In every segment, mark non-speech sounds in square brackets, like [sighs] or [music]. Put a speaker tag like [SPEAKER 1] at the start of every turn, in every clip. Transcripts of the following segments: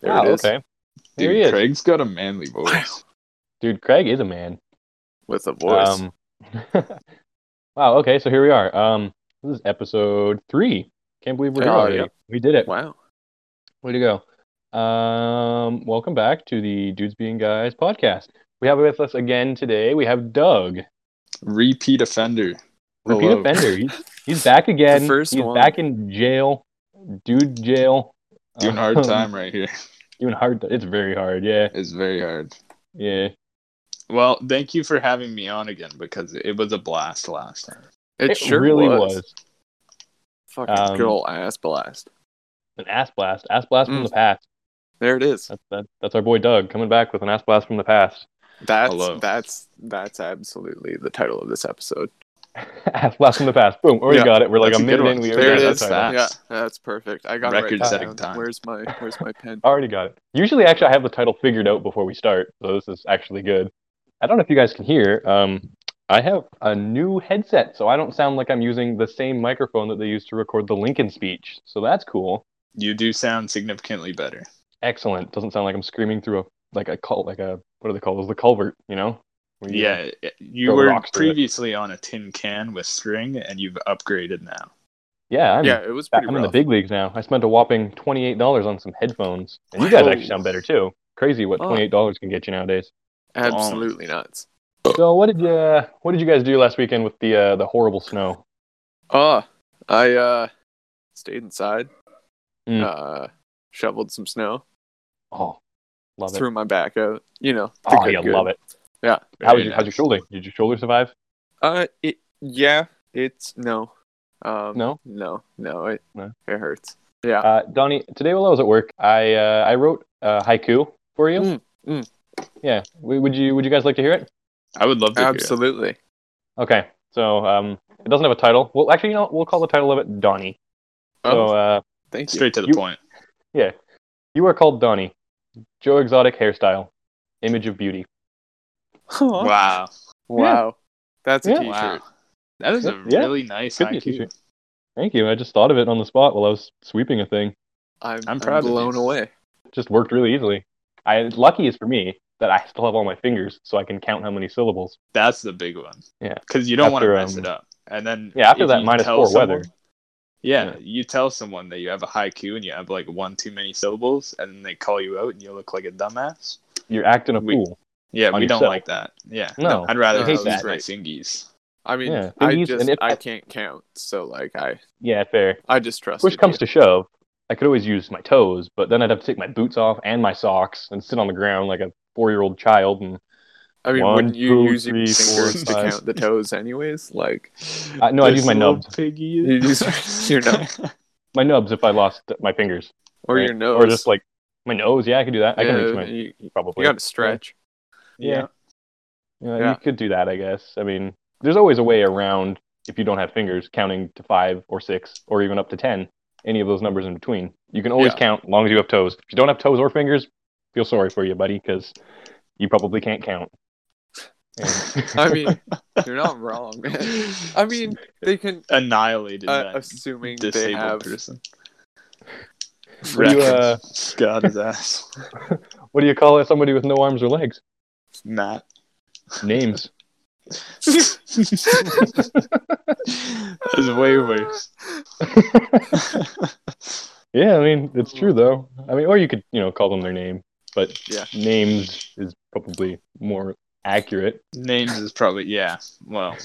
[SPEAKER 1] There
[SPEAKER 2] wow,
[SPEAKER 1] it is.
[SPEAKER 2] Oh, okay.
[SPEAKER 1] Dude,
[SPEAKER 2] There he is.
[SPEAKER 1] Craig's got a manly voice
[SPEAKER 2] Dude, Craig is a man.
[SPEAKER 1] with a voice.
[SPEAKER 2] Um, [laughs] wow, okay, so here we are. Um, this is episode three. Can't believe we're here
[SPEAKER 1] Oh,
[SPEAKER 2] already.
[SPEAKER 1] yeah.
[SPEAKER 2] We did it.
[SPEAKER 1] wow.
[SPEAKER 2] Way to go. Um, welcome back to the Dudes Being Guys podcast. We have with us again today, we have Doug.
[SPEAKER 1] [laughs] Repeat offender.
[SPEAKER 2] Repeat
[SPEAKER 1] Hello.
[SPEAKER 2] offender. He's, he's back again.
[SPEAKER 3] first
[SPEAKER 2] he's
[SPEAKER 3] one.
[SPEAKER 2] back in jail. Dude jail. Um,
[SPEAKER 1] Doing a [laughs]
[SPEAKER 2] [laughs]
[SPEAKER 1] hard time right here.
[SPEAKER 2] Doing hard. It's very hard. Yeah.
[SPEAKER 1] It's very hard.
[SPEAKER 2] Yeah.
[SPEAKER 1] Well, thank you for having me on again because it was a blast last time.
[SPEAKER 3] It, sure
[SPEAKER 2] really
[SPEAKER 3] was.
[SPEAKER 2] was.
[SPEAKER 3] Fucking
[SPEAKER 2] Um,
[SPEAKER 3] good old ass blast.
[SPEAKER 2] An ass blast. Ass blast from
[SPEAKER 3] Mm.
[SPEAKER 2] the past.
[SPEAKER 3] There it is.
[SPEAKER 2] That's that, that's our boy Doug coming back with an ass blast from the past. [laughs]
[SPEAKER 3] That's
[SPEAKER 1] Hello.
[SPEAKER 3] that's that's absolutely the title of this episode.
[SPEAKER 2] ass blast from the past. Boom. Already
[SPEAKER 3] Yeah,
[SPEAKER 2] got it. We're like
[SPEAKER 1] that's
[SPEAKER 2] a
[SPEAKER 1] a good
[SPEAKER 2] minute
[SPEAKER 1] one.
[SPEAKER 2] in. We
[SPEAKER 1] There
[SPEAKER 2] already
[SPEAKER 1] it
[SPEAKER 2] got
[SPEAKER 1] is,
[SPEAKER 2] that title.
[SPEAKER 1] that.
[SPEAKER 3] Yeah, that's perfect. I got it right
[SPEAKER 1] Record-setting
[SPEAKER 3] down.
[SPEAKER 1] time.
[SPEAKER 3] Where's my where's my pen?
[SPEAKER 2] Already got it. Usually, actually, I have the title figured out before we start, so this is actually good. I don't know if you guys can hear. Um, I have a new headset, so I don't sound like I'm using the same microphone that they used to record the Lincoln speech. So that's cool.
[SPEAKER 1] You do sound significantly better.
[SPEAKER 2] Excellent. Doesn't sound like I'm screaming through a like a cul like a what do they call those? The culvert, you know? Where you-
[SPEAKER 1] Yeah, you
[SPEAKER 2] Throw
[SPEAKER 1] were
[SPEAKER 2] rocks through it.
[SPEAKER 1] previously on a tin can with string, and you've upgraded now.
[SPEAKER 2] Yeah. [laughs] I'm,
[SPEAKER 3] yeah, it was pretty
[SPEAKER 2] I'm in the
[SPEAKER 3] rough.
[SPEAKER 2] big leagues now. I spent a whopping twenty eight dollars on some headphones, and you
[SPEAKER 3] Wow.
[SPEAKER 2] guys actually sound better too. Crazy what
[SPEAKER 3] Oh.
[SPEAKER 2] twenty eight dollars can get you nowadays.
[SPEAKER 3] Absolutely nuts.
[SPEAKER 2] So what did you uh, what did you guys do last weekend with the uh, the horrible snow?
[SPEAKER 3] Oh, I uh stayed inside.
[SPEAKER 2] Mm.
[SPEAKER 3] Uh shoveled some snow.
[SPEAKER 2] Oh, love it.
[SPEAKER 3] threw my back out. You know. the
[SPEAKER 2] oh,
[SPEAKER 3] good
[SPEAKER 2] you
[SPEAKER 3] good.
[SPEAKER 2] love it.
[SPEAKER 3] Yeah.
[SPEAKER 2] How
[SPEAKER 1] Very
[SPEAKER 2] was your, how's your shoulder? Did your shoulder survive?
[SPEAKER 3] Uh it yeah, it's no. Um
[SPEAKER 2] No?
[SPEAKER 3] no, no, it
[SPEAKER 2] No.
[SPEAKER 3] it hurts.
[SPEAKER 2] Uh, Donnie, today while I was at work, I uh, I wrote uh, haiku for you.
[SPEAKER 3] Mm, mm.
[SPEAKER 2] Yeah. W- would you Would you guys like to hear it?
[SPEAKER 1] I would love to Absolutely.
[SPEAKER 3] Absolutely.
[SPEAKER 2] Okay. So um, it doesn't have a title. Well, actually, you know, what? we'll call the title of it Donnie. So
[SPEAKER 3] Oh,
[SPEAKER 2] uh,
[SPEAKER 3] thank you. [laughs]
[SPEAKER 1] Straight to the
[SPEAKER 2] You-
[SPEAKER 1] point.
[SPEAKER 2] you are called Donnie. Joe Exotic hairstyle, image of beauty.
[SPEAKER 3] Aw.
[SPEAKER 1] Wow.
[SPEAKER 3] Wow. That's a
[SPEAKER 2] Yeah.
[SPEAKER 3] t-shirt.
[SPEAKER 1] Wow. That is a
[SPEAKER 2] Yeah.
[SPEAKER 1] really nice
[SPEAKER 2] Could be a
[SPEAKER 1] IQ.
[SPEAKER 2] t-shirt. Thank you. I just thought of it on the spot while I was sweeping a thing.
[SPEAKER 3] I'm,
[SPEAKER 1] I'm proud of you.
[SPEAKER 3] blown away.
[SPEAKER 2] just worked really easily. I lucky is for me that I still have all my fingers, so I can count how many syllables.
[SPEAKER 1] That's the big one.
[SPEAKER 2] Yeah.
[SPEAKER 1] Because you don't want to
[SPEAKER 2] After,
[SPEAKER 1] mess
[SPEAKER 2] um,
[SPEAKER 1] it up. And then
[SPEAKER 2] Yeah, after
[SPEAKER 1] if
[SPEAKER 2] that
[SPEAKER 1] you
[SPEAKER 2] minus
[SPEAKER 1] tell
[SPEAKER 2] four
[SPEAKER 1] someone-
[SPEAKER 2] weather.
[SPEAKER 1] Yeah,
[SPEAKER 2] Yeah.
[SPEAKER 1] you tell someone that you have a high Q and you have like one too many syllables, and then they call you out and you look like a dumbass.
[SPEAKER 2] You're acting a
[SPEAKER 1] We-
[SPEAKER 2] fool.
[SPEAKER 1] Yeah,
[SPEAKER 2] On
[SPEAKER 1] we don't
[SPEAKER 2] yourself.
[SPEAKER 1] like that. Yeah,
[SPEAKER 2] No,
[SPEAKER 1] I'd rather
[SPEAKER 3] I
[SPEAKER 2] hate
[SPEAKER 1] have
[SPEAKER 2] that.
[SPEAKER 1] my singies.
[SPEAKER 3] I mean,
[SPEAKER 2] Yeah.
[SPEAKER 3] I
[SPEAKER 2] Thingies,
[SPEAKER 3] just
[SPEAKER 2] and if-
[SPEAKER 3] I can't count, so like I
[SPEAKER 2] Yeah, fair.
[SPEAKER 3] I just trust.
[SPEAKER 2] Push comes to shove, I could always use my toes, but then I'd have to take my boots off and my socks and sit on the ground like a four-year-old child. And
[SPEAKER 3] I mean,
[SPEAKER 2] one,
[SPEAKER 3] wouldn't you
[SPEAKER 2] two,
[SPEAKER 3] use your
[SPEAKER 2] three, four,
[SPEAKER 3] fingers to
[SPEAKER 2] five.
[SPEAKER 3] count the toes anyways? Like
[SPEAKER 2] I, uh, no, I'd use
[SPEAKER 1] This
[SPEAKER 2] my
[SPEAKER 1] little
[SPEAKER 2] nubs.
[SPEAKER 1] Piggy.
[SPEAKER 3] You
[SPEAKER 1] [laughs]
[SPEAKER 3] use your nubs.
[SPEAKER 2] My nubs if I lost my fingers,
[SPEAKER 3] or
[SPEAKER 2] Right.
[SPEAKER 3] your nose,
[SPEAKER 2] or just like my nose. Yeah, I could do that. I can
[SPEAKER 3] Yeah,
[SPEAKER 2] reach my
[SPEAKER 3] you, you
[SPEAKER 2] probably.
[SPEAKER 3] got to stretch.
[SPEAKER 1] Yeah.
[SPEAKER 2] Yeah,
[SPEAKER 3] Yeah.
[SPEAKER 2] you could do that, I guess. I mean, there's always a way around if you don't have fingers counting to five or six or even up to ten. Any of those numbers in between, you can always
[SPEAKER 3] Yeah.
[SPEAKER 2] count as long as you have toes. If you don't have toes or fingers, feel sorry for you, buddy, because you probably can't count.
[SPEAKER 3] I mean,
[SPEAKER 2] [laughs]
[SPEAKER 3] you're not wrong, man. I mean, they can
[SPEAKER 1] [laughs] annihilated
[SPEAKER 3] uh,
[SPEAKER 1] that
[SPEAKER 3] assuming they
[SPEAKER 1] disabled
[SPEAKER 3] have. [laughs]
[SPEAKER 1] person.
[SPEAKER 2] Were you,
[SPEAKER 1] Wrecked
[SPEAKER 2] uh,
[SPEAKER 1] his- got his
[SPEAKER 3] [laughs]
[SPEAKER 1] ass.
[SPEAKER 2] what do you call it? Somebody with no arms or legs?
[SPEAKER 1] Matt.
[SPEAKER 2] Names.
[SPEAKER 1] That's way worse.
[SPEAKER 2] yeah, I mean, it's true though. I mean, or you could, you know, call them their name, but
[SPEAKER 3] Yeah.
[SPEAKER 2] names is probably more accurate.
[SPEAKER 1] [laughs] Names is probably yeah. Well,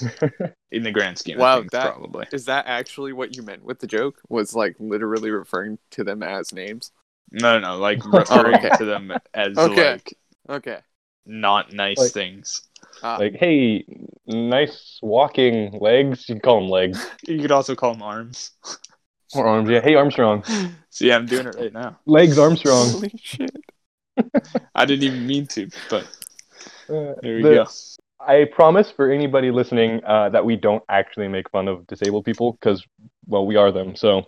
[SPEAKER 1] in the grand scheme,
[SPEAKER 3] Wow,
[SPEAKER 1] of things,
[SPEAKER 3] that-
[SPEAKER 1] probably.
[SPEAKER 3] [laughs] Is that actually what you meant with the joke? Was like literally referring to them as names?
[SPEAKER 1] No, no, no, like referring
[SPEAKER 3] okay.
[SPEAKER 1] to them as
[SPEAKER 3] Okay.
[SPEAKER 1] like
[SPEAKER 3] Okay. [laughs]
[SPEAKER 1] not nice
[SPEAKER 2] Like-
[SPEAKER 1] things.
[SPEAKER 2] like, hey, nice walking legs. You can call them legs
[SPEAKER 1] You could also call them arms. [laughs]
[SPEAKER 2] or arms. Yeah, hey Armstrong,
[SPEAKER 1] So yeah, I'm doing it right now.
[SPEAKER 3] [laughs]
[SPEAKER 2] legs Armstrong.
[SPEAKER 3] Holy shit.
[SPEAKER 1] I didn't even mean to, but
[SPEAKER 2] Uh,
[SPEAKER 1] there you
[SPEAKER 2] The-
[SPEAKER 1] go.
[SPEAKER 2] I promise for anybody listening uh, that we don't actually make fun of disabled people because, well, we are them. So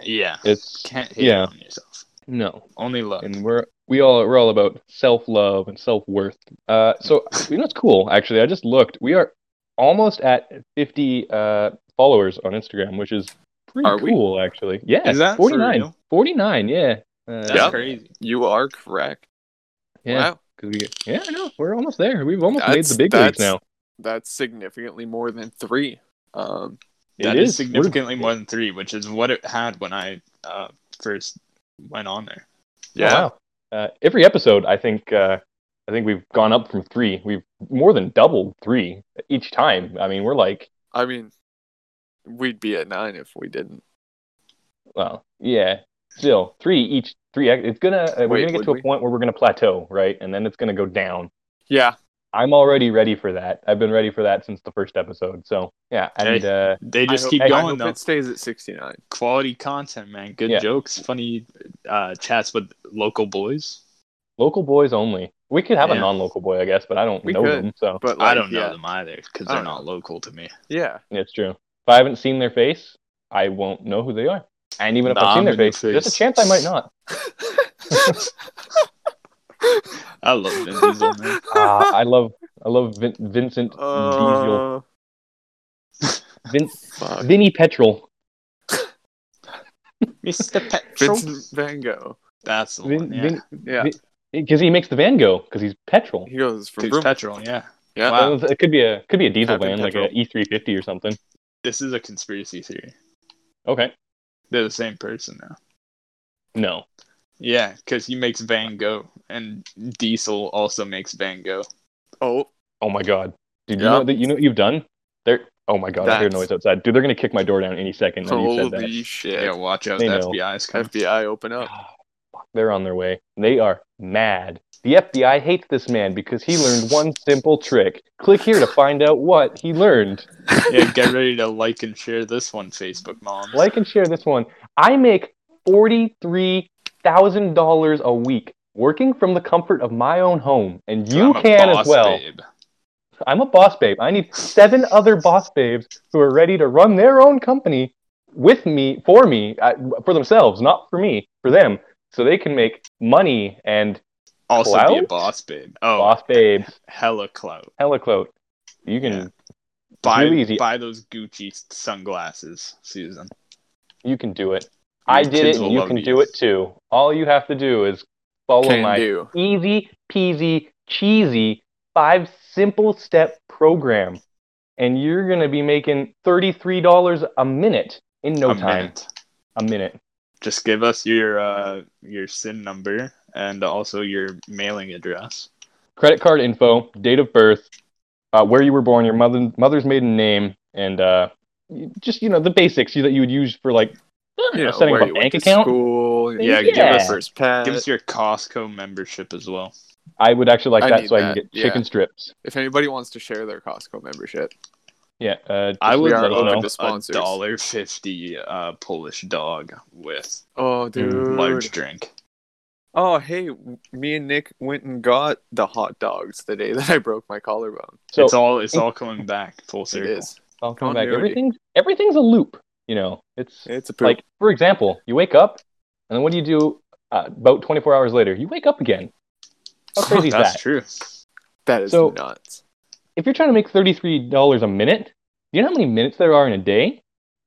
[SPEAKER 1] Yeah,
[SPEAKER 2] it's
[SPEAKER 1] can't hate
[SPEAKER 2] Yeah.
[SPEAKER 1] on yourself.
[SPEAKER 2] no,
[SPEAKER 1] Only love.
[SPEAKER 2] and we're we all we're all about self love and self worth. Uh, so you know it's cool actually. I just looked. We are almost at fifty uh, followers on Instagram, which is pretty
[SPEAKER 3] Are we?
[SPEAKER 2] cool actually. Yeah,
[SPEAKER 1] Is that for
[SPEAKER 2] 49?
[SPEAKER 1] real?
[SPEAKER 2] 49, Yeah, Uh,
[SPEAKER 1] That's
[SPEAKER 3] Yeah.
[SPEAKER 1] crazy.
[SPEAKER 3] You are correct.
[SPEAKER 2] Yeah,
[SPEAKER 3] Wow.
[SPEAKER 2] 'cause we get- yeah, I know. We're almost there. We've almost made
[SPEAKER 3] That's-
[SPEAKER 2] the big
[SPEAKER 3] that's-
[SPEAKER 2] leagues now.
[SPEAKER 3] That's significantly more than three. Um,
[SPEAKER 1] That
[SPEAKER 2] It
[SPEAKER 1] is,
[SPEAKER 2] is. We're-
[SPEAKER 1] significantly more than three, which is what it had when I uh, first went on there.
[SPEAKER 2] Oh, wow. Uh, every episode, I think, uh, I think we've gone up from three. We've more than doubled three each time. I mean, we're like,
[SPEAKER 3] I mean, we'd be at nine if we didn't.
[SPEAKER 2] well, yeah, still three each. Three. It's gonna. Uh, we're
[SPEAKER 3] Wait,
[SPEAKER 2] gonna get
[SPEAKER 3] would
[SPEAKER 2] to a
[SPEAKER 3] we?
[SPEAKER 2] point where we're gonna plateau, right? And then it's gonna go down.
[SPEAKER 3] Yeah.
[SPEAKER 2] I'm already ready for that. I've been ready for that since the first episode. So yeah, and uh,
[SPEAKER 1] They
[SPEAKER 3] I
[SPEAKER 1] just
[SPEAKER 3] hope-
[SPEAKER 1] keep
[SPEAKER 2] hey,
[SPEAKER 3] I
[SPEAKER 1] going
[SPEAKER 3] hope
[SPEAKER 1] though.
[SPEAKER 3] it stays at 69.
[SPEAKER 1] Quality content, man. Good
[SPEAKER 2] Yeah.
[SPEAKER 1] jokes, funny uh, chats with local boys.
[SPEAKER 2] local boys only. We could have a
[SPEAKER 1] Yeah.
[SPEAKER 2] non-local boy, I guess, but I don't
[SPEAKER 3] We
[SPEAKER 2] know
[SPEAKER 3] could.
[SPEAKER 2] them, so
[SPEAKER 3] But
[SPEAKER 1] I
[SPEAKER 3] like,
[SPEAKER 1] don't know
[SPEAKER 3] yeah.
[SPEAKER 1] them either because
[SPEAKER 3] I
[SPEAKER 1] they're
[SPEAKER 3] don't
[SPEAKER 1] not local to me.
[SPEAKER 3] Yeah.
[SPEAKER 2] it's true. If I haven't seen their face, I won't know who they are. And even if I've seen their
[SPEAKER 1] Nom in
[SPEAKER 2] face,
[SPEAKER 1] your
[SPEAKER 2] there's a
[SPEAKER 1] face.
[SPEAKER 2] chance I might not.
[SPEAKER 1] I [laughs] love Vin Diesel,
[SPEAKER 3] [laughs]
[SPEAKER 1] man.
[SPEAKER 2] Ah, I love, I love Vin- Vincent
[SPEAKER 3] Uh,
[SPEAKER 2] Diesel, Vin-
[SPEAKER 3] fuck.
[SPEAKER 2] Vinny Petrol.
[SPEAKER 1] Mr.
[SPEAKER 3] Vincent Van Gogh.
[SPEAKER 1] That's the
[SPEAKER 2] Vin,
[SPEAKER 1] one. Yeah.
[SPEAKER 2] Vin,
[SPEAKER 3] Yeah.
[SPEAKER 2] because he makes the van go because he's petrol.
[SPEAKER 3] He goes from
[SPEAKER 1] Dude's petrol. Yeah.
[SPEAKER 3] Yeah.
[SPEAKER 1] Wow.
[SPEAKER 2] It could be a could be a diesel
[SPEAKER 3] Captain
[SPEAKER 2] van like
[SPEAKER 3] Petrol.
[SPEAKER 2] an E350 or something.
[SPEAKER 1] This is a conspiracy theory.
[SPEAKER 2] Okay,
[SPEAKER 1] They're the same person now.
[SPEAKER 2] no,
[SPEAKER 1] Yeah, because he makes Van Gogh, and Diesel also makes Van Gogh.
[SPEAKER 3] Oh,
[SPEAKER 2] oh my god, dude, you
[SPEAKER 3] Yeah.
[SPEAKER 2] know that you know what you've done? They're oh my god, I hear
[SPEAKER 3] That's-
[SPEAKER 2] noise outside, dude. They're gonna kick my door down any second. now you said that.
[SPEAKER 3] holy shit.
[SPEAKER 1] Yeah, watch out,
[SPEAKER 2] They
[SPEAKER 1] the
[SPEAKER 2] know.
[SPEAKER 1] FBI's coming.
[SPEAKER 3] FBI, open up.
[SPEAKER 2] Fuck, They're on their way. They are mad. The FBI hates this man because he learned one simple trick. Click here to find out what he learned.
[SPEAKER 1] yeah, get ready to like and share this one, Facebook mom.
[SPEAKER 2] Like and share this one. I make $43,000 a week working from the comfort of my own home, and you
[SPEAKER 1] I'm a
[SPEAKER 2] can as
[SPEAKER 1] boss,
[SPEAKER 2] well.
[SPEAKER 1] babe.
[SPEAKER 2] I'm a boss babe. I need seven other boss babes who are ready to run their own company with me, for me, uh, for themselves, not for me, for them, so they can make money and
[SPEAKER 1] Also be a
[SPEAKER 2] Clout?
[SPEAKER 1] boss, babe. Oh,
[SPEAKER 2] boss babes.
[SPEAKER 1] hella clout.
[SPEAKER 2] hella clout. You can
[SPEAKER 1] Yeah. Buy,
[SPEAKER 2] really easy.
[SPEAKER 1] buy those Gucci sunglasses, Susan.
[SPEAKER 2] you can do it. I did
[SPEAKER 1] kids
[SPEAKER 2] it.
[SPEAKER 1] will
[SPEAKER 2] and You
[SPEAKER 1] love
[SPEAKER 2] can
[SPEAKER 1] you.
[SPEAKER 2] do it too. All you have to do is follow
[SPEAKER 3] Can
[SPEAKER 2] my
[SPEAKER 3] do.
[SPEAKER 2] easy peasy cheesy five simple step program, and you're gonna be making thirty three dollars a minute in no
[SPEAKER 1] A
[SPEAKER 2] time.
[SPEAKER 1] minute.
[SPEAKER 2] A minute.
[SPEAKER 1] Just give us your uh, your SIN number and also your mailing address.
[SPEAKER 2] Credit card info, date of birth, uh, where you were born, your mother mother's maiden name, and uh, just you know the basics you, that you would use for like
[SPEAKER 3] [laughs] You know,
[SPEAKER 2] setting
[SPEAKER 3] where
[SPEAKER 2] up a
[SPEAKER 3] you
[SPEAKER 2] bank
[SPEAKER 3] went to
[SPEAKER 2] account?
[SPEAKER 3] School,
[SPEAKER 1] Yeah,
[SPEAKER 2] give
[SPEAKER 3] your
[SPEAKER 2] us-
[SPEAKER 3] first pet.
[SPEAKER 1] Give us your Costco membership as well.
[SPEAKER 2] I would actually like
[SPEAKER 3] I
[SPEAKER 2] that
[SPEAKER 3] need
[SPEAKER 2] so I can
[SPEAKER 3] that,
[SPEAKER 2] get chicken
[SPEAKER 3] yeah.
[SPEAKER 2] strips.
[SPEAKER 3] if anybody wants to share their Costco membership,
[SPEAKER 2] Yeah, uh,
[SPEAKER 1] I
[SPEAKER 2] just
[SPEAKER 1] would
[SPEAKER 3] are
[SPEAKER 2] let us
[SPEAKER 3] open
[SPEAKER 2] know.
[SPEAKER 1] love
[SPEAKER 3] to
[SPEAKER 1] a
[SPEAKER 3] sponsors.
[SPEAKER 1] dollar fifty uh, Polish dog with
[SPEAKER 2] Mm,
[SPEAKER 3] oh dude,
[SPEAKER 1] large drink.
[SPEAKER 3] oh hey, w- me and Nick went and got the hot dogs the day that I broke my collarbone.
[SPEAKER 2] So
[SPEAKER 1] it's all it's all coming back full
[SPEAKER 3] It
[SPEAKER 1] circle.
[SPEAKER 3] is.
[SPEAKER 2] I'll come back.
[SPEAKER 3] Continuity.
[SPEAKER 2] Everything's everything's a loop. You know, it's
[SPEAKER 3] It's a poop.
[SPEAKER 2] like for example, you wake up, and then what do you do? Uh, about 24 hours later, you wake up again. How crazy is
[SPEAKER 1] That's
[SPEAKER 2] that?
[SPEAKER 1] true.
[SPEAKER 3] that is
[SPEAKER 2] so-
[SPEAKER 3] nuts.
[SPEAKER 2] If you're trying to make $33 a minute, do you know how many minutes there are in a day?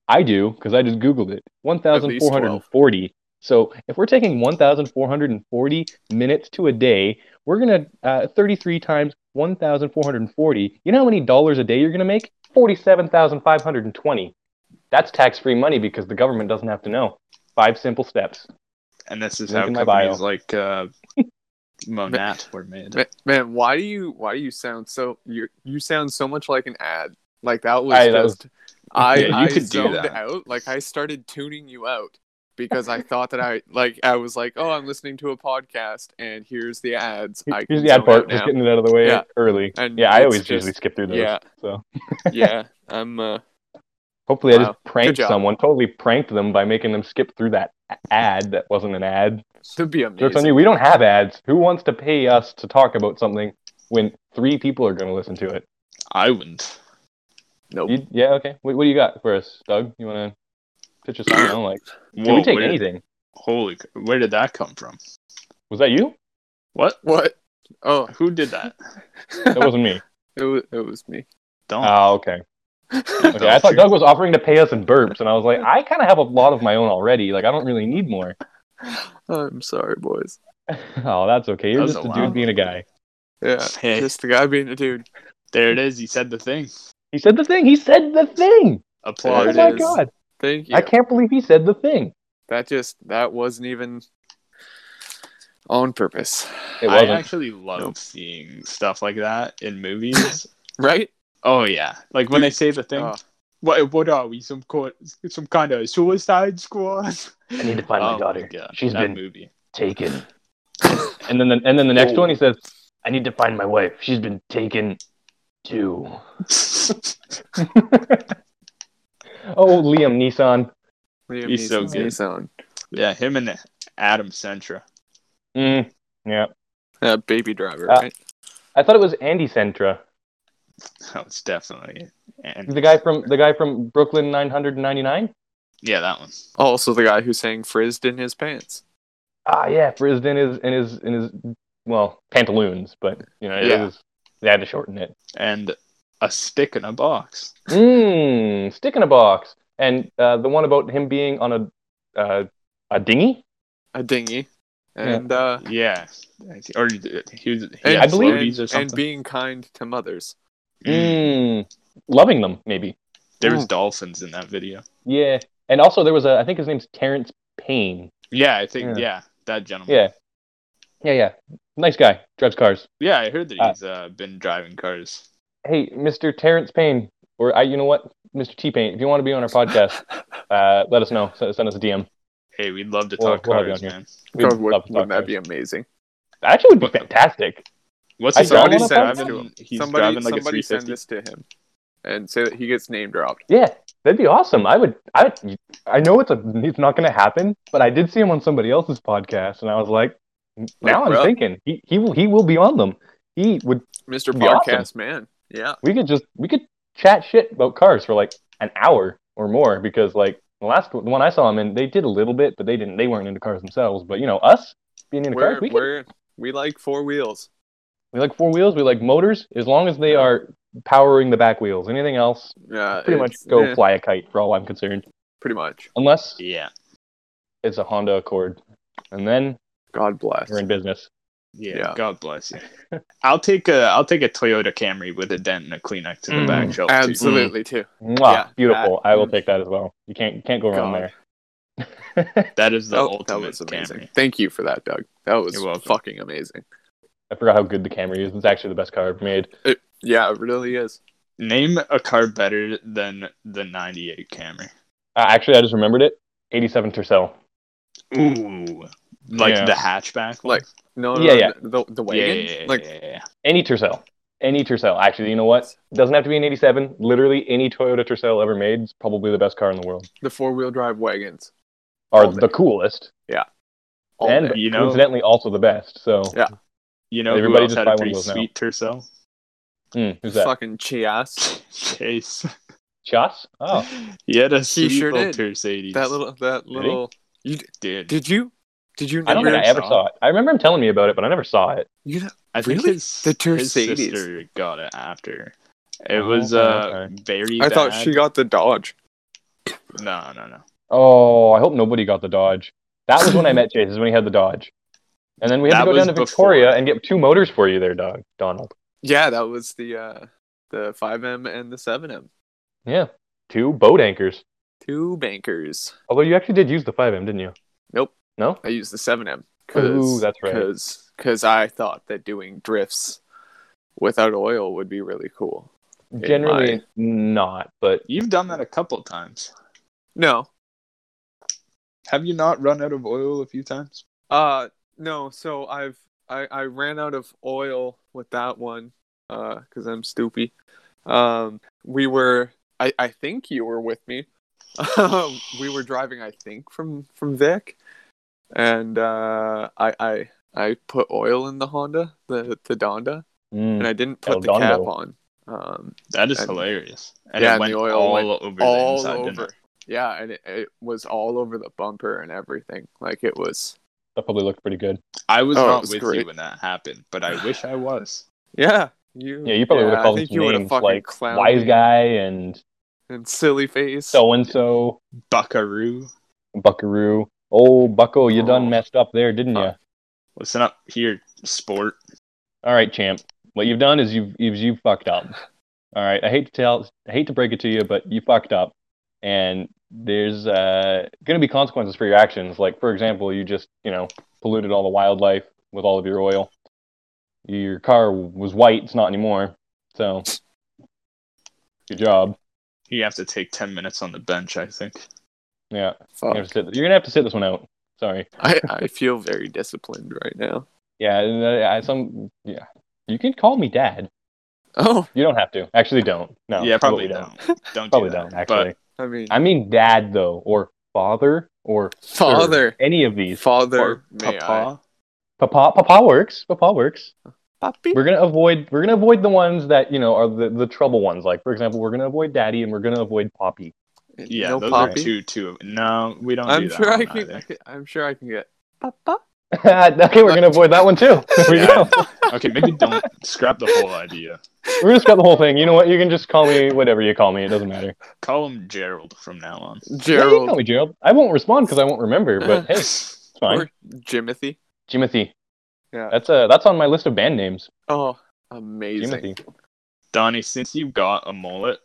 [SPEAKER 2] I do because I just Googled it. 1,440. So if we're taking 1,440 minutes to a day, we're gonna uh, 33 times 1,440. You know how many dollars a day you're gonna make? 47,520. That's tax-free money because the government doesn't have to know. Five simple steps.
[SPEAKER 1] And this
[SPEAKER 2] Link
[SPEAKER 1] is how
[SPEAKER 2] in my
[SPEAKER 1] companies
[SPEAKER 2] bio. [laughs]
[SPEAKER 1] like uh, Monat were made.
[SPEAKER 3] Ma- Man, why do you why do you sound so you you sound so much like an ad? Like that was
[SPEAKER 2] I- that was-
[SPEAKER 3] just I
[SPEAKER 1] Yeah, you
[SPEAKER 3] I
[SPEAKER 1] could do
[SPEAKER 3] zoned
[SPEAKER 1] that.
[SPEAKER 3] out. Like I started tuning you out because I thought that I like I was like, oh, I'm listening to a podcast and here's the ads. I
[SPEAKER 2] Here's
[SPEAKER 3] can
[SPEAKER 2] the ad
[SPEAKER 3] zone
[SPEAKER 2] part.
[SPEAKER 3] out
[SPEAKER 2] Just
[SPEAKER 3] now.
[SPEAKER 2] [laughs] getting it out of the way
[SPEAKER 3] Yeah.
[SPEAKER 2] early.
[SPEAKER 3] And
[SPEAKER 2] yeah, I
[SPEAKER 3] it's
[SPEAKER 2] always
[SPEAKER 3] just-
[SPEAKER 2] usually skip through those.
[SPEAKER 3] yeah.
[SPEAKER 2] So [laughs]
[SPEAKER 3] yeah, I'm. Uh,
[SPEAKER 2] hopefully, I
[SPEAKER 3] Wow.
[SPEAKER 2] just pranked
[SPEAKER 3] Good job.
[SPEAKER 2] someone. Totally pranked them by making them skip through that a- ad that wasn't an ad.
[SPEAKER 3] to be
[SPEAKER 2] Jokes on
[SPEAKER 3] amazing.
[SPEAKER 2] you. We don't have ads. Who wants to pay us to talk about something when three people are going to listen to it?
[SPEAKER 1] I wouldn't.
[SPEAKER 3] Nope.
[SPEAKER 2] You, yeah. Okay. What, what do you got for us, Doug? You want to pitch us something? I don't like. Can
[SPEAKER 1] Whoa,
[SPEAKER 2] we take
[SPEAKER 1] where-
[SPEAKER 2] anything?
[SPEAKER 1] Holy, c- where did that come from?
[SPEAKER 2] Was that you?
[SPEAKER 1] What?
[SPEAKER 3] What?
[SPEAKER 2] [laughs]
[SPEAKER 3] Oh, [laughs]
[SPEAKER 1] Who did that?
[SPEAKER 2] That wasn't me.
[SPEAKER 3] it was, it was me.
[SPEAKER 1] Don't.
[SPEAKER 2] Oh,
[SPEAKER 3] [laughs]
[SPEAKER 2] okay. Okay. I
[SPEAKER 1] Don't
[SPEAKER 2] thought
[SPEAKER 1] you- [laughs]
[SPEAKER 2] Doug was offering to pay us in burps, and I was like, I kind of have a lot of my own already. Like, I don't really need more.
[SPEAKER 3] I'm sorry, boys.
[SPEAKER 2] [laughs] oh, that's okay. You're
[SPEAKER 1] That was
[SPEAKER 2] just
[SPEAKER 1] a
[SPEAKER 2] a
[SPEAKER 1] wow.
[SPEAKER 2] dude being a guy.
[SPEAKER 3] Yeah,
[SPEAKER 1] Hey.
[SPEAKER 3] Uh, just the guy being a dude.
[SPEAKER 1] There it is. He said the thing.
[SPEAKER 2] He said the thing. He said the thing.
[SPEAKER 3] There
[SPEAKER 1] Applaud.
[SPEAKER 2] oh
[SPEAKER 3] it
[SPEAKER 2] my
[SPEAKER 3] is.
[SPEAKER 2] god!
[SPEAKER 3] Thank you.
[SPEAKER 2] I can't believe he said the thing.
[SPEAKER 3] That just that wasn't even on purpose,
[SPEAKER 2] It
[SPEAKER 1] I
[SPEAKER 2] wasn't.
[SPEAKER 1] actually love
[SPEAKER 3] Nope.
[SPEAKER 1] seeing stuff like that
[SPEAKER 2] [laughs]
[SPEAKER 1] in movies.
[SPEAKER 3] right?
[SPEAKER 1] oh yeah, like when they say the thing.
[SPEAKER 3] Oh.
[SPEAKER 1] What, what are we? Some co- some kind of suicide squad?
[SPEAKER 2] I
[SPEAKER 1] [laughs]
[SPEAKER 2] need to find my
[SPEAKER 1] Oh
[SPEAKER 2] daughter.
[SPEAKER 1] God,
[SPEAKER 2] She's
[SPEAKER 1] that
[SPEAKER 2] been- [laughs]
[SPEAKER 1] movie.
[SPEAKER 2] taken. and then the, and then the next
[SPEAKER 1] Oh.
[SPEAKER 2] one he says, I need to find my wife. She's been taken too. oh, Liam Neeson.
[SPEAKER 3] Liam
[SPEAKER 1] He's so
[SPEAKER 3] Neeson's
[SPEAKER 1] good.
[SPEAKER 3] Neeson.
[SPEAKER 1] yeah, him and Adam Sentra.
[SPEAKER 2] Mm, yeah.
[SPEAKER 3] Uh, baby driver,
[SPEAKER 2] Ah.
[SPEAKER 3] right?
[SPEAKER 2] I thought it was Andy Sentra.
[SPEAKER 1] [laughs] That was definitely and
[SPEAKER 2] The guy from the guy from Brooklyn 999?
[SPEAKER 1] Yeah, that one.
[SPEAKER 3] Also the guy who sang frizzed in his pants.
[SPEAKER 2] Ah, yeah, frizzed in his in his in his well, pantaloons, but you know, it
[SPEAKER 3] Yeah.
[SPEAKER 2] was- they had to shorten it.
[SPEAKER 1] And a stick in a box.
[SPEAKER 2] Mmm, stick in a box. And uh, the one about him being on a uh, a dinghy?
[SPEAKER 3] A dinghy. And uh
[SPEAKER 1] Yeah, or he was. He
[SPEAKER 3] and,
[SPEAKER 1] had
[SPEAKER 2] I believe-
[SPEAKER 1] floaties or
[SPEAKER 3] and,
[SPEAKER 1] something.
[SPEAKER 3] and being kind to mothers.
[SPEAKER 1] Mm.
[SPEAKER 2] Mmm. Loving them, maybe.
[SPEAKER 1] There
[SPEAKER 2] Mm.
[SPEAKER 1] was dolphins in that video.
[SPEAKER 2] Yeah, and also there was a I think his name's Terrence Payne.
[SPEAKER 1] Yeah, I think.
[SPEAKER 2] Yeah.
[SPEAKER 1] Yeah, that gentleman.
[SPEAKER 2] Yeah, yeah, yeah. Nice guy, drives cars.
[SPEAKER 1] Yeah, I heard that
[SPEAKER 2] Uh,
[SPEAKER 1] he's uh, been driving cars.
[SPEAKER 2] Hey, Mr. Terrence Payne, or I, you know what, Mr. T Payne, if you want to be on our podcast, uh, let us know. S- send us a DM.
[SPEAKER 1] Hey, we'd love to
[SPEAKER 2] Well,
[SPEAKER 1] talk
[SPEAKER 2] we'll have you
[SPEAKER 1] cars,
[SPEAKER 2] on here.
[SPEAKER 1] man.
[SPEAKER 2] We'd
[SPEAKER 3] God, would,
[SPEAKER 2] love to
[SPEAKER 3] wouldn't
[SPEAKER 2] talk
[SPEAKER 3] that be
[SPEAKER 2] cars.
[SPEAKER 3] amazing?
[SPEAKER 2] That actually would be fantastic.
[SPEAKER 1] What's
[SPEAKER 2] I
[SPEAKER 1] his name?
[SPEAKER 2] don't
[SPEAKER 1] He's
[SPEAKER 2] wanna find
[SPEAKER 1] driving. He's
[SPEAKER 3] somebody
[SPEAKER 1] driving like a
[SPEAKER 3] somebody send
[SPEAKER 1] 350.
[SPEAKER 3] this to him and say that he gets name dropped.
[SPEAKER 2] Yeah, that'd be awesome. I would. I would. I know it's a. It's not going to happen, but I did see him on somebody else's podcast, and I was like, now I'm
[SPEAKER 3] bruh.
[SPEAKER 2] thinking he he will he will be on them. He would.
[SPEAKER 3] Mr.
[SPEAKER 2] Be awesome.
[SPEAKER 3] Podcast Man. Yeah.
[SPEAKER 2] we could just we could chat shit about cars for like an hour or more because like the last the one I saw them in, they did a little bit, but they didn't. They weren't into cars themselves. But you know, us being into
[SPEAKER 3] We're,
[SPEAKER 2] cars, we, could,
[SPEAKER 3] we're we like four wheels.
[SPEAKER 2] we like four wheels, we like motors, as long as they are powering the back wheels. Anything else,
[SPEAKER 3] Yeah.
[SPEAKER 2] pretty much
[SPEAKER 3] it's-
[SPEAKER 2] go
[SPEAKER 3] eh,
[SPEAKER 2] fly a kite for all I'm concerned,
[SPEAKER 3] pretty much.
[SPEAKER 2] unless
[SPEAKER 1] Yeah,
[SPEAKER 2] it's a Honda Accord, and then
[SPEAKER 3] God bless.
[SPEAKER 2] we're in business.
[SPEAKER 1] yeah.
[SPEAKER 3] Yeah.
[SPEAKER 1] God bless you. I'll take a I'll take a Toyota Camry with a dent and a Kleenex to the
[SPEAKER 2] Mm,
[SPEAKER 1] back shelf. too.
[SPEAKER 3] Absolutely too.
[SPEAKER 2] Mwah,
[SPEAKER 3] Yeah,
[SPEAKER 2] beautiful.
[SPEAKER 3] that-
[SPEAKER 2] I will take that as well. You can't you can't go wrong
[SPEAKER 3] God.
[SPEAKER 2] there.
[SPEAKER 1] Mm. That is the
[SPEAKER 3] Oh,
[SPEAKER 1] ultimate
[SPEAKER 3] that was amazing.
[SPEAKER 1] Camry.
[SPEAKER 3] Thank you for that, Doug. That was
[SPEAKER 1] You're welcome.
[SPEAKER 3] fucking amazing.
[SPEAKER 2] I forgot how good the Camry is. It's actually the best car ever made.
[SPEAKER 3] Yeah, it really is.
[SPEAKER 1] Name a car better than the '98 Camry.
[SPEAKER 2] Uh, actually, I just remembered it. 87 Tercel.
[SPEAKER 1] Ooh, like
[SPEAKER 2] Yeah.
[SPEAKER 1] the hatchback. one?
[SPEAKER 3] Like, No, no,
[SPEAKER 2] Yeah,
[SPEAKER 3] no,
[SPEAKER 2] yeah.
[SPEAKER 3] The, the
[SPEAKER 1] yeah,
[SPEAKER 3] wagon,
[SPEAKER 1] yeah, yeah,
[SPEAKER 3] like
[SPEAKER 1] yeah, yeah.
[SPEAKER 2] Any Tercel. Any Tercel. Actually, you know what? Doesn't have to be an 87. Literally, any Toyota Tercel ever made is probably the best car in the world.
[SPEAKER 3] the four wheel drive wagons. Oh,
[SPEAKER 2] Or
[SPEAKER 3] All day.
[SPEAKER 2] the coolest.
[SPEAKER 3] All
[SPEAKER 2] and
[SPEAKER 3] day.
[SPEAKER 1] You know-
[SPEAKER 2] incidentally, also the best. So,
[SPEAKER 3] Yeah.
[SPEAKER 1] You know,
[SPEAKER 2] Everybody
[SPEAKER 1] who else
[SPEAKER 2] just
[SPEAKER 1] had
[SPEAKER 2] buy one
[SPEAKER 1] a
[SPEAKER 2] of
[SPEAKER 1] pretty
[SPEAKER 2] those now.
[SPEAKER 1] sweet Tercel? [laughs]
[SPEAKER 2] Hmm, who's that?
[SPEAKER 3] fucking Chias.
[SPEAKER 1] Chase.
[SPEAKER 2] Chas?
[SPEAKER 3] [laughs]
[SPEAKER 2] Oh.
[SPEAKER 1] He had a sweet
[SPEAKER 3] sure
[SPEAKER 1] little
[SPEAKER 3] did.
[SPEAKER 1] Mercedes.
[SPEAKER 3] That little, that
[SPEAKER 2] Really?
[SPEAKER 3] little.
[SPEAKER 1] dude.
[SPEAKER 3] Did you? Did you?
[SPEAKER 2] I don't
[SPEAKER 3] never-
[SPEAKER 2] think I ever
[SPEAKER 1] saw
[SPEAKER 2] saw it. I remember him telling me about it, but I never saw it.
[SPEAKER 3] You know,
[SPEAKER 1] I think
[SPEAKER 3] Really?
[SPEAKER 1] his,
[SPEAKER 3] The
[SPEAKER 1] his
[SPEAKER 3] Mercedes.
[SPEAKER 1] sister got it after. It
[SPEAKER 2] Oh,
[SPEAKER 1] was
[SPEAKER 2] okay,
[SPEAKER 1] uh
[SPEAKER 2] okay.
[SPEAKER 1] very.
[SPEAKER 3] I thought
[SPEAKER 1] bad.
[SPEAKER 3] she got the Dodge.
[SPEAKER 1] No, no, no.
[SPEAKER 2] Oh, I hope nobody got the Dodge. That was
[SPEAKER 3] [laughs]
[SPEAKER 2] when I met Chase, is when he had the Dodge. And then we had
[SPEAKER 1] That
[SPEAKER 2] to go
[SPEAKER 1] was
[SPEAKER 2] down to Victoria
[SPEAKER 1] before.
[SPEAKER 2] and get two motors for you there, Don- Donald.
[SPEAKER 3] Yeah, that was the uh the five M and the seven M.
[SPEAKER 2] Yeah. Two boat anchors.
[SPEAKER 3] Two bankers.
[SPEAKER 2] Although you actually did use the 5M, didn't you?
[SPEAKER 3] Nope.
[SPEAKER 2] No?
[SPEAKER 3] I used the seven M.
[SPEAKER 2] Ooh, that's right.
[SPEAKER 3] Because I thought that doing drifts without oil would be really cool.
[SPEAKER 2] Generally not, but
[SPEAKER 1] You've done that a couple times.
[SPEAKER 3] No,
[SPEAKER 1] Have you not run out of oil a few times?
[SPEAKER 3] Uh no, so I've I, I ran out of oil with that one, uh, because I'm stupid. Um we were I, I think you were with me. Um we were driving I think from from Vic. And uh I I I put oil in the Honda, the the Donda,
[SPEAKER 2] mm,
[SPEAKER 1] Hmm.
[SPEAKER 3] and I didn't put
[SPEAKER 1] Oh,
[SPEAKER 2] El
[SPEAKER 3] the cap
[SPEAKER 2] Dondo.
[SPEAKER 3] on. Um
[SPEAKER 1] That is
[SPEAKER 3] And-
[SPEAKER 1] hilarious.
[SPEAKER 3] Yeah, and the oil
[SPEAKER 1] all
[SPEAKER 3] went
[SPEAKER 1] over the
[SPEAKER 3] all
[SPEAKER 1] inside. didn't
[SPEAKER 3] over.
[SPEAKER 1] it?
[SPEAKER 3] Yeah, and it, it was all over the bumper and everything. Like it was
[SPEAKER 2] that probably looked pretty good.
[SPEAKER 1] I was
[SPEAKER 3] Oh, it
[SPEAKER 1] not
[SPEAKER 3] was
[SPEAKER 1] with
[SPEAKER 3] great.
[SPEAKER 1] you when that happened, but I wish I was.
[SPEAKER 3] Yeah. You
[SPEAKER 2] Yeah, you probably would
[SPEAKER 3] I
[SPEAKER 2] have called him
[SPEAKER 3] think you would've
[SPEAKER 2] names
[SPEAKER 3] fucking
[SPEAKER 2] like
[SPEAKER 3] clowned
[SPEAKER 2] wise
[SPEAKER 3] me.
[SPEAKER 2] guy and
[SPEAKER 3] and silly face.
[SPEAKER 2] so and so,
[SPEAKER 1] Buckaroo.
[SPEAKER 2] buckaroo. Oh, Bucko, you
[SPEAKER 1] Oh.
[SPEAKER 2] done messed up there, didn't you?
[SPEAKER 1] Huh. Listen up here, sport.
[SPEAKER 2] All right, champ. What you've done is you've you've, you've fucked up. All right, I hate to tell, I hate to break it to you, but you fucked up, and there's uh, going to be consequences for your actions. Like for example, you just you know polluted all the wildlife with all of your oil. Your car was white; it's not anymore. So, good job.
[SPEAKER 1] You have to take ten minutes on the bench, I think.
[SPEAKER 2] Yeah, you're
[SPEAKER 3] Fuck.
[SPEAKER 2] gonna, have to sit, you're gonna have to sit this one out. Sorry.
[SPEAKER 3] I, I feel very disciplined right now.
[SPEAKER 2] Yeah, and, uh, I, some yeah. You can call me dad.
[SPEAKER 3] Oh,
[SPEAKER 2] You don't have to. Actually, don't. No.
[SPEAKER 1] yeah, probably
[SPEAKER 2] absolutely
[SPEAKER 1] don't. Don't, do
[SPEAKER 2] [laughs] Probably
[SPEAKER 1] that.
[SPEAKER 2] don't. Actually.
[SPEAKER 3] I mean,
[SPEAKER 2] I mean dad though, or father, or sir.
[SPEAKER 3] father,
[SPEAKER 2] Any of these.
[SPEAKER 1] But,
[SPEAKER 3] father,
[SPEAKER 1] or
[SPEAKER 3] may I?
[SPEAKER 1] papa.
[SPEAKER 2] Papa, papa works. Papa works.
[SPEAKER 3] Papi?
[SPEAKER 2] We're gonna avoid. We're gonna avoid the ones that you know are the, the trouble ones. Like for example, we're gonna avoid daddy, and we're gonna avoid poppy. [laughs]
[SPEAKER 1] Yeah,
[SPEAKER 3] no
[SPEAKER 1] those are
[SPEAKER 3] poppy.
[SPEAKER 1] two two of- no, we don't
[SPEAKER 3] I'm
[SPEAKER 1] do that
[SPEAKER 3] sure
[SPEAKER 1] one
[SPEAKER 3] I can. I
[SPEAKER 1] either.
[SPEAKER 3] can- I'm sure I can get papa.
[SPEAKER 2] okay, we're gonna avoid that one too. [laughs] There we go.
[SPEAKER 1] Okay, maybe don't scrap the whole idea.
[SPEAKER 2] We're gonna scrap the whole thing. You know what? You can just call me whatever you call me. It doesn't matter.
[SPEAKER 1] Call him Gerald from now on.
[SPEAKER 2] Yeah, you can
[SPEAKER 3] Gerald
[SPEAKER 2] call me Gerald. I won't respond because I won't
[SPEAKER 3] [laughs]
[SPEAKER 2] remember. But hey, it's
[SPEAKER 1] [laughs]
[SPEAKER 2] fine.
[SPEAKER 3] or Jimothy.
[SPEAKER 2] Jimothy.
[SPEAKER 3] Yeah.
[SPEAKER 2] That's uh that's on my list of band names.
[SPEAKER 3] Oh, amazing.
[SPEAKER 2] Jimothy.
[SPEAKER 1] Donnie, since you got a mullet,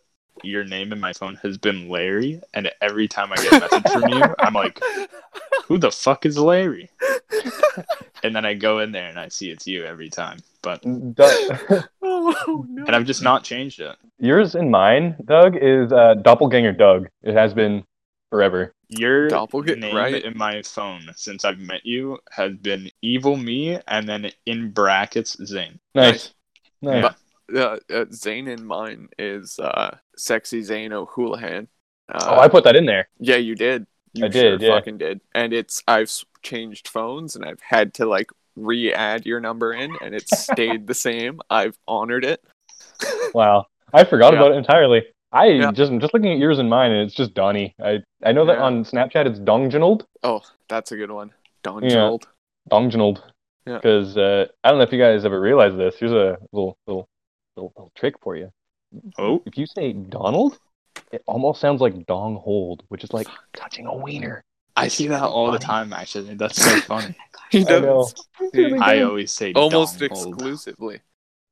[SPEAKER 1] your name in my phone has been Larry, and every time I get a message from you, I'm like, who the fuck is Larry? and then I go in there and I see it's you every time. But
[SPEAKER 3] [laughs]
[SPEAKER 2] Duh.
[SPEAKER 3] [laughs] oh no.
[SPEAKER 1] and I've just not changed it.
[SPEAKER 2] Yours and mine, Doug, is uh, doppelganger Doug. It has been forever.
[SPEAKER 1] Your
[SPEAKER 3] Doppelga-
[SPEAKER 1] name
[SPEAKER 3] right.
[SPEAKER 1] in my phone since I've met you has been evil me and then in brackets Zane.
[SPEAKER 2] Nice. Nice.
[SPEAKER 1] Yeah.
[SPEAKER 3] uh, uh, Zane in mine is uh, sexy Zane O'Houlihan. Uh,
[SPEAKER 2] Oh, I put that in there.
[SPEAKER 3] yeah, you did. You
[SPEAKER 2] I did,
[SPEAKER 3] sure
[SPEAKER 2] yeah.
[SPEAKER 3] fucking did. And it's I've s- changed phones and I've had to like re-add your number in, and it's stayed the same.
[SPEAKER 2] [laughs]
[SPEAKER 3] I've honored it.
[SPEAKER 2] Wow. I forgot
[SPEAKER 3] Yeah.
[SPEAKER 2] about it entirely. I
[SPEAKER 3] Yeah.
[SPEAKER 2] just just looking at yours and mine, and it's just Donnie. I, I know that
[SPEAKER 3] Yeah.
[SPEAKER 2] on Snapchat it's Dongjanald.
[SPEAKER 3] Oh, that's a good one. Don
[SPEAKER 2] Yeah.
[SPEAKER 3] Gerald.
[SPEAKER 2] Dongjanald.
[SPEAKER 3] Yeah.
[SPEAKER 2] Because uh, I don't know if you guys ever realized this. Here's a little little, little little trick for you.
[SPEAKER 1] Oh,
[SPEAKER 2] If you say Donald, it almost sounds like Dong Hold, which is like touching a wiener.
[SPEAKER 1] I see that all the time actually. That's so funny.
[SPEAKER 3] He
[SPEAKER 2] [laughs] I know.
[SPEAKER 3] does Dude,
[SPEAKER 2] [laughs]
[SPEAKER 1] I always say
[SPEAKER 3] almost
[SPEAKER 1] Dom Hold.
[SPEAKER 3] exclusively.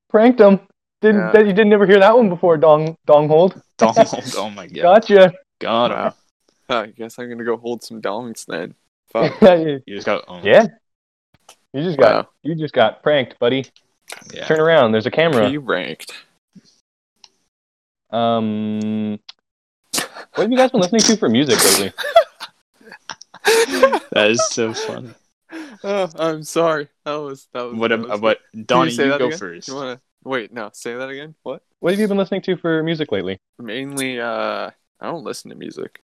[SPEAKER 2] pranked him. Didn't
[SPEAKER 3] Yeah.
[SPEAKER 2] that you didn't ever hear that one before? Dong Dong Hold.
[SPEAKER 1] Dom Hold, Oh
[SPEAKER 3] [laughs]
[SPEAKER 1] my god.
[SPEAKER 2] Gotcha.
[SPEAKER 1] God.
[SPEAKER 3] Wow. Huh, Oh, I guess I'm gonna go hold some dongs then.
[SPEAKER 2] [laughs]
[SPEAKER 3] Fuck.
[SPEAKER 2] you
[SPEAKER 1] You just got oh,
[SPEAKER 2] Yeah. just got
[SPEAKER 3] wow.
[SPEAKER 2] you just got pranked, buddy.
[SPEAKER 1] yeah.
[SPEAKER 2] Turn around. There's a camera.
[SPEAKER 3] He ranked.
[SPEAKER 2] [laughs]
[SPEAKER 3] [laughs]
[SPEAKER 2] Um, what have you guys been listening to for music lately?
[SPEAKER 1] That is so funny.
[SPEAKER 3] oh, I'm sorry. That was that was.
[SPEAKER 1] What
[SPEAKER 3] that
[SPEAKER 2] uh,
[SPEAKER 3] was
[SPEAKER 1] ab- what Donnie,
[SPEAKER 3] say
[SPEAKER 1] you,
[SPEAKER 3] that
[SPEAKER 1] go
[SPEAKER 3] again?
[SPEAKER 1] first.
[SPEAKER 3] You wanna wait? No, say that again. What?
[SPEAKER 2] What have you been listening to for music lately?
[SPEAKER 3] Mainly, uh, I don't listen to music.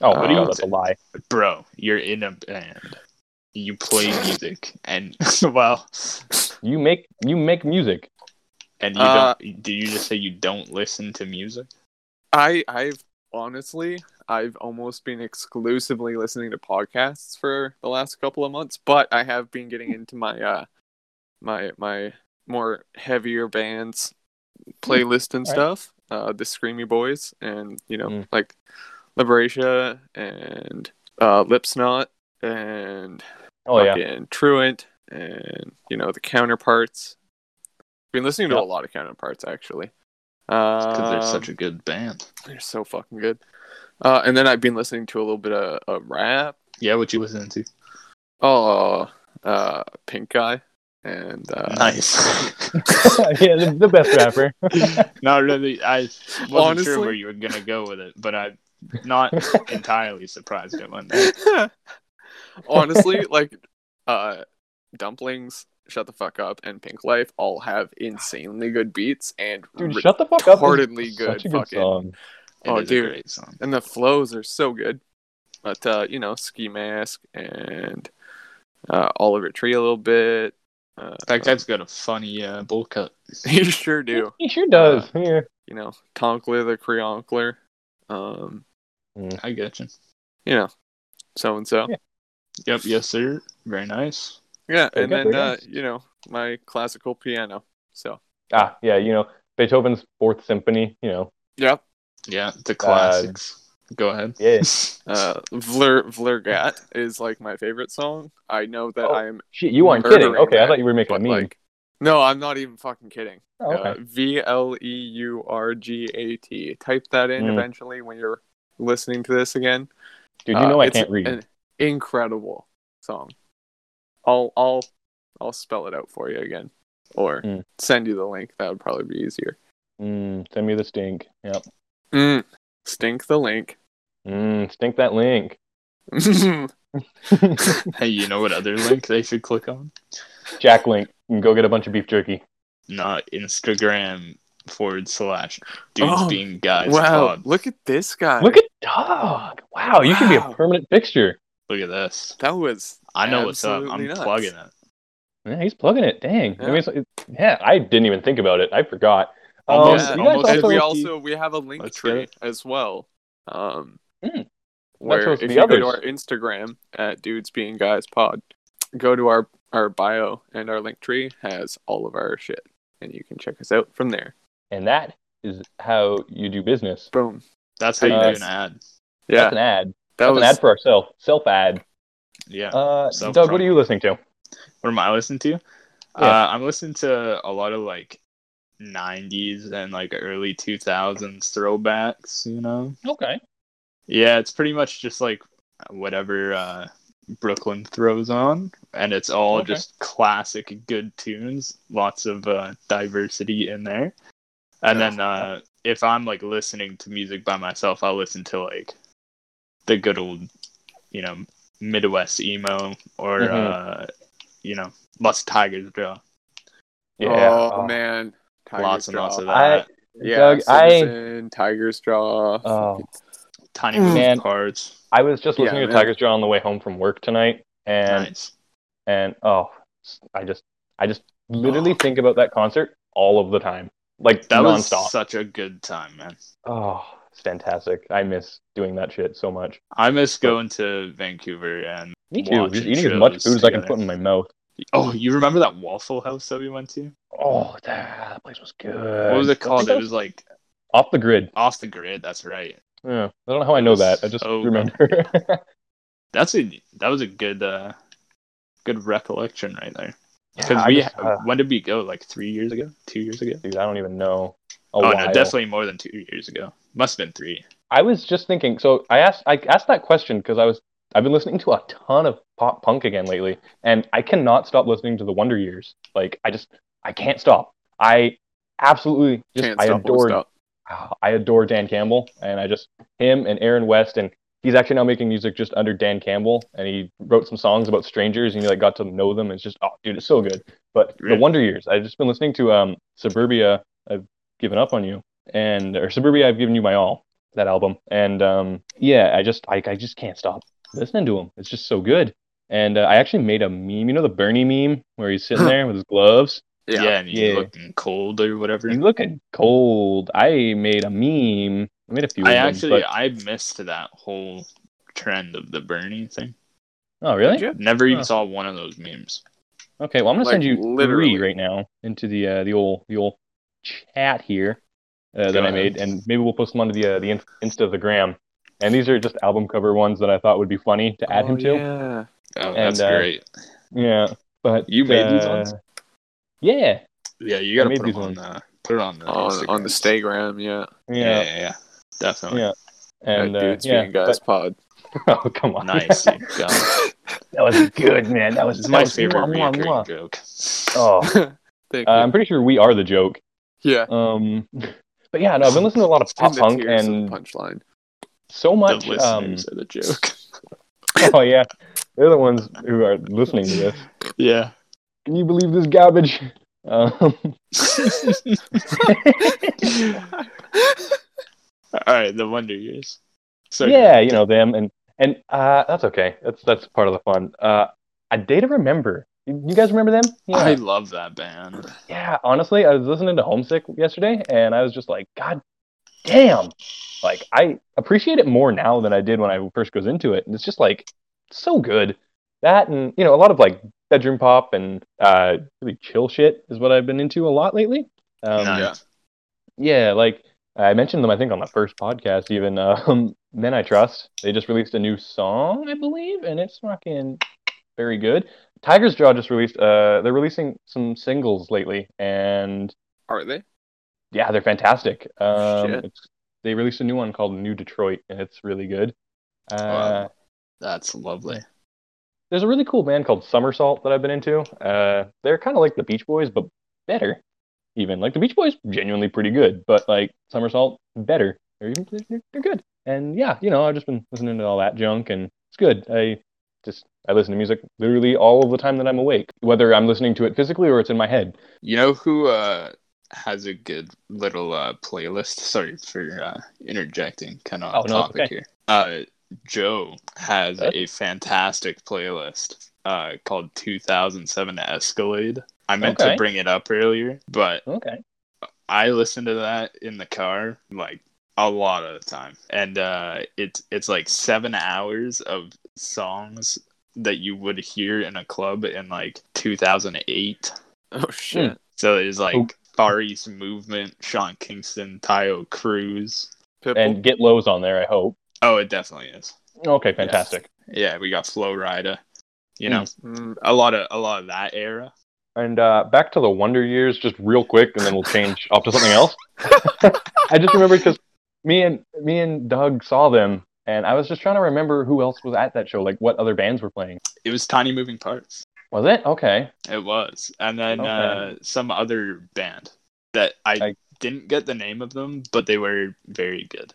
[SPEAKER 2] Oh,
[SPEAKER 3] Uh,
[SPEAKER 2] what do you? That's a lie.
[SPEAKER 1] Bro, you're in a band.
[SPEAKER 3] [laughs]
[SPEAKER 1] You play music and [laughs] well
[SPEAKER 2] You make you make music.
[SPEAKER 1] and you
[SPEAKER 3] Uh,
[SPEAKER 1] don't do you just say you don't listen to music?
[SPEAKER 3] I I've honestly I've almost been exclusively listening to podcasts for the last couple of months, but I have been getting into my uh my my more heavier bands
[SPEAKER 2] Hmm.
[SPEAKER 3] playlist and
[SPEAKER 2] Alright.
[SPEAKER 3] stuff. Uh, the Screamy Boys and you know
[SPEAKER 2] Mm.
[SPEAKER 3] like Liberatia and uh, Lipsnot and
[SPEAKER 2] Oh yeah.
[SPEAKER 3] fucking Truant and you know the counterparts. Been listening to
[SPEAKER 2] Yeah.
[SPEAKER 3] a lot of counterparts actually. Uh,
[SPEAKER 1] Because
[SPEAKER 3] Because
[SPEAKER 1] they're such a good band.
[SPEAKER 3] they're so fucking good. Uh, and then I've been listening to a little bit of, of rap.
[SPEAKER 1] Yeah, what you listen to?
[SPEAKER 3] Oh, uh, Pink Guy. And uh, [laughs]
[SPEAKER 1] nice.
[SPEAKER 2] [laughs] yeah, the, the best rapper.
[SPEAKER 1] not really. I wasn't
[SPEAKER 3] Honestly-
[SPEAKER 1] sure where you were gonna go with it, but I'm not entirely surprised it went [laughs] there.
[SPEAKER 3] honestly, like uh, Dumplings, Shut the Fuck Up, and Pink Life all have insanely good beats and
[SPEAKER 2] Dude,
[SPEAKER 3] re-
[SPEAKER 2] shut the fuck up. is
[SPEAKER 3] retardedly good
[SPEAKER 2] Such a good
[SPEAKER 3] fucking-
[SPEAKER 2] song.
[SPEAKER 1] It
[SPEAKER 3] [laughs] Oh,
[SPEAKER 1] is
[SPEAKER 3] dude.
[SPEAKER 1] a great song.
[SPEAKER 3] and the flows are so good. But uh, you know, Ski Mask and uh, Oliver Tree a little bit. [laughs] Uh,
[SPEAKER 1] In fact, I've got a funny uh, bowl cut.
[SPEAKER 3] you sure do.
[SPEAKER 2] He sure does. yeah.
[SPEAKER 3] You know, Tonkler the Creonkler, um,
[SPEAKER 1] [laughs] I get you.
[SPEAKER 3] you know, so and so.
[SPEAKER 2] Yeah.
[SPEAKER 1] Yep, yes, sir. Very nice.
[SPEAKER 3] Yeah,
[SPEAKER 2] Very
[SPEAKER 3] and
[SPEAKER 2] good,
[SPEAKER 3] then
[SPEAKER 2] very
[SPEAKER 3] uh,
[SPEAKER 2] nice.
[SPEAKER 3] you know, my classical piano. So
[SPEAKER 2] Ah, yeah. You know Beethoven's Fourth Symphony. You know
[SPEAKER 3] yeah,
[SPEAKER 1] Yeah, the classics. Go ahead.
[SPEAKER 2] Yeah.
[SPEAKER 3] Uh, Vler Vlergat is like my favorite song. I know that
[SPEAKER 2] Oh,
[SPEAKER 3] I am
[SPEAKER 2] Shit, you aren't kidding.
[SPEAKER 3] Murdering
[SPEAKER 2] Okay, I
[SPEAKER 3] that,
[SPEAKER 2] thought you were making a
[SPEAKER 3] but
[SPEAKER 2] meme.
[SPEAKER 3] like, no, I'm not even fucking kidding. Uh,
[SPEAKER 2] Oh, okay.
[SPEAKER 3] V L E U R G A T. Type that in
[SPEAKER 2] Mm.
[SPEAKER 3] eventually when you're listening to this again.
[SPEAKER 2] Dude, you
[SPEAKER 3] Uh,
[SPEAKER 2] know I
[SPEAKER 3] it's
[SPEAKER 2] can't read.
[SPEAKER 3] An incredible song. I'll I'll I'll spell it out for you again, or
[SPEAKER 2] Mm.
[SPEAKER 3] send you the link. That would probably be easier.
[SPEAKER 2] Mm, send me the stink. Yep.
[SPEAKER 3] Mm. Stink the
[SPEAKER 1] [laughs]
[SPEAKER 3] link.
[SPEAKER 2] Mm, stink that link.
[SPEAKER 1] [laughs] Hey, you know what other link they should click on?
[SPEAKER 2] Jack link. And go get a bunch of beef jerky.
[SPEAKER 1] Not Instagram forward slash dudes
[SPEAKER 3] Oh,
[SPEAKER 1] being guys.
[SPEAKER 3] wow!
[SPEAKER 1] pod.
[SPEAKER 3] Look at this guy.
[SPEAKER 2] Look at dog. Wow, you should be a
[SPEAKER 3] Wow.
[SPEAKER 2] permanent fixture.
[SPEAKER 1] Look at this.
[SPEAKER 3] that was.
[SPEAKER 1] I know what's up. I'm
[SPEAKER 3] Absolutely nuts.
[SPEAKER 1] plugging it.
[SPEAKER 2] Yeah, he's plugging it. Dang. I
[SPEAKER 3] Yeah.
[SPEAKER 2] mean, it's, it, yeah, I didn't even think about it. I forgot. Um,
[SPEAKER 1] Almost-
[SPEAKER 2] you
[SPEAKER 3] yeah,
[SPEAKER 2] guys
[SPEAKER 1] almost
[SPEAKER 3] and
[SPEAKER 1] also
[SPEAKER 3] we
[SPEAKER 1] like
[SPEAKER 3] also we have a link
[SPEAKER 1] Let's get
[SPEAKER 3] tree
[SPEAKER 1] it.
[SPEAKER 3] as well. Um,
[SPEAKER 2] Mm.
[SPEAKER 3] where
[SPEAKER 2] supposed
[SPEAKER 3] if
[SPEAKER 2] to
[SPEAKER 3] you
[SPEAKER 2] be
[SPEAKER 3] go to
[SPEAKER 2] others.
[SPEAKER 3] our Instagram at dudes being guys pod, go to our our bio and our link tree has all of our shit, and you can check us out from there.
[SPEAKER 2] and that is how you do business.
[SPEAKER 3] Boom.
[SPEAKER 1] That's how you
[SPEAKER 2] Uh,
[SPEAKER 1] do an ad.
[SPEAKER 3] Yeah,
[SPEAKER 2] That's an ad.
[SPEAKER 3] that
[SPEAKER 2] That's
[SPEAKER 3] was
[SPEAKER 2] an ad for ourselves. Self ad.
[SPEAKER 1] Yeah.
[SPEAKER 2] Uh,
[SPEAKER 1] Self-promo.
[SPEAKER 2] Doug, what are you listening to?
[SPEAKER 1] what am I listening to? Uh, I'm listening to a lot of like 90s and like early 2000s throwbacks, you know?
[SPEAKER 2] Okay.
[SPEAKER 1] Yeah, it's pretty much just like whatever uh, Brooklyn throws on, and it's all
[SPEAKER 2] Okay.
[SPEAKER 1] just classic good tunes, lots of uh, diversity in there. And then uh, if I'm like listening to music by myself, I'll listen to like the good old, you know, Midwest emo or, uh, you know, lots of Tigers Draw.
[SPEAKER 2] Yeah.
[SPEAKER 3] oh,
[SPEAKER 2] Oh.
[SPEAKER 3] man, Tiger's
[SPEAKER 1] lots and lots
[SPEAKER 3] Jaw.
[SPEAKER 1] of
[SPEAKER 2] I-
[SPEAKER 1] that.
[SPEAKER 3] yeah,
[SPEAKER 2] Doug, I-
[SPEAKER 3] Citizen, Tiger's Jaw.
[SPEAKER 2] Oh.
[SPEAKER 1] Tiny
[SPEAKER 3] Mm.
[SPEAKER 1] moving
[SPEAKER 2] Man.
[SPEAKER 1] parts.
[SPEAKER 2] I was just
[SPEAKER 3] Yeah,
[SPEAKER 2] listening to
[SPEAKER 3] man.
[SPEAKER 2] Tiger's Jaw on the way home from work tonight, and
[SPEAKER 1] Nice.
[SPEAKER 2] and oh, I just I [gasps] just literally think about that concert all of the time, like
[SPEAKER 1] That
[SPEAKER 2] nonstop.
[SPEAKER 1] was such a good time, man.
[SPEAKER 2] Oh, it's fantastic! I miss doing that shit so much.
[SPEAKER 1] I miss going to Vancouver and
[SPEAKER 2] Me too.
[SPEAKER 1] watching
[SPEAKER 2] Just eating as much
[SPEAKER 1] shows
[SPEAKER 2] food as I can
[SPEAKER 1] together.
[SPEAKER 2] put in my mouth.
[SPEAKER 1] Oh, you remember that Waffle House that we went to?
[SPEAKER 2] Oh, that, that place was good.
[SPEAKER 1] What was it called?
[SPEAKER 2] That
[SPEAKER 1] It was like
[SPEAKER 2] off the grid.
[SPEAKER 1] off the grid. That's right.
[SPEAKER 2] Yeah, I don't know how I know that. I just
[SPEAKER 1] So good.
[SPEAKER 2] remember. [laughs]
[SPEAKER 1] That's a that was a good uh good recollection right there. [laughs] Because
[SPEAKER 2] Yeah, I
[SPEAKER 1] we
[SPEAKER 2] just, uh,
[SPEAKER 1] when did we go? Like three years ago? Two years ago?
[SPEAKER 2] dude, I don't even know. A
[SPEAKER 1] Oh no,
[SPEAKER 2] while.
[SPEAKER 1] definitely more than two years ago. Must have been three.
[SPEAKER 2] I was just thinking. So I asked I asked that question because I was I've been listening to a ton of pop punk again lately, and I cannot stop listening to the Wonder Years. Like I just I can't stop. I absolutely just
[SPEAKER 3] Can't
[SPEAKER 2] I
[SPEAKER 3] stop, won't
[SPEAKER 2] adore
[SPEAKER 3] stop.
[SPEAKER 2] ah, I adore Dan Campbell, and I just him and Aaron West, and he's actually now making music just under Dan Campbell, and he wrote some songs about strangers, and you like got to know them. And it's just oh, dude, it's so good. But
[SPEAKER 1] Really?
[SPEAKER 2] the Wonder Years, I've just been listening to um Suburbia. I've given up on you, and or Suburbia, I've given you my all. That album, and um yeah, I just I, I just can't stop listening to him. It's just so good. And uh, I actually made a meme, you know the Bernie meme where he's sitting there with his gloves.
[SPEAKER 1] Yeah,
[SPEAKER 3] Yeah.
[SPEAKER 1] and you
[SPEAKER 2] Yeah.
[SPEAKER 1] looking cold or whatever.
[SPEAKER 2] He's looking cold. I made a meme. I made a few. of
[SPEAKER 1] I
[SPEAKER 2] them,
[SPEAKER 1] actually uh,
[SPEAKER 2] but-
[SPEAKER 1] I missed that whole trend of the Bernie thing.
[SPEAKER 2] Oh really?
[SPEAKER 3] Did you?
[SPEAKER 1] Never even
[SPEAKER 2] Huh.
[SPEAKER 1] saw one of those memes.
[SPEAKER 2] Okay, well I'm gonna
[SPEAKER 3] Like,
[SPEAKER 2] send you
[SPEAKER 3] literally.
[SPEAKER 2] three right now into the uh, the old the old chat here uh, that I
[SPEAKER 1] ahead.
[SPEAKER 2] made, and maybe well post them onto the uh, the in- Insta of the gram. And these are just album cover ones that I thought would be funny to add
[SPEAKER 3] Oh,
[SPEAKER 2] him to. Yeah,
[SPEAKER 3] Yeah.
[SPEAKER 1] Oh,
[SPEAKER 2] And,
[SPEAKER 1] that's
[SPEAKER 2] uh,
[SPEAKER 1] great.
[SPEAKER 2] but
[SPEAKER 1] You made these
[SPEAKER 2] uh,
[SPEAKER 1] ones?
[SPEAKER 2] Yeah,
[SPEAKER 1] Yeah, you gotta
[SPEAKER 2] made
[SPEAKER 1] put
[SPEAKER 2] these
[SPEAKER 1] it on
[SPEAKER 2] ones.
[SPEAKER 1] the put it on the
[SPEAKER 3] On, on the
[SPEAKER 1] Instagrams.
[SPEAKER 3] Stagram, yeah.
[SPEAKER 1] Yeah, yeah,
[SPEAKER 2] yeah,
[SPEAKER 1] yeah, definitely.
[SPEAKER 2] Yeah. and
[SPEAKER 3] At
[SPEAKER 2] uh,
[SPEAKER 3] dudes
[SPEAKER 2] yeah,
[SPEAKER 3] being guys pod. [laughs]
[SPEAKER 2] but- [laughs] oh come on,
[SPEAKER 1] Nice. dude. God.
[SPEAKER 2] that was good, man. That was
[SPEAKER 1] This is my
[SPEAKER 2] that was-
[SPEAKER 1] favorite
[SPEAKER 2] mwah, mwah,
[SPEAKER 1] recurring
[SPEAKER 2] mwah.
[SPEAKER 1] joke.
[SPEAKER 2] Oh,
[SPEAKER 3] Thank
[SPEAKER 2] uh,
[SPEAKER 3] you.
[SPEAKER 2] I'm pretty sure we are the joke.
[SPEAKER 3] yeah.
[SPEAKER 2] Um, but yeah, no, I've been listening to a lot [laughs] of pop
[SPEAKER 3] In the
[SPEAKER 2] punk
[SPEAKER 3] tears of the
[SPEAKER 2] and
[SPEAKER 3] punchline.
[SPEAKER 2] so
[SPEAKER 1] the
[SPEAKER 2] much. Um,
[SPEAKER 1] listeners are the joke.
[SPEAKER 2] [laughs]
[SPEAKER 1] [laughs]
[SPEAKER 2] oh yeah, they're the ones who are listening to this.
[SPEAKER 1] yeah.
[SPEAKER 2] Can you believe this garbage? [laughs] Um,
[SPEAKER 1] All right, the Wonder Years. So
[SPEAKER 2] yeah, you know them, and and uh, that's okay. That's that's part of the fun. Uh, a day to remember. You you guys remember them? Yeah.
[SPEAKER 1] I love that band.
[SPEAKER 2] yeah. Honestly, I was listening to Homesick yesterday, and I was just like, God damn! Like I appreciate it more now than I did when I first goes into it, and it's just like so good. That and you know a lot of like bedroom pop and uh, really chill shit is what I've been into a lot lately. Um,
[SPEAKER 1] Nice.
[SPEAKER 2] yeah like i mentioned them i think on the first podcast even um [laughs] Then I Trust. They just released a new song, I believe, and it's fucking very good. Tiger's Jaw just released. Uh, they're releasing some singles lately, and
[SPEAKER 3] [laughs] Are they?
[SPEAKER 2] yeah, they're fantastic. Um,
[SPEAKER 3] Shit.
[SPEAKER 2] it's- they released a new one called New Detroit, and it's really good. Uh,
[SPEAKER 1] Wow. That's lovely.
[SPEAKER 2] There's a really cool band called Somersault that I've been into. Uh, they're kind of like the Beach Boys, but better. Even like the Beach Boys, genuinely pretty good, but like Somersault, better. They're even they're, they're good. And yeah, you know, I've just been listening to all that junk, and it's good. I just I listen to music literally all of the time that I'm awake, whether I'm listening to it physically or it's in my head.
[SPEAKER 1] You know who uh, has a good little uh, playlist? Sorry for uh, interjecting, kind of
[SPEAKER 2] Oh,
[SPEAKER 1] off
[SPEAKER 2] no, it's
[SPEAKER 1] topic here. Uh, Joe has
[SPEAKER 2] Huh?
[SPEAKER 1] a fantastic playlist uh, called 2007 Escalade. I meant
[SPEAKER 2] Okay.
[SPEAKER 1] to bring it up earlier, but
[SPEAKER 2] Okay.
[SPEAKER 1] I listen to that in the car like a lot of the time, and uh, it's it's like seven hours of songs that you would hear in a club in like 2008.
[SPEAKER 2] Hmm.
[SPEAKER 3] Oh shit.
[SPEAKER 1] So there's like
[SPEAKER 2] Oh.
[SPEAKER 1] Far East Movement, Sean Kingston, Tyo Cruz.
[SPEAKER 3] Pitbull.
[SPEAKER 2] And get lows on there, I hope.
[SPEAKER 1] Oh, it definitely is.
[SPEAKER 2] Okay, fantastic.
[SPEAKER 1] Yeah, we got Flo Rida. You know,
[SPEAKER 2] Hmm.
[SPEAKER 3] Mm,
[SPEAKER 1] a lot of a lot of that era.
[SPEAKER 2] And uh, back to the Wonder Years, just real quick, and then we'll change off to something else. I just remembered because me and me and Doug saw them, and I was just trying to remember who else was at that show, like what other bands were playing.
[SPEAKER 1] It was Tiny Moving Parts.
[SPEAKER 2] Was it okay?
[SPEAKER 1] It was, and then uh,
[SPEAKER 2] Okay.
[SPEAKER 1] some other band that I,
[SPEAKER 2] I-
[SPEAKER 1] didn't get the name of them, but they were very good.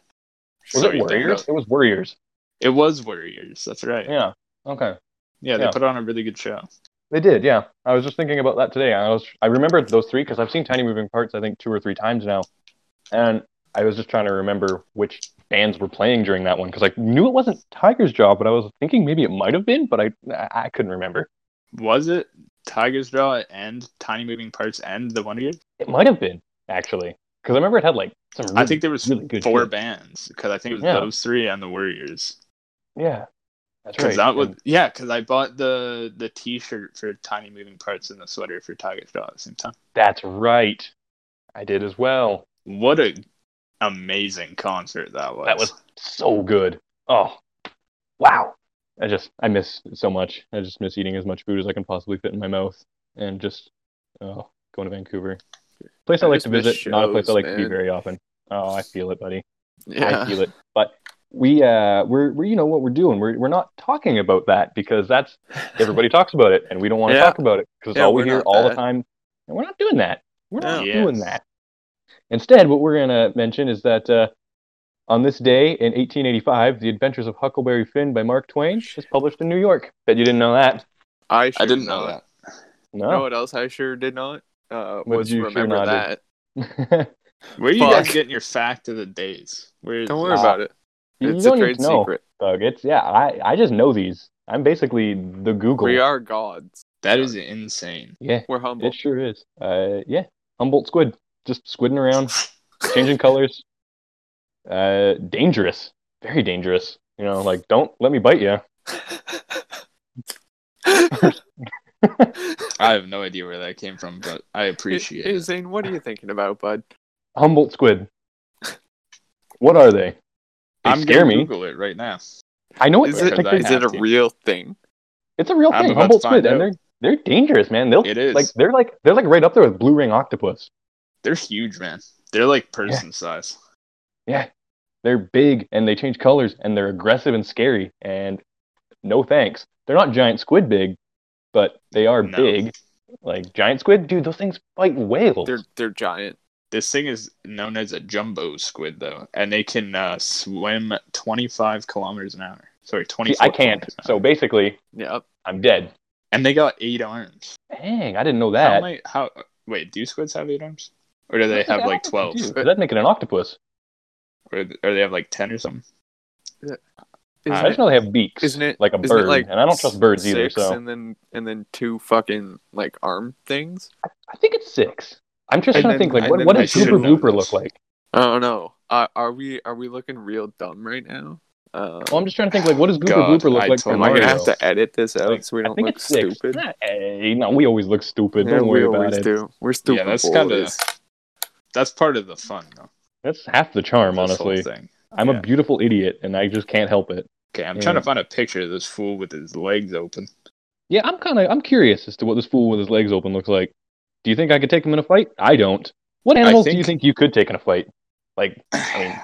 [SPEAKER 2] Was
[SPEAKER 1] Sorry,
[SPEAKER 2] it Warriors?
[SPEAKER 1] Doug.
[SPEAKER 2] It was Warriors.
[SPEAKER 1] It was Warriors. That's right. Yeah,
[SPEAKER 2] Yeah. Okay.
[SPEAKER 1] they
[SPEAKER 2] Yeah.
[SPEAKER 1] put on a really good show.
[SPEAKER 2] They did, yeah. I was just thinking about that today. I was I remembered those three because I've seen Tiny Moving Parts I think two or three times now, and I was just trying to remember which bands were playing during that one because I knew it wasn't Tiger's Jaw, but I was thinking maybe it might have been, but I I I couldn't remember.
[SPEAKER 1] Was it Tiger's Jaw and Tiny Moving Parts and the Wonder Years?
[SPEAKER 2] It might have been actually because I remember it had like some. Really,
[SPEAKER 1] I think there was
[SPEAKER 2] really good
[SPEAKER 1] four
[SPEAKER 2] shit.
[SPEAKER 1] bands because I think it was
[SPEAKER 2] Yeah.
[SPEAKER 1] those three and the Warriors.
[SPEAKER 2] yeah, that's right.
[SPEAKER 1] Because that was
[SPEAKER 2] And
[SPEAKER 1] yeah, because I bought the the T-shirt for Tiny Moving Parts and the sweater for Tiger's Jaw at the same time.
[SPEAKER 2] that's right. I did as well.
[SPEAKER 1] What a amazing concert that was.
[SPEAKER 2] That was so good. Oh, wow. I just, I miss so much. I just miss eating as much food as I can possibly fit in my mouth and just, oh, going to Vancouver. Place I,
[SPEAKER 3] I
[SPEAKER 2] like
[SPEAKER 3] just
[SPEAKER 2] to
[SPEAKER 3] miss
[SPEAKER 2] visit, not a place I
[SPEAKER 3] shows,
[SPEAKER 2] like to be
[SPEAKER 3] man.
[SPEAKER 2] very often. Oh, I feel it, buddy. I
[SPEAKER 3] [laughs] yeah.
[SPEAKER 2] feel it. But we, uh, we're, we're, you know what we're doing. We're, we're not talking about that because that's, everybody talks about it and we don't want to
[SPEAKER 3] Yeah.
[SPEAKER 2] talk about it because it's
[SPEAKER 3] Yeah,
[SPEAKER 2] all we
[SPEAKER 3] we're
[SPEAKER 2] hear
[SPEAKER 3] not
[SPEAKER 2] all the
[SPEAKER 3] that.
[SPEAKER 2] time. And we're not doing that. We're not
[SPEAKER 1] Yeah.
[SPEAKER 2] doing that. Instead, what we're going to mention is that uh, on this day in 1885, The Adventures of Huckleberry Finn by Mark Twain was published in New York. Bet you didn't know that.
[SPEAKER 3] I,
[SPEAKER 1] I
[SPEAKER 3] sure
[SPEAKER 1] didn't know that.
[SPEAKER 3] You know
[SPEAKER 2] No.
[SPEAKER 3] what else I sure did not? Uh,
[SPEAKER 2] Oh. What
[SPEAKER 3] was
[SPEAKER 2] you sure
[SPEAKER 3] remember
[SPEAKER 2] not did?
[SPEAKER 3] that.
[SPEAKER 1] Where are you
[SPEAKER 3] Fuck.
[SPEAKER 1] guys getting your fact of the days? Where
[SPEAKER 3] Don't worry
[SPEAKER 2] Uh,
[SPEAKER 3] about it.
[SPEAKER 2] [laughs] you
[SPEAKER 3] It's
[SPEAKER 2] don't
[SPEAKER 3] a
[SPEAKER 2] need
[SPEAKER 3] trade
[SPEAKER 2] to know,
[SPEAKER 3] secret.
[SPEAKER 2] Doug. It's, yeah, I, I just know these. I'm basically the Google.
[SPEAKER 3] We are gods.
[SPEAKER 1] that is insane.
[SPEAKER 2] Yeah,
[SPEAKER 3] We're humble.
[SPEAKER 2] it sure is. Uh, yeah, Humboldt squid. Just squidding around, changing colors. Uh, dangerous. Very dangerous. You know, like, don't let me bite you.
[SPEAKER 1] I have no idea where that came from, but I appreciate
[SPEAKER 3] Hey,
[SPEAKER 1] it.
[SPEAKER 3] Zane, what are you thinking about, bud?
[SPEAKER 2] Humboldt squid. What are they? They
[SPEAKER 1] I'm
[SPEAKER 2] scare
[SPEAKER 1] gonna
[SPEAKER 2] me.
[SPEAKER 1] Google it right now.
[SPEAKER 2] I know it,
[SPEAKER 3] Is it,
[SPEAKER 1] Because
[SPEAKER 2] like,
[SPEAKER 1] I
[SPEAKER 2] they're-
[SPEAKER 3] is it a
[SPEAKER 1] have to.
[SPEAKER 3] real thing?
[SPEAKER 2] it's a real
[SPEAKER 1] I'm
[SPEAKER 2] thing.
[SPEAKER 1] about to
[SPEAKER 2] Humboldt
[SPEAKER 1] find
[SPEAKER 2] squid, and
[SPEAKER 1] out.
[SPEAKER 2] they're they're dangerous, man. They'll
[SPEAKER 1] It is.
[SPEAKER 2] like they're like they're like right up there with blue ring octopus.
[SPEAKER 1] They're huge, man. They're like person size.
[SPEAKER 2] Yeah, they're big and they change colors and they're aggressive and scary. And no thanks. They're not giant squid big, but they are
[SPEAKER 1] No.
[SPEAKER 2] big. Like giant squid, dude. Those things fight whales.
[SPEAKER 3] They're they're giant.
[SPEAKER 1] This thing is known as a jumbo squid, though, and they can uh, swim 25 kilometers an hour. Sorry,
[SPEAKER 2] See,
[SPEAKER 1] 20.
[SPEAKER 2] I can't. So basically,
[SPEAKER 3] Yep.
[SPEAKER 2] I'm dead.
[SPEAKER 1] and they got eight arms.
[SPEAKER 2] Dang, I didn't know
[SPEAKER 1] How
[SPEAKER 2] that.
[SPEAKER 1] many? How? Wait, do squids have eight arms, or do they have like 12,
[SPEAKER 2] That'd make it an octopus.
[SPEAKER 1] or, or they have like 10 or something?
[SPEAKER 2] I just know they have beaks,
[SPEAKER 3] Isn't it
[SPEAKER 2] like a
[SPEAKER 3] isn't it
[SPEAKER 2] bird,
[SPEAKER 3] like
[SPEAKER 2] and I don't trust birds either.
[SPEAKER 3] six
[SPEAKER 2] So
[SPEAKER 3] and then and then two fucking like arm things.
[SPEAKER 2] I think it's six. I'm just
[SPEAKER 3] And
[SPEAKER 2] trying
[SPEAKER 3] then-
[SPEAKER 2] to think, like,
[SPEAKER 3] and
[SPEAKER 2] what,
[SPEAKER 3] then
[SPEAKER 2] what
[SPEAKER 1] I
[SPEAKER 2] does
[SPEAKER 1] should
[SPEAKER 2] Super
[SPEAKER 1] know
[SPEAKER 2] Blooper
[SPEAKER 1] this.
[SPEAKER 2] look like?
[SPEAKER 3] I don't know. Uh, are we are we looking real dumb right now? Uh,
[SPEAKER 2] Well, I'm just trying to think, like, what does Gooper
[SPEAKER 1] God,
[SPEAKER 2] Blooper look
[SPEAKER 1] I
[SPEAKER 2] like
[SPEAKER 1] totally-
[SPEAKER 2] from
[SPEAKER 3] am I
[SPEAKER 2] Mario?
[SPEAKER 3] gonna have to edit this out
[SPEAKER 2] Oh, Like,
[SPEAKER 3] so we
[SPEAKER 2] I
[SPEAKER 3] don't
[SPEAKER 2] think
[SPEAKER 3] look
[SPEAKER 2] it's six.
[SPEAKER 3] stupid?
[SPEAKER 2] Not- eh, no, we always look stupid.
[SPEAKER 3] Yeah,
[SPEAKER 2] Don't worry
[SPEAKER 3] we
[SPEAKER 2] about
[SPEAKER 3] always
[SPEAKER 2] it.
[SPEAKER 3] do. We're stupid.
[SPEAKER 1] yeah, that's kind of
[SPEAKER 3] bullies.
[SPEAKER 1] that's part of the fun, though.
[SPEAKER 2] That's half the charm,
[SPEAKER 1] this whole
[SPEAKER 2] honestly.
[SPEAKER 1] thing.
[SPEAKER 2] I'm
[SPEAKER 1] Yeah.
[SPEAKER 2] a beautiful idiot, and I just can't help it.
[SPEAKER 1] Okay, I'm
[SPEAKER 2] Yeah.
[SPEAKER 1] trying to find a picture of this fool with his legs open.
[SPEAKER 2] Yeah, I'm kind of I'm curious as to what this fool with his legs open looks like. Do you think I could take him in a fight? I don't. What animals do you think
[SPEAKER 1] think-
[SPEAKER 2] you could take in a fight? Like, I mean,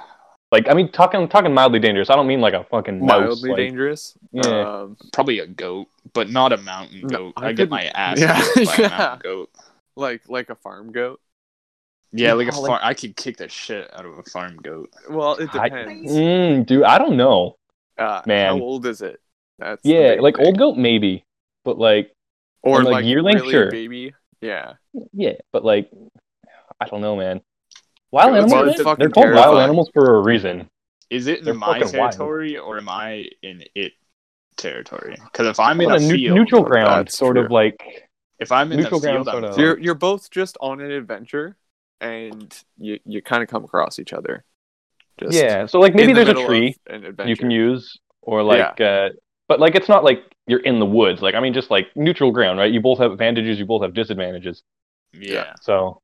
[SPEAKER 2] like I mean, talking talking mildly dangerous. I don't mean like a fucking mouse.
[SPEAKER 3] Mildly
[SPEAKER 2] like-
[SPEAKER 3] dangerous.
[SPEAKER 2] Yeah.
[SPEAKER 3] Um,
[SPEAKER 1] [clears throat] Probably a goat, but not a mountain
[SPEAKER 3] No,
[SPEAKER 1] goat.
[SPEAKER 3] I
[SPEAKER 1] I, get
[SPEAKER 3] couldn't- [laughs]
[SPEAKER 1] my ass
[SPEAKER 3] Yeah,
[SPEAKER 1] kicked by
[SPEAKER 3] [laughs] yeah.
[SPEAKER 1] a mountain goat.
[SPEAKER 3] like like a farm goat.
[SPEAKER 1] Yeah, like a
[SPEAKER 3] Yeah, Oh, like-
[SPEAKER 1] farm. I could kick the shit out of a farm goat.
[SPEAKER 3] Well, it
[SPEAKER 2] I-
[SPEAKER 3] depends.
[SPEAKER 2] Mm, dude, I don't know.
[SPEAKER 3] uh,
[SPEAKER 2] Man.
[SPEAKER 3] how old is it? That's the
[SPEAKER 2] Yeah,
[SPEAKER 3] big
[SPEAKER 2] like
[SPEAKER 3] thing.
[SPEAKER 2] old goat maybe, but like
[SPEAKER 3] or
[SPEAKER 2] and, like,
[SPEAKER 3] like,
[SPEAKER 2] yearling,
[SPEAKER 3] really
[SPEAKER 2] sure.
[SPEAKER 3] baby. Yeah,
[SPEAKER 2] yeah, but like I don't know, man. Wild
[SPEAKER 3] Goats animals,
[SPEAKER 1] are
[SPEAKER 2] man,
[SPEAKER 3] fucking
[SPEAKER 2] they're called wild
[SPEAKER 3] terrifying.
[SPEAKER 2] animals for a reason.
[SPEAKER 1] Is it
[SPEAKER 2] They're
[SPEAKER 1] in my
[SPEAKER 2] fucking wild.
[SPEAKER 1] territory or am I in it territory? Because if I'm in
[SPEAKER 2] On
[SPEAKER 1] a
[SPEAKER 2] a neu-
[SPEAKER 1] field,
[SPEAKER 2] neutral ground,
[SPEAKER 3] that's
[SPEAKER 2] sort of
[SPEAKER 3] true.
[SPEAKER 2] like
[SPEAKER 1] if I'm in the
[SPEAKER 2] neutral ground
[SPEAKER 1] field, I'm
[SPEAKER 2] sort of-
[SPEAKER 1] fucked.
[SPEAKER 3] you're you're both just on an adventure, and you you kind of come across each other. Just
[SPEAKER 2] yeah. So like
[SPEAKER 3] in
[SPEAKER 2] maybe
[SPEAKER 3] the
[SPEAKER 2] there's a
[SPEAKER 3] middle
[SPEAKER 2] tree
[SPEAKER 3] of an adventure.
[SPEAKER 2] you can use, or like, uh, but like it's not like you're in the woods. Like I mean, just like neutral ground, right? You both have advantages, you both have disadvantages.
[SPEAKER 1] yeah.
[SPEAKER 2] So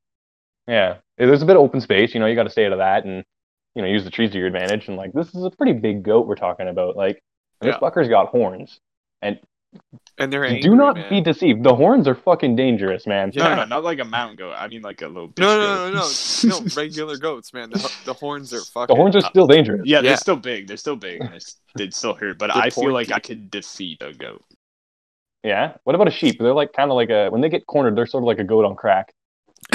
[SPEAKER 2] yeah, there's a bit of open space. You know, you got to stay out of that, and you know, use the trees to your advantage. And like this is a pretty big goat we're talking about. Like this
[SPEAKER 3] Yeah.
[SPEAKER 2] fucker's got horns.
[SPEAKER 3] and they're angry,
[SPEAKER 2] Do not
[SPEAKER 3] man.
[SPEAKER 2] be deceived. The horns are fucking dangerous, man.
[SPEAKER 3] Yeah.
[SPEAKER 1] No, no, not like a mountain goat. I mean like a little. Bitch
[SPEAKER 3] No, no, no,
[SPEAKER 1] goat. [laughs]
[SPEAKER 3] no, no. Regular goats, man. The, the horns are fucking.
[SPEAKER 2] [laughs] The horns are still dangerous.
[SPEAKER 1] yeah, they're
[SPEAKER 3] Yeah.
[SPEAKER 1] still big. They're still big. and it's- They still hurt, but
[SPEAKER 3] They're
[SPEAKER 1] I feel like
[SPEAKER 3] pointy.
[SPEAKER 1] I could defeat a goat.
[SPEAKER 2] Yeah. What about a sheep? They're like kind of like a when they get cornered, they're sort of like a goat on crack.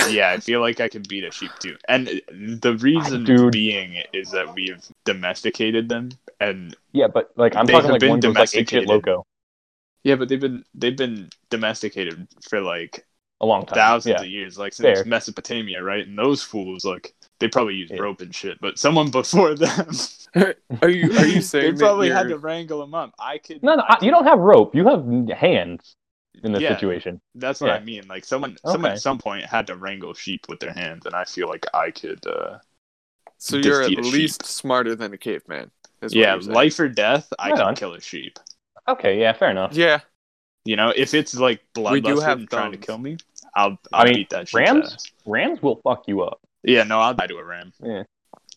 [SPEAKER 1] Yeah, I feel like I could beat a sheep too. And the reason
[SPEAKER 2] Dude.
[SPEAKER 1] being is that we've domesticated them, and
[SPEAKER 2] Yeah, but like I'm
[SPEAKER 1] They
[SPEAKER 2] talking
[SPEAKER 1] have
[SPEAKER 2] like
[SPEAKER 1] been
[SPEAKER 2] one goes like eight shit
[SPEAKER 1] domesticated.
[SPEAKER 2] loco
[SPEAKER 1] yeah, but they've been they've been domesticated for like
[SPEAKER 2] a long time.
[SPEAKER 1] thousands
[SPEAKER 2] Yeah.
[SPEAKER 1] of years, like since
[SPEAKER 2] Fair.
[SPEAKER 1] Mesopotamia, right? And those fools, like they probably used
[SPEAKER 2] Yeah.
[SPEAKER 1] rope and shit, but someone [laughs] before them,
[SPEAKER 3] Are you
[SPEAKER 2] [laughs]
[SPEAKER 3] are
[SPEAKER 1] [laughs]
[SPEAKER 3] you
[SPEAKER 1] they
[SPEAKER 3] saying
[SPEAKER 1] probably
[SPEAKER 3] that
[SPEAKER 1] had to
[SPEAKER 3] you're-
[SPEAKER 1] wrangle them up. I could,
[SPEAKER 2] No, no, I, you don't have rope. You have n- hands in this
[SPEAKER 1] Yeah.
[SPEAKER 2] situation.
[SPEAKER 1] that's what
[SPEAKER 2] yeah.
[SPEAKER 1] I mean. Like someone, someone
[SPEAKER 2] Okay.
[SPEAKER 1] at some point had to wrangle sheep with their hands, and I feel like I could, uh,
[SPEAKER 3] so you're at
[SPEAKER 1] defeat a sheep?
[SPEAKER 3] least smarter than a caveman? is what
[SPEAKER 1] yeah,
[SPEAKER 3] you're saying.
[SPEAKER 1] life or death, I
[SPEAKER 2] Right
[SPEAKER 1] could
[SPEAKER 2] on.
[SPEAKER 1] kill a sheep.
[SPEAKER 2] Okay, yeah, fair enough.
[SPEAKER 3] Yeah,
[SPEAKER 1] You know, if it's like
[SPEAKER 3] We do
[SPEAKER 1] bloodlust
[SPEAKER 3] have
[SPEAKER 1] and trying to
[SPEAKER 3] thumbs.
[SPEAKER 1] kill me, I'll,
[SPEAKER 2] I
[SPEAKER 1] I'll
[SPEAKER 2] mean,
[SPEAKER 1] beat that sheep's
[SPEAKER 2] rams?
[SPEAKER 1] ass.
[SPEAKER 2] Rams will fuck you up.
[SPEAKER 1] Yeah, no, I'll die to a ram.
[SPEAKER 2] Yeah.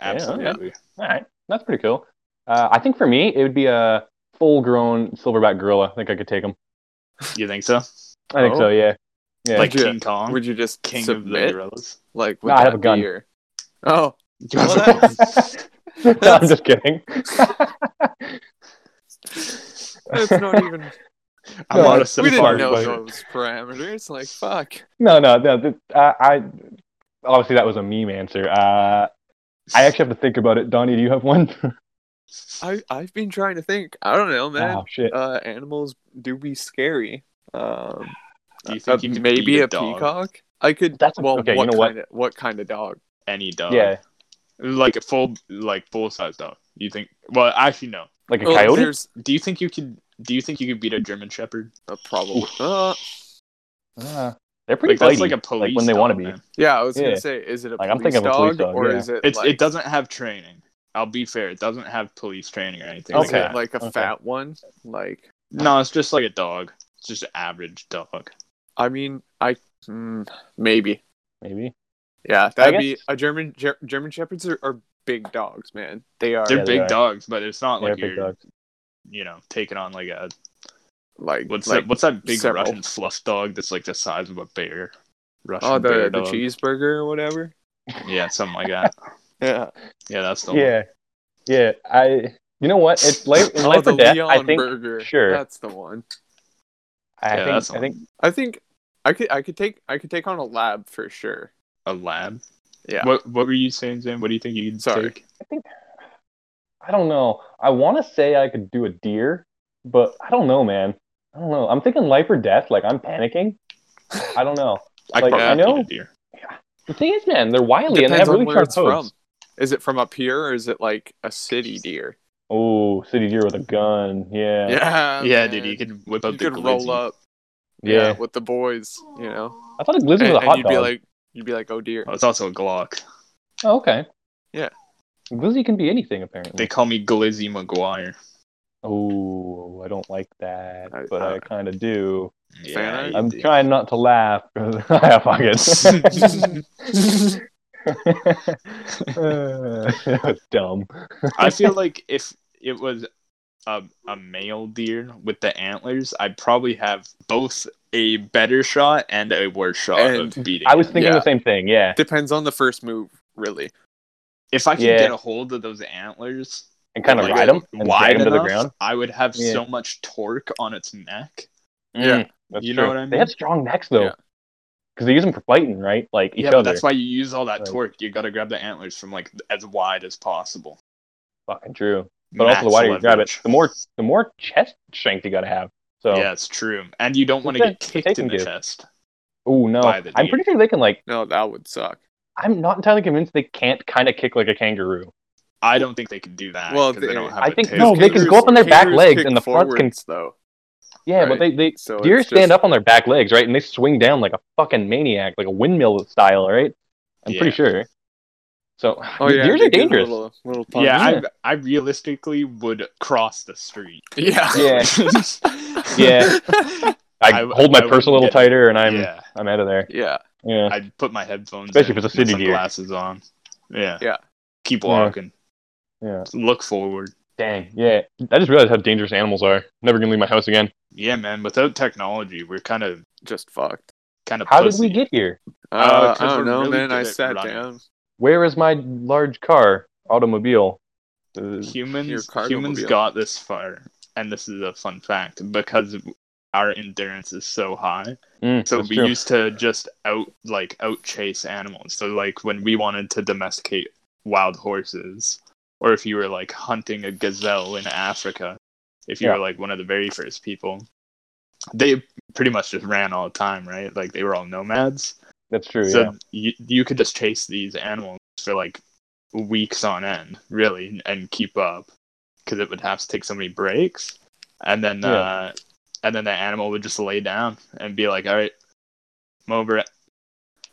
[SPEAKER 1] Absolutely.
[SPEAKER 2] All right, that's pretty cool. Uh, I think for me, it would be a full-grown silverback gorilla. I think I could take him.
[SPEAKER 1] You think so?
[SPEAKER 2] I think
[SPEAKER 3] Oh.
[SPEAKER 2] so.
[SPEAKER 1] [laughs]
[SPEAKER 2] Yeah. [laughs] Yeah.
[SPEAKER 1] Like
[SPEAKER 3] Yeah.
[SPEAKER 1] King Kong,
[SPEAKER 3] would you just
[SPEAKER 1] King of the
[SPEAKER 3] submit?
[SPEAKER 2] [laughs]
[SPEAKER 1] Gorillas.
[SPEAKER 3] like, would
[SPEAKER 2] No, I have
[SPEAKER 3] that
[SPEAKER 2] a gun.
[SPEAKER 3] be your- Oh, Well,
[SPEAKER 2] that's- I'm just kidding. [laughs]
[SPEAKER 3] that's
[SPEAKER 2] [laughs]
[SPEAKER 3] not even.
[SPEAKER 1] I'm
[SPEAKER 2] No,
[SPEAKER 1] on a
[SPEAKER 3] we didn't
[SPEAKER 1] safari,
[SPEAKER 3] know
[SPEAKER 1] but-
[SPEAKER 3] those parameters. Like, fuck.
[SPEAKER 2] no, no, no. th- uh, I obviously that was a meme answer. Uh, I actually have to think about it. Donnie, do you have one? [laughs]
[SPEAKER 3] I I've been trying to think. I don't know, man.
[SPEAKER 2] oh shit.
[SPEAKER 3] Uh, animals do be scary. Um,
[SPEAKER 1] Do you
[SPEAKER 3] uh,
[SPEAKER 1] think you could
[SPEAKER 3] maybe
[SPEAKER 1] beat
[SPEAKER 3] a,
[SPEAKER 1] a dog?
[SPEAKER 3] peacock. I could.
[SPEAKER 2] That's a-
[SPEAKER 3] well,
[SPEAKER 2] okay, you
[SPEAKER 3] what
[SPEAKER 2] know what?
[SPEAKER 3] kind of what kind of dog?
[SPEAKER 1] any dog.
[SPEAKER 2] yeah,
[SPEAKER 1] Like a full like full size dog. You think well actually no.
[SPEAKER 2] like a
[SPEAKER 3] Well,
[SPEAKER 2] coyote.
[SPEAKER 3] Oh, There's
[SPEAKER 1] Do you think you could do you think you could beat a German Shepherd?
[SPEAKER 3] a probably. Uh,
[SPEAKER 2] Uh, they're pretty
[SPEAKER 1] Like that's
[SPEAKER 2] bitey,
[SPEAKER 1] like a police
[SPEAKER 2] when they
[SPEAKER 1] dog,
[SPEAKER 2] wanna be.
[SPEAKER 1] man.
[SPEAKER 3] yeah, I was
[SPEAKER 2] Yeah.
[SPEAKER 3] gonna say, is it a police
[SPEAKER 2] Like, I'm thinking of a
[SPEAKER 3] dog,
[SPEAKER 2] police dog,
[SPEAKER 3] or
[SPEAKER 2] yeah.
[SPEAKER 3] is it
[SPEAKER 1] It's
[SPEAKER 3] like,
[SPEAKER 1] it doesn't have training. I'll be fair, it doesn't have police training or anything
[SPEAKER 3] is
[SPEAKER 1] like
[SPEAKER 3] it
[SPEAKER 2] Okay.
[SPEAKER 1] that.
[SPEAKER 3] like a
[SPEAKER 2] okay.
[SPEAKER 3] fat one? Like,
[SPEAKER 1] No, it's just like a dog. It's just an average dog.
[SPEAKER 3] I mean, I mm, maybe.
[SPEAKER 2] Maybe.
[SPEAKER 3] Yeah, that'd be
[SPEAKER 2] guess-
[SPEAKER 3] a German Ger- German shepherds are, are big dogs, man. They are
[SPEAKER 1] They're
[SPEAKER 2] Yeah, they
[SPEAKER 1] big
[SPEAKER 2] are.
[SPEAKER 1] dogs, but it's not
[SPEAKER 2] They're
[SPEAKER 1] like
[SPEAKER 2] big
[SPEAKER 1] you're
[SPEAKER 2] dogs.
[SPEAKER 1] you know, taking on like a
[SPEAKER 3] like
[SPEAKER 1] what's
[SPEAKER 3] like
[SPEAKER 1] that what's that big
[SPEAKER 3] several.
[SPEAKER 1] Russian fluff dog that's like the size of a bear? Russian
[SPEAKER 3] oh the
[SPEAKER 1] bear
[SPEAKER 3] the
[SPEAKER 1] dog.
[SPEAKER 3] cheeseburger or whatever.
[SPEAKER 1] Yeah, something like that.
[SPEAKER 3] Yeah,
[SPEAKER 1] Yeah, that's the one.
[SPEAKER 2] Yeah, yeah. I. You know what?
[SPEAKER 3] [laughs]
[SPEAKER 2] It's life, in
[SPEAKER 3] oh
[SPEAKER 2] life
[SPEAKER 3] the
[SPEAKER 2] or death.
[SPEAKER 3] Leon
[SPEAKER 2] I think.
[SPEAKER 3] burger.
[SPEAKER 2] sure.
[SPEAKER 3] that's the one.
[SPEAKER 2] I
[SPEAKER 1] Yeah, that's
[SPEAKER 2] think. I
[SPEAKER 1] one.
[SPEAKER 2] think.
[SPEAKER 3] I think I could I could take I could take on a lab for sure.
[SPEAKER 1] A lab.
[SPEAKER 3] Yeah.
[SPEAKER 1] What What were you saying, Sam? What do you think you can
[SPEAKER 3] Sorry.
[SPEAKER 1] take?
[SPEAKER 2] I don't know. I want to say I could do a deer, but I don't know, man. I don't know. I'm thinking life or death. Like I'm panicking. I don't know.
[SPEAKER 1] I
[SPEAKER 2] Like,
[SPEAKER 1] probably
[SPEAKER 2] I know-
[SPEAKER 1] need a deer.
[SPEAKER 2] The thing is, man, they're wily and they
[SPEAKER 3] Depends
[SPEAKER 2] have
[SPEAKER 3] on
[SPEAKER 2] really
[SPEAKER 3] where
[SPEAKER 2] sharp
[SPEAKER 3] it's
[SPEAKER 2] hooves.
[SPEAKER 3] from. Is it from up here or is it like a city deer?
[SPEAKER 2] Oh, city deer with a gun. Yeah.
[SPEAKER 3] Yeah,
[SPEAKER 1] Yeah,
[SPEAKER 3] man.
[SPEAKER 1] dude, you can whip up
[SPEAKER 3] you
[SPEAKER 1] the
[SPEAKER 3] could roll
[SPEAKER 1] glizzy.
[SPEAKER 3] up.
[SPEAKER 2] Yeah.
[SPEAKER 3] with the boys, you know.
[SPEAKER 2] I thought a lizard
[SPEAKER 3] and,
[SPEAKER 2] was a
[SPEAKER 3] and
[SPEAKER 2] hot
[SPEAKER 3] you'd
[SPEAKER 2] dog.
[SPEAKER 3] be like, you'd be like, oh
[SPEAKER 2] [laughs]
[SPEAKER 3] dear.
[SPEAKER 1] Oh, it's also a Glock.
[SPEAKER 2] oh, okay.
[SPEAKER 3] Yeah.
[SPEAKER 2] Glizzy can be anything
[SPEAKER 1] They
[SPEAKER 2] apparently.
[SPEAKER 1] call me Glizzy McGuire.
[SPEAKER 2] Oh, I don't like that,
[SPEAKER 3] I-
[SPEAKER 2] but I,
[SPEAKER 3] I-
[SPEAKER 2] kind of do.
[SPEAKER 1] Yeah,
[SPEAKER 3] art?
[SPEAKER 1] you
[SPEAKER 2] I'm [laughs]
[SPEAKER 1] do. [laughs]
[SPEAKER 2] trying not to laugh because I have pockets. that was [laughs] dumb.
[SPEAKER 1] I feel like if it was a, a male deer with the antlers, I'd probably have both a better shot and a worse shot of
[SPEAKER 3] And-
[SPEAKER 1] beating.
[SPEAKER 2] I was
[SPEAKER 1] it.
[SPEAKER 2] thinking
[SPEAKER 3] Yeah.
[SPEAKER 2] the same thing. Yeah,
[SPEAKER 3] Depends on the first move, really.
[SPEAKER 1] if I could
[SPEAKER 2] Yeah.
[SPEAKER 1] get a hold of those antlers,
[SPEAKER 2] and kind of
[SPEAKER 1] like,
[SPEAKER 2] ride them and
[SPEAKER 1] wide
[SPEAKER 2] drag them to the
[SPEAKER 1] enough,
[SPEAKER 2] ground.
[SPEAKER 1] I would have
[SPEAKER 2] Yeah.
[SPEAKER 1] so much torque on its neck.
[SPEAKER 3] Yeah.
[SPEAKER 2] Mm, that's
[SPEAKER 1] You
[SPEAKER 2] true.
[SPEAKER 1] know what I
[SPEAKER 2] They
[SPEAKER 1] mean?
[SPEAKER 2] had strong necks though,
[SPEAKER 3] Yeah.
[SPEAKER 2] because they use them for fighting, right? Like each
[SPEAKER 1] yeah,
[SPEAKER 2] other.
[SPEAKER 1] but that's why you use all that
[SPEAKER 2] Like-
[SPEAKER 1] torque. You got to grab the antlers from like as wide as possible.
[SPEAKER 2] Fucking true. But also the
[SPEAKER 1] Max
[SPEAKER 2] wider you grab it,
[SPEAKER 1] leverage.
[SPEAKER 2] the more the more chest strength you gotta have. So
[SPEAKER 1] yeah, it's true. And you don't want to
[SPEAKER 2] Sometimes
[SPEAKER 1] get kicked
[SPEAKER 2] taken
[SPEAKER 1] in the
[SPEAKER 2] give.
[SPEAKER 1] chest.
[SPEAKER 2] oh no,
[SPEAKER 1] By the
[SPEAKER 2] I'm
[SPEAKER 1] knee.
[SPEAKER 2] pretty sure they can like.
[SPEAKER 3] No, that would suck.
[SPEAKER 2] I'm not entirely convinced they can't kind of kick like a kangaroo.
[SPEAKER 1] I don't think they can do that.
[SPEAKER 3] Well,
[SPEAKER 1] 'cause
[SPEAKER 3] they-
[SPEAKER 1] they don't have
[SPEAKER 2] I
[SPEAKER 1] a
[SPEAKER 2] think-
[SPEAKER 1] tail.
[SPEAKER 2] No, they can go up on their back
[SPEAKER 3] Kangaroos
[SPEAKER 2] legs
[SPEAKER 3] kick
[SPEAKER 2] and the fronts can-
[SPEAKER 3] forwards, though.
[SPEAKER 2] Yeah, but they they
[SPEAKER 3] So
[SPEAKER 2] deer
[SPEAKER 3] it's
[SPEAKER 2] stand
[SPEAKER 3] just-
[SPEAKER 2] up on their back legs, right, and they swing down like a fucking maniac, like a windmill style, right? I'm
[SPEAKER 1] Yeah.
[SPEAKER 2] pretty sure. So
[SPEAKER 3] Oh
[SPEAKER 2] the
[SPEAKER 3] yeah,
[SPEAKER 2] deers
[SPEAKER 3] they
[SPEAKER 2] are
[SPEAKER 3] do the
[SPEAKER 2] dangerous.
[SPEAKER 3] Little, little punch.
[SPEAKER 1] Yeah,
[SPEAKER 2] Yeah.
[SPEAKER 1] I, I realistically would cross the street.
[SPEAKER 3] yeah.
[SPEAKER 2] Yeah.
[SPEAKER 1] [laughs]
[SPEAKER 2] Yeah.
[SPEAKER 3] yeah,
[SPEAKER 2] I,
[SPEAKER 1] I-
[SPEAKER 2] hold
[SPEAKER 1] I
[SPEAKER 2] my
[SPEAKER 1] wouldn't
[SPEAKER 2] purse a little
[SPEAKER 1] get it.
[SPEAKER 2] tighter, and I'm
[SPEAKER 1] yeah,
[SPEAKER 2] I'm out of there.
[SPEAKER 3] [laughs] yeah.
[SPEAKER 2] Yeah.
[SPEAKER 1] I'd put my headphones,
[SPEAKER 2] Especially
[SPEAKER 1] in
[SPEAKER 2] if it's a city
[SPEAKER 1] and
[SPEAKER 2] deer.
[SPEAKER 1] sunglasses on. Yeah,
[SPEAKER 3] Yeah.
[SPEAKER 1] Keep
[SPEAKER 2] Yeah.
[SPEAKER 1] walking.
[SPEAKER 2] Yeah.
[SPEAKER 1] Look forward.
[SPEAKER 2] Dang. Yeah. I just realized how dangerous animals are. Never gonna leave my house again.
[SPEAKER 1] Yeah, man. Without technology, we're kind of
[SPEAKER 3] Just fucked.
[SPEAKER 1] kind of.
[SPEAKER 2] How
[SPEAKER 1] pussy.
[SPEAKER 2] did we get here?
[SPEAKER 3] Uh,
[SPEAKER 1] 'cause
[SPEAKER 3] I
[SPEAKER 1] we're
[SPEAKER 3] don't know,
[SPEAKER 1] really
[SPEAKER 3] man.
[SPEAKER 1] good
[SPEAKER 3] I
[SPEAKER 1] at
[SPEAKER 3] sat
[SPEAKER 1] running.
[SPEAKER 3] down.
[SPEAKER 2] Where is my large car automobile? Uh,
[SPEAKER 3] Your
[SPEAKER 1] humans
[SPEAKER 3] cargo
[SPEAKER 1] humans
[SPEAKER 3] mobile.
[SPEAKER 1] got this far and this is a fun fact because our endurance is so high
[SPEAKER 2] mm,
[SPEAKER 1] so
[SPEAKER 2] that's
[SPEAKER 1] we
[SPEAKER 2] true.
[SPEAKER 1] used to just out like out chase animals so like when we wanted to domesticate wild horses or if you were like hunting a gazelle in africa if you
[SPEAKER 2] Yeah.
[SPEAKER 1] were like one of the very first people they pretty much just ran all the time right like they were all nomads
[SPEAKER 2] that's true.
[SPEAKER 1] so
[SPEAKER 2] yeah.
[SPEAKER 1] you, you could just chase these animals for like weeks on end, really, and keep up because it would have to take so many breaks, and then
[SPEAKER 2] Yeah.
[SPEAKER 1] uh, and then the animal would just lay down and be like, "All right, I'm over it."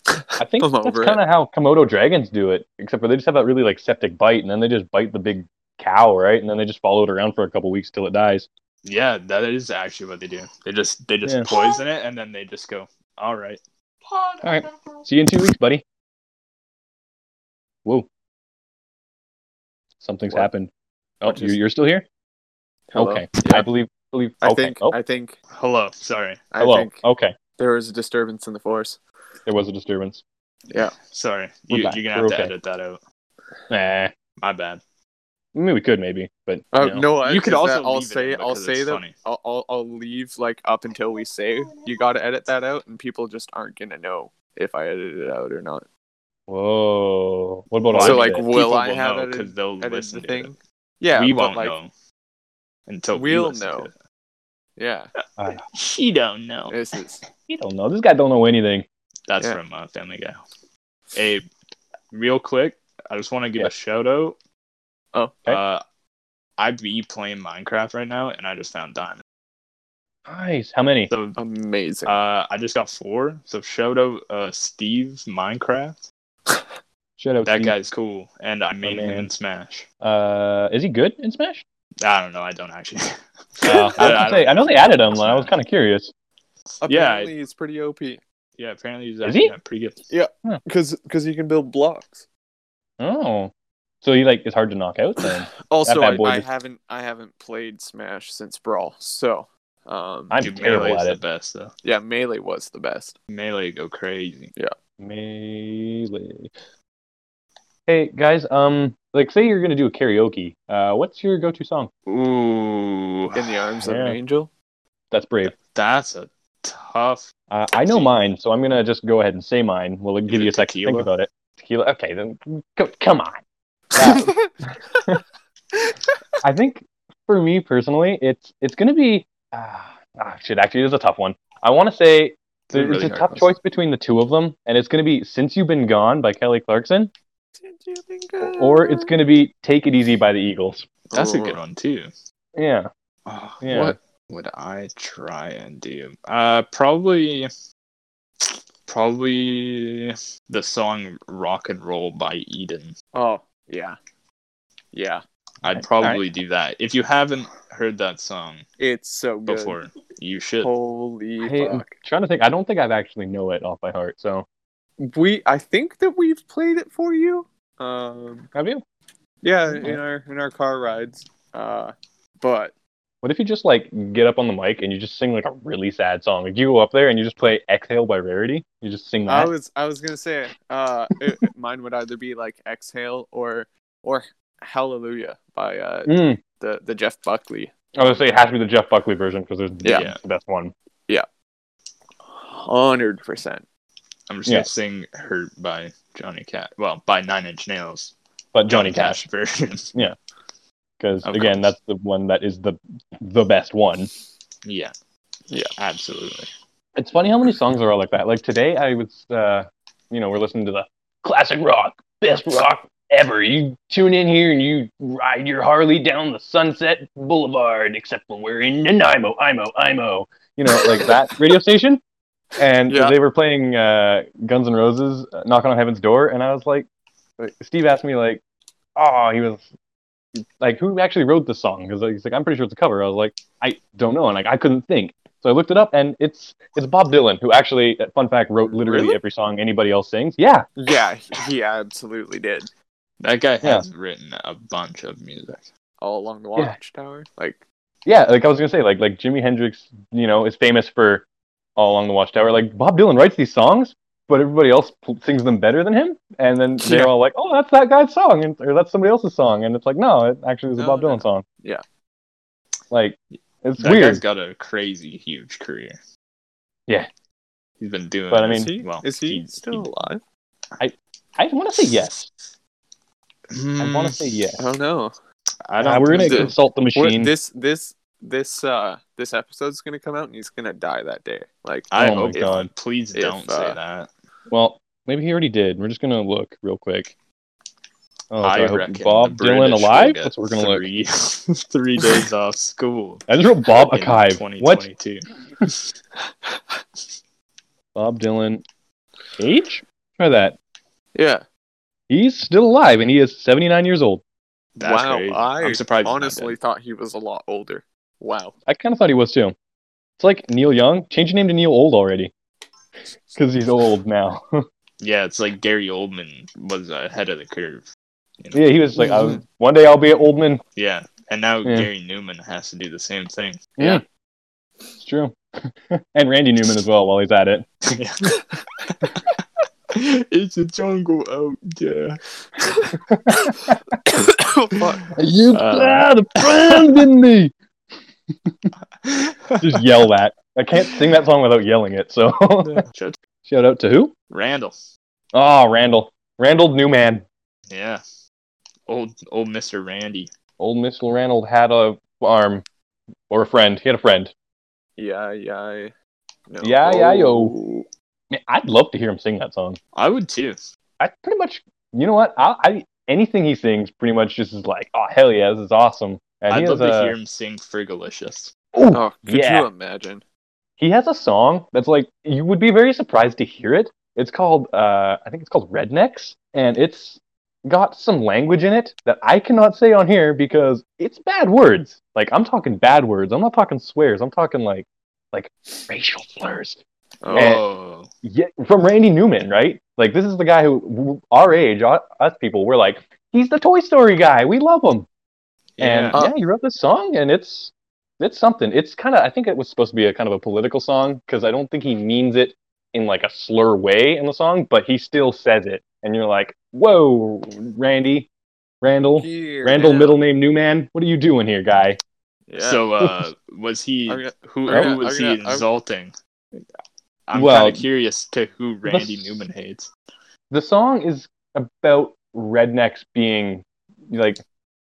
[SPEAKER 2] I think
[SPEAKER 3] I'm
[SPEAKER 2] that's
[SPEAKER 3] over
[SPEAKER 2] kind of how Komodo dragons do it, except for they just have that really like septic bite, and then they just bite the big cow, right? And then they just follow it around for a couple weeks till it dies.
[SPEAKER 1] Yeah, that is actually what they do. They just they just
[SPEAKER 2] Yeah.
[SPEAKER 1] poison it, and then they just go, "All right."
[SPEAKER 2] All right. See you in two weeks, buddy. Whoa. Something's
[SPEAKER 3] What?
[SPEAKER 2] happened. Oh,
[SPEAKER 3] What
[SPEAKER 2] you-
[SPEAKER 3] just-
[SPEAKER 2] you're still here?
[SPEAKER 3] Hello?
[SPEAKER 2] Okay.
[SPEAKER 3] Yeah.
[SPEAKER 2] I believe. Believe.
[SPEAKER 3] I
[SPEAKER 2] okay.
[SPEAKER 3] think.
[SPEAKER 2] oh,
[SPEAKER 3] I think.
[SPEAKER 1] Hello, sorry,
[SPEAKER 3] I
[SPEAKER 2] hello.
[SPEAKER 3] think
[SPEAKER 2] Okay.
[SPEAKER 3] there was a disturbance in the force.
[SPEAKER 2] There was a disturbance.
[SPEAKER 1] sorry.
[SPEAKER 2] We're
[SPEAKER 1] You, you're
[SPEAKER 2] back.
[SPEAKER 1] gonna
[SPEAKER 2] We're
[SPEAKER 1] have to
[SPEAKER 2] okay.
[SPEAKER 1] edit that out.
[SPEAKER 2] Nah.
[SPEAKER 1] My bad.
[SPEAKER 2] I mean, we could maybe, but
[SPEAKER 3] Uh,
[SPEAKER 2] you know.
[SPEAKER 3] No, I-
[SPEAKER 1] you could
[SPEAKER 3] is
[SPEAKER 1] also.
[SPEAKER 3] that- I'll
[SPEAKER 1] leave it
[SPEAKER 3] say.
[SPEAKER 1] in
[SPEAKER 3] I'll
[SPEAKER 1] because
[SPEAKER 3] say
[SPEAKER 1] it's
[SPEAKER 3] that.
[SPEAKER 1] funny.
[SPEAKER 3] I'll, I'll I'll leave like up until we say you got to edit that out, and people just aren't gonna know if I edited it out or not.
[SPEAKER 2] Whoa. What about
[SPEAKER 1] Well,
[SPEAKER 2] all
[SPEAKER 3] so
[SPEAKER 2] of
[SPEAKER 3] like,
[SPEAKER 2] it?
[SPEAKER 3] will
[SPEAKER 1] People
[SPEAKER 3] I
[SPEAKER 1] will
[SPEAKER 3] have
[SPEAKER 1] know
[SPEAKER 3] edited-
[SPEAKER 1] because they'll
[SPEAKER 3] edit
[SPEAKER 1] listen
[SPEAKER 3] the
[SPEAKER 1] to it.
[SPEAKER 3] thing. Yeah,
[SPEAKER 1] we
[SPEAKER 3] but,
[SPEAKER 1] won't
[SPEAKER 3] like,
[SPEAKER 1] know until we
[SPEAKER 3] we'll
[SPEAKER 1] listen to
[SPEAKER 3] know.
[SPEAKER 1] it.
[SPEAKER 3] Yeah,
[SPEAKER 1] She don't know.
[SPEAKER 3] this
[SPEAKER 1] [laughs]
[SPEAKER 3] is
[SPEAKER 2] He don't know. This guy don't know anything.
[SPEAKER 1] That's
[SPEAKER 3] Yeah.
[SPEAKER 1] from uh, Family Guy. Hey, real quick, I just want to give
[SPEAKER 2] Yeah.
[SPEAKER 1] a shout out.
[SPEAKER 3] Oh.
[SPEAKER 2] Okay.
[SPEAKER 1] Uh, I be playing Minecraft right now, and I just found diamonds.
[SPEAKER 2] Nice. How many?
[SPEAKER 3] Oh,
[SPEAKER 1] So
[SPEAKER 3] amazing.
[SPEAKER 1] uh, I just got four. So shout out uh, Steve Minecraft.
[SPEAKER 2] Shout
[SPEAKER 3] Oh,
[SPEAKER 2] out
[SPEAKER 1] That
[SPEAKER 2] Steve.
[SPEAKER 1] guy's cool, and I made him
[SPEAKER 2] man.
[SPEAKER 1] in Smash.
[SPEAKER 2] Uh, is he good in Smash?
[SPEAKER 1] I don't know. I don't
[SPEAKER 3] [laughs]
[SPEAKER 1] actually.
[SPEAKER 2] I, was
[SPEAKER 1] [laughs] I- I
[SPEAKER 2] gonna
[SPEAKER 1] don't
[SPEAKER 2] say, I know they added him. and I was
[SPEAKER 1] Smash.
[SPEAKER 2] kind of curious.
[SPEAKER 3] Apparently, it's pretty OP
[SPEAKER 1] yeah, apparently he's
[SPEAKER 2] Is
[SPEAKER 1] actually
[SPEAKER 2] he?
[SPEAKER 1] yeah, pretty good.
[SPEAKER 3] because because you can build blocks.
[SPEAKER 2] Oh, so he like is hard to knock out
[SPEAKER 1] [sighs]
[SPEAKER 2] then.
[SPEAKER 3] Also,
[SPEAKER 2] bad
[SPEAKER 3] I,
[SPEAKER 2] boy
[SPEAKER 3] I
[SPEAKER 2] just-
[SPEAKER 3] haven't I haven't played Smash since Brawl, so um,
[SPEAKER 2] I'm
[SPEAKER 1] Dude,
[SPEAKER 2] terrible
[SPEAKER 1] Melee's
[SPEAKER 2] at
[SPEAKER 1] the
[SPEAKER 2] it.
[SPEAKER 1] best though.
[SPEAKER 3] yeah, melee was the best.
[SPEAKER 1] Melee go crazy.
[SPEAKER 2] Melee. Hey guys, um, like say you're gonna do a karaoke. Uh, what's your go-to song?
[SPEAKER 1] Ooh,
[SPEAKER 3] In the arms of
[SPEAKER 2] Yeah.
[SPEAKER 3] an [laughs] angel.
[SPEAKER 2] That's brave.
[SPEAKER 1] that's a tough.
[SPEAKER 2] Uh, I know mine, so I'm gonna just go ahead and say mine. Will it give
[SPEAKER 1] it
[SPEAKER 2] you a second to think
[SPEAKER 1] tequila?
[SPEAKER 2] about it? Tequila. Okay, then c- come on. Yeah. I think for me personally, it's it's gonna be uh, ah shit. Actually, this is a tough one. I want to say
[SPEAKER 1] a
[SPEAKER 2] it's
[SPEAKER 1] really
[SPEAKER 2] a
[SPEAKER 1] hard
[SPEAKER 2] tough
[SPEAKER 1] question.
[SPEAKER 2] choice between the two of them, and it's gonna be "Since You've Been Gone" by Kelly Clarkson, or it's gonna be "Take It Easy" by the Eagles.
[SPEAKER 1] That's a good one too.
[SPEAKER 2] Yeah,
[SPEAKER 1] Oh,
[SPEAKER 2] Yeah.
[SPEAKER 1] What would I try and do? Uh, probably, probably the song "Rock and Roll" by Eden.
[SPEAKER 3] Oh yeah, yeah,
[SPEAKER 1] I'd
[SPEAKER 2] Alright.
[SPEAKER 1] probably do that. If you haven't heard that song
[SPEAKER 3] it's so good.
[SPEAKER 1] before, you should.
[SPEAKER 3] Holy
[SPEAKER 2] Hey,
[SPEAKER 3] fuck!
[SPEAKER 2] trying to think. I don't think I've actually know it off by heart. So
[SPEAKER 3] we I think that we've played it for you. Um,
[SPEAKER 2] Have you?
[SPEAKER 3] yeah, in our in our car rides. Uh, but
[SPEAKER 2] What if you just like get up on the mic and you just sing like a really sad song? Like you go up there and you just play "Exhale" by Rarity. You just sing
[SPEAKER 3] I
[SPEAKER 2] that.
[SPEAKER 3] was I was gonna say uh, it, [laughs] mine would either be like Exhale or or Hallelujah by uh,
[SPEAKER 2] Mm.
[SPEAKER 3] the the Jeff Buckley.
[SPEAKER 2] I was gonna say it has to be the Jeff Buckley version because there's
[SPEAKER 3] Yeah.
[SPEAKER 2] yeah. the best one.
[SPEAKER 3] Hundred percent.
[SPEAKER 1] I'm just
[SPEAKER 2] Yeah.
[SPEAKER 1] gonna sing "Hurt" by Johnny Cash. Well, by Nine Inch Nails.
[SPEAKER 2] But Johnny Cash,
[SPEAKER 1] [laughs] version.
[SPEAKER 2] because
[SPEAKER 1] Of
[SPEAKER 2] again,
[SPEAKER 1] course.
[SPEAKER 2] that's the one that is the the best one.
[SPEAKER 1] yeah, yeah, absolutely.
[SPEAKER 2] It's funny how many songs there are like that. Like today, I was, uh, you know, we're listening to the classic rock, best rock ever. You tune in here and you ride your Harley down the Sunset Boulevard, except when we're in Nanaimo, Imo, Imo, you know, like that radio station. And
[SPEAKER 3] Yeah.
[SPEAKER 2] they were playing uh, Guns N' Roses, uh, Knocking on Heaven's Door, and I was like, like, Steve asked me like, oh, he was like, who actually wrote this song? Because like, he's like, I'm pretty sure it's a cover. I was like, I don't know, and like, I couldn't think. So I looked it up, and it's it's Bob Dylan who actually, uh, fun fact, wrote literally
[SPEAKER 3] Really?
[SPEAKER 2] every song anybody else sings. Yeah,
[SPEAKER 3] Yeah, he- he absolutely did.
[SPEAKER 1] That guy
[SPEAKER 2] Yeah.
[SPEAKER 1] has written a bunch of music.
[SPEAKER 3] all along the
[SPEAKER 2] Yeah.
[SPEAKER 3] watchtower. Like
[SPEAKER 2] yeah. Like I was gonna say, like like Jimi Hendrix, you know, is famous for all along the Watchtower. Like Bob Dylan writes these songs, but everybody else pl- sings them better than him,
[SPEAKER 3] [laughs]
[SPEAKER 2] and then they're
[SPEAKER 3] Yeah.
[SPEAKER 2] all like, oh, that's that guy's song, and or that's somebody else's song, and it's like, no, it actually is a
[SPEAKER 3] No,
[SPEAKER 2] Bob
[SPEAKER 3] no,
[SPEAKER 2] Dylan
[SPEAKER 3] no.
[SPEAKER 2] song.
[SPEAKER 3] Yeah.
[SPEAKER 2] Like it's
[SPEAKER 1] That
[SPEAKER 2] weird.
[SPEAKER 1] guy's got a crazy huge career.
[SPEAKER 2] Yeah.
[SPEAKER 1] he's been doing.
[SPEAKER 2] But I
[SPEAKER 1] this-
[SPEAKER 2] mean-
[SPEAKER 3] is he,
[SPEAKER 1] well,
[SPEAKER 3] is he
[SPEAKER 1] he's-
[SPEAKER 3] still alive?
[SPEAKER 2] I want to say yes. I
[SPEAKER 1] Hmm,
[SPEAKER 2] want to say yes.
[SPEAKER 3] I don't know.
[SPEAKER 1] I
[SPEAKER 2] Mm. Uh,
[SPEAKER 1] don't.
[SPEAKER 2] we're gonna
[SPEAKER 1] think
[SPEAKER 3] think-
[SPEAKER 2] consult the
[SPEAKER 3] What,
[SPEAKER 2] machine.
[SPEAKER 3] this this this uh this episode's gonna come out and he's gonna die that day. Like
[SPEAKER 1] I
[SPEAKER 2] Oh my
[SPEAKER 1] hope
[SPEAKER 2] God.
[SPEAKER 1] Please
[SPEAKER 3] If,
[SPEAKER 1] don't say
[SPEAKER 3] uh,
[SPEAKER 1] that.
[SPEAKER 2] Well, maybe he already did. We're just gonna look real quick. Oh,
[SPEAKER 1] I,
[SPEAKER 2] so hope-
[SPEAKER 1] reckon
[SPEAKER 2] Bob
[SPEAKER 1] the
[SPEAKER 2] Dylan
[SPEAKER 1] British will
[SPEAKER 2] alive.
[SPEAKER 1] get
[SPEAKER 2] That's what we're gonna look.
[SPEAKER 1] three, [laughs] three days off school.
[SPEAKER 2] I just wrote Bob
[SPEAKER 1] in
[SPEAKER 2] Akive. What?
[SPEAKER 1] 2022.
[SPEAKER 2] Bob Dylan age? Try that.
[SPEAKER 3] yeah.
[SPEAKER 2] He's still alive, and he is seventy-nine years old.
[SPEAKER 1] That's
[SPEAKER 3] wow.
[SPEAKER 1] crazy.
[SPEAKER 3] I
[SPEAKER 1] I'm surprised. he's not
[SPEAKER 3] honestly thought he was a lot older. Wow. [coughs]
[SPEAKER 2] I kind of thought he was too. It's like Neil Young. Change your name to Neil Old already, because he's old now. [laughs]
[SPEAKER 1] dead. yeah, it's like Gary Oldman was ahead of the curve.
[SPEAKER 2] yeah, he was like, I
[SPEAKER 1] Mm.
[SPEAKER 2] was, one day I'll be an old man.
[SPEAKER 1] Yeah, and now
[SPEAKER 2] Yeah.
[SPEAKER 1] Gary Newman has to do the same thing.
[SPEAKER 2] Yeah. It's true. [laughs] and Randy Newman as well. While he's at it.
[SPEAKER 1] [laughs] it's a jungle out there.
[SPEAKER 3] Fuck.
[SPEAKER 2] You
[SPEAKER 1] Uh.
[SPEAKER 2] the friend in me. [laughs] Just yell that. I can't sing that song without yelling it. So [laughs] shout out to who?
[SPEAKER 1] Randall.
[SPEAKER 2] Oh, Randall. Randall Newman.
[SPEAKER 1] Yeah. Old old Mr. Randy.
[SPEAKER 2] Old Mr. Randall had a farm or a friend. He had a friend.
[SPEAKER 3] Yeah, yeah. No.
[SPEAKER 2] Yeah, yeah,
[SPEAKER 3] Oh.
[SPEAKER 2] yo. Man, I'd love to hear him sing that song.
[SPEAKER 1] I would too.
[SPEAKER 2] I pretty much, you know what? I, I anything he sings pretty much just is like, oh hell yeah, this is awesome. And he
[SPEAKER 1] I'd
[SPEAKER 2] has
[SPEAKER 1] love
[SPEAKER 2] a,
[SPEAKER 1] to hear him sing Frigalicious.
[SPEAKER 2] Ooh,
[SPEAKER 3] Oh, could
[SPEAKER 2] Yeah.
[SPEAKER 3] you imagine?
[SPEAKER 2] he has a song that's like you would be very surprised to hear it. It's called uh, I think it's called Rednecks, and it's got some language in it that I cannot say on here because it's bad words. Like I'm talking bad words. I'm not talking swears. I'm talking like like racial slurs.
[SPEAKER 3] Oh,
[SPEAKER 2] Eh,
[SPEAKER 1] Oh.
[SPEAKER 2] Yeah, from Randy Newman, right? Like this is the guy who w- our age, our, us people, we're like he's the Toy Story guy. We love him.
[SPEAKER 1] Yeah.
[SPEAKER 2] And yeah, he wrote this song, and it's it's something. It's kind of I think it was supposed to be a kind of a political song because I don't think he means it in like a slur way in the song, but he still says it, and you're like, whoa, Randy, Randall,
[SPEAKER 3] here
[SPEAKER 2] Randall,
[SPEAKER 3] now.
[SPEAKER 2] middle name Newman, what are you doing here, guy?
[SPEAKER 3] Yeah.
[SPEAKER 1] So uh was he
[SPEAKER 3] I'm gonna-
[SPEAKER 1] who
[SPEAKER 3] I'm
[SPEAKER 1] who
[SPEAKER 3] gonna-
[SPEAKER 1] was
[SPEAKER 3] I'm
[SPEAKER 1] he
[SPEAKER 3] gonna- I'm-
[SPEAKER 1] insulting? I'm
[SPEAKER 2] Well,
[SPEAKER 1] kinda curious to who Randy Newman hates.
[SPEAKER 2] The song is about rednecks being like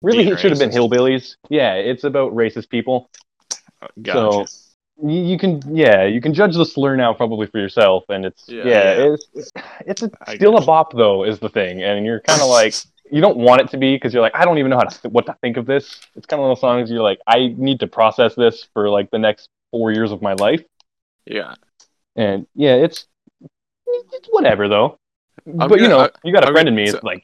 [SPEAKER 2] really
[SPEAKER 1] Being
[SPEAKER 2] it should have been
[SPEAKER 1] racist.
[SPEAKER 2] hillbillies. Yeah, it's about racist people.
[SPEAKER 1] Uh, Gotcha.
[SPEAKER 2] you, you can yeah you can judge the slur now probably for yourself and it's yeah,
[SPEAKER 3] Yeah.
[SPEAKER 1] Yeah.
[SPEAKER 2] it's it's a,
[SPEAKER 1] I
[SPEAKER 2] still a
[SPEAKER 1] gotcha.
[SPEAKER 2] bop though is the thing and you're kind of like you don't want it to be because you're like i don't even know how to th- what to think of this it's kind of one of those songs you're like i need to process this for like the next four years of my life
[SPEAKER 3] yeah.
[SPEAKER 2] and yeah it's it's whatever though but you
[SPEAKER 3] gonna-
[SPEAKER 2] know
[SPEAKER 3] I-
[SPEAKER 2] you got a
[SPEAKER 3] I'm
[SPEAKER 2] friend in
[SPEAKER 3] gonna-
[SPEAKER 2] me
[SPEAKER 3] so-
[SPEAKER 2] it's like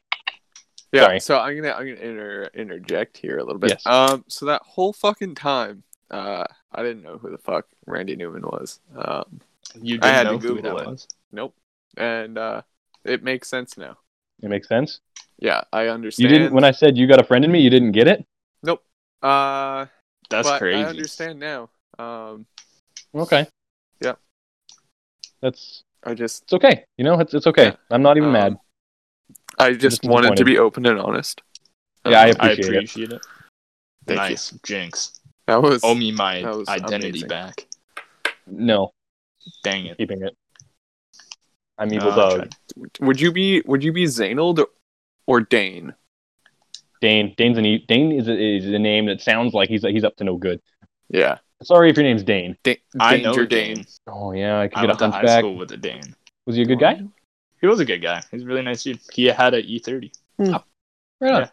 [SPEAKER 3] Yeah,
[SPEAKER 2] Sorry.
[SPEAKER 3] so I'm gonna I'm gonna inter- interject here a little bit.
[SPEAKER 2] Yes.
[SPEAKER 3] Um, so that whole fucking time, uh, I didn't know who the fuck Randy Newman was. Um,
[SPEAKER 1] [laughs] You didn't
[SPEAKER 3] I had to
[SPEAKER 1] know who
[SPEAKER 3] Google
[SPEAKER 1] that
[SPEAKER 3] it.
[SPEAKER 1] was.
[SPEAKER 3] nope, and uh, it makes sense now.
[SPEAKER 2] It makes sense.
[SPEAKER 3] Yeah, I
[SPEAKER 2] You
[SPEAKER 3] understand.
[SPEAKER 2] didn't when I said you got a friend in me. You didn't get it.
[SPEAKER 3] Uh,
[SPEAKER 1] That's
[SPEAKER 3] but
[SPEAKER 1] crazy.
[SPEAKER 3] I understand now. Um,
[SPEAKER 2] Okay.
[SPEAKER 3] Yeah.
[SPEAKER 2] That's
[SPEAKER 3] I just,
[SPEAKER 2] it's okay. You know, it's it's okay.
[SPEAKER 3] Yeah.
[SPEAKER 2] I'm not even
[SPEAKER 3] um,
[SPEAKER 2] mad.
[SPEAKER 3] I just,
[SPEAKER 2] just
[SPEAKER 3] wanted to
[SPEAKER 2] disappointed.
[SPEAKER 3] be open and honest.
[SPEAKER 2] Yeah, I
[SPEAKER 3] Um,
[SPEAKER 1] I
[SPEAKER 2] appreciate it.
[SPEAKER 1] appreciate it.
[SPEAKER 3] Thank you.
[SPEAKER 1] nice, Jinx.
[SPEAKER 3] that was
[SPEAKER 2] Oh,
[SPEAKER 1] Owe me my
[SPEAKER 3] That was
[SPEAKER 1] identity
[SPEAKER 3] amazing.
[SPEAKER 1] back.
[SPEAKER 2] No,
[SPEAKER 1] Dang it.
[SPEAKER 2] keeping it. I'm evil
[SPEAKER 1] Uh,
[SPEAKER 2] dog.
[SPEAKER 1] tried-
[SPEAKER 3] Would you be would you be Zanald or, or Dane?
[SPEAKER 2] Dane. Dane's an e- Dane is a, is a name that sounds like he's he's up to no good.
[SPEAKER 3] Yeah,
[SPEAKER 2] Sorry if your name's Dane.
[SPEAKER 3] da-
[SPEAKER 1] I know
[SPEAKER 3] Danger
[SPEAKER 1] Dane.
[SPEAKER 3] Dane.
[SPEAKER 2] Oh yeah, I could
[SPEAKER 1] I
[SPEAKER 2] get a
[SPEAKER 1] went to high
[SPEAKER 2] hunchback.
[SPEAKER 1] school with a Dane.
[SPEAKER 2] Was he a good guy?
[SPEAKER 1] He was a good guy. He's a really nice dude. He had a E E30.
[SPEAKER 2] Right on.
[SPEAKER 1] Yeah.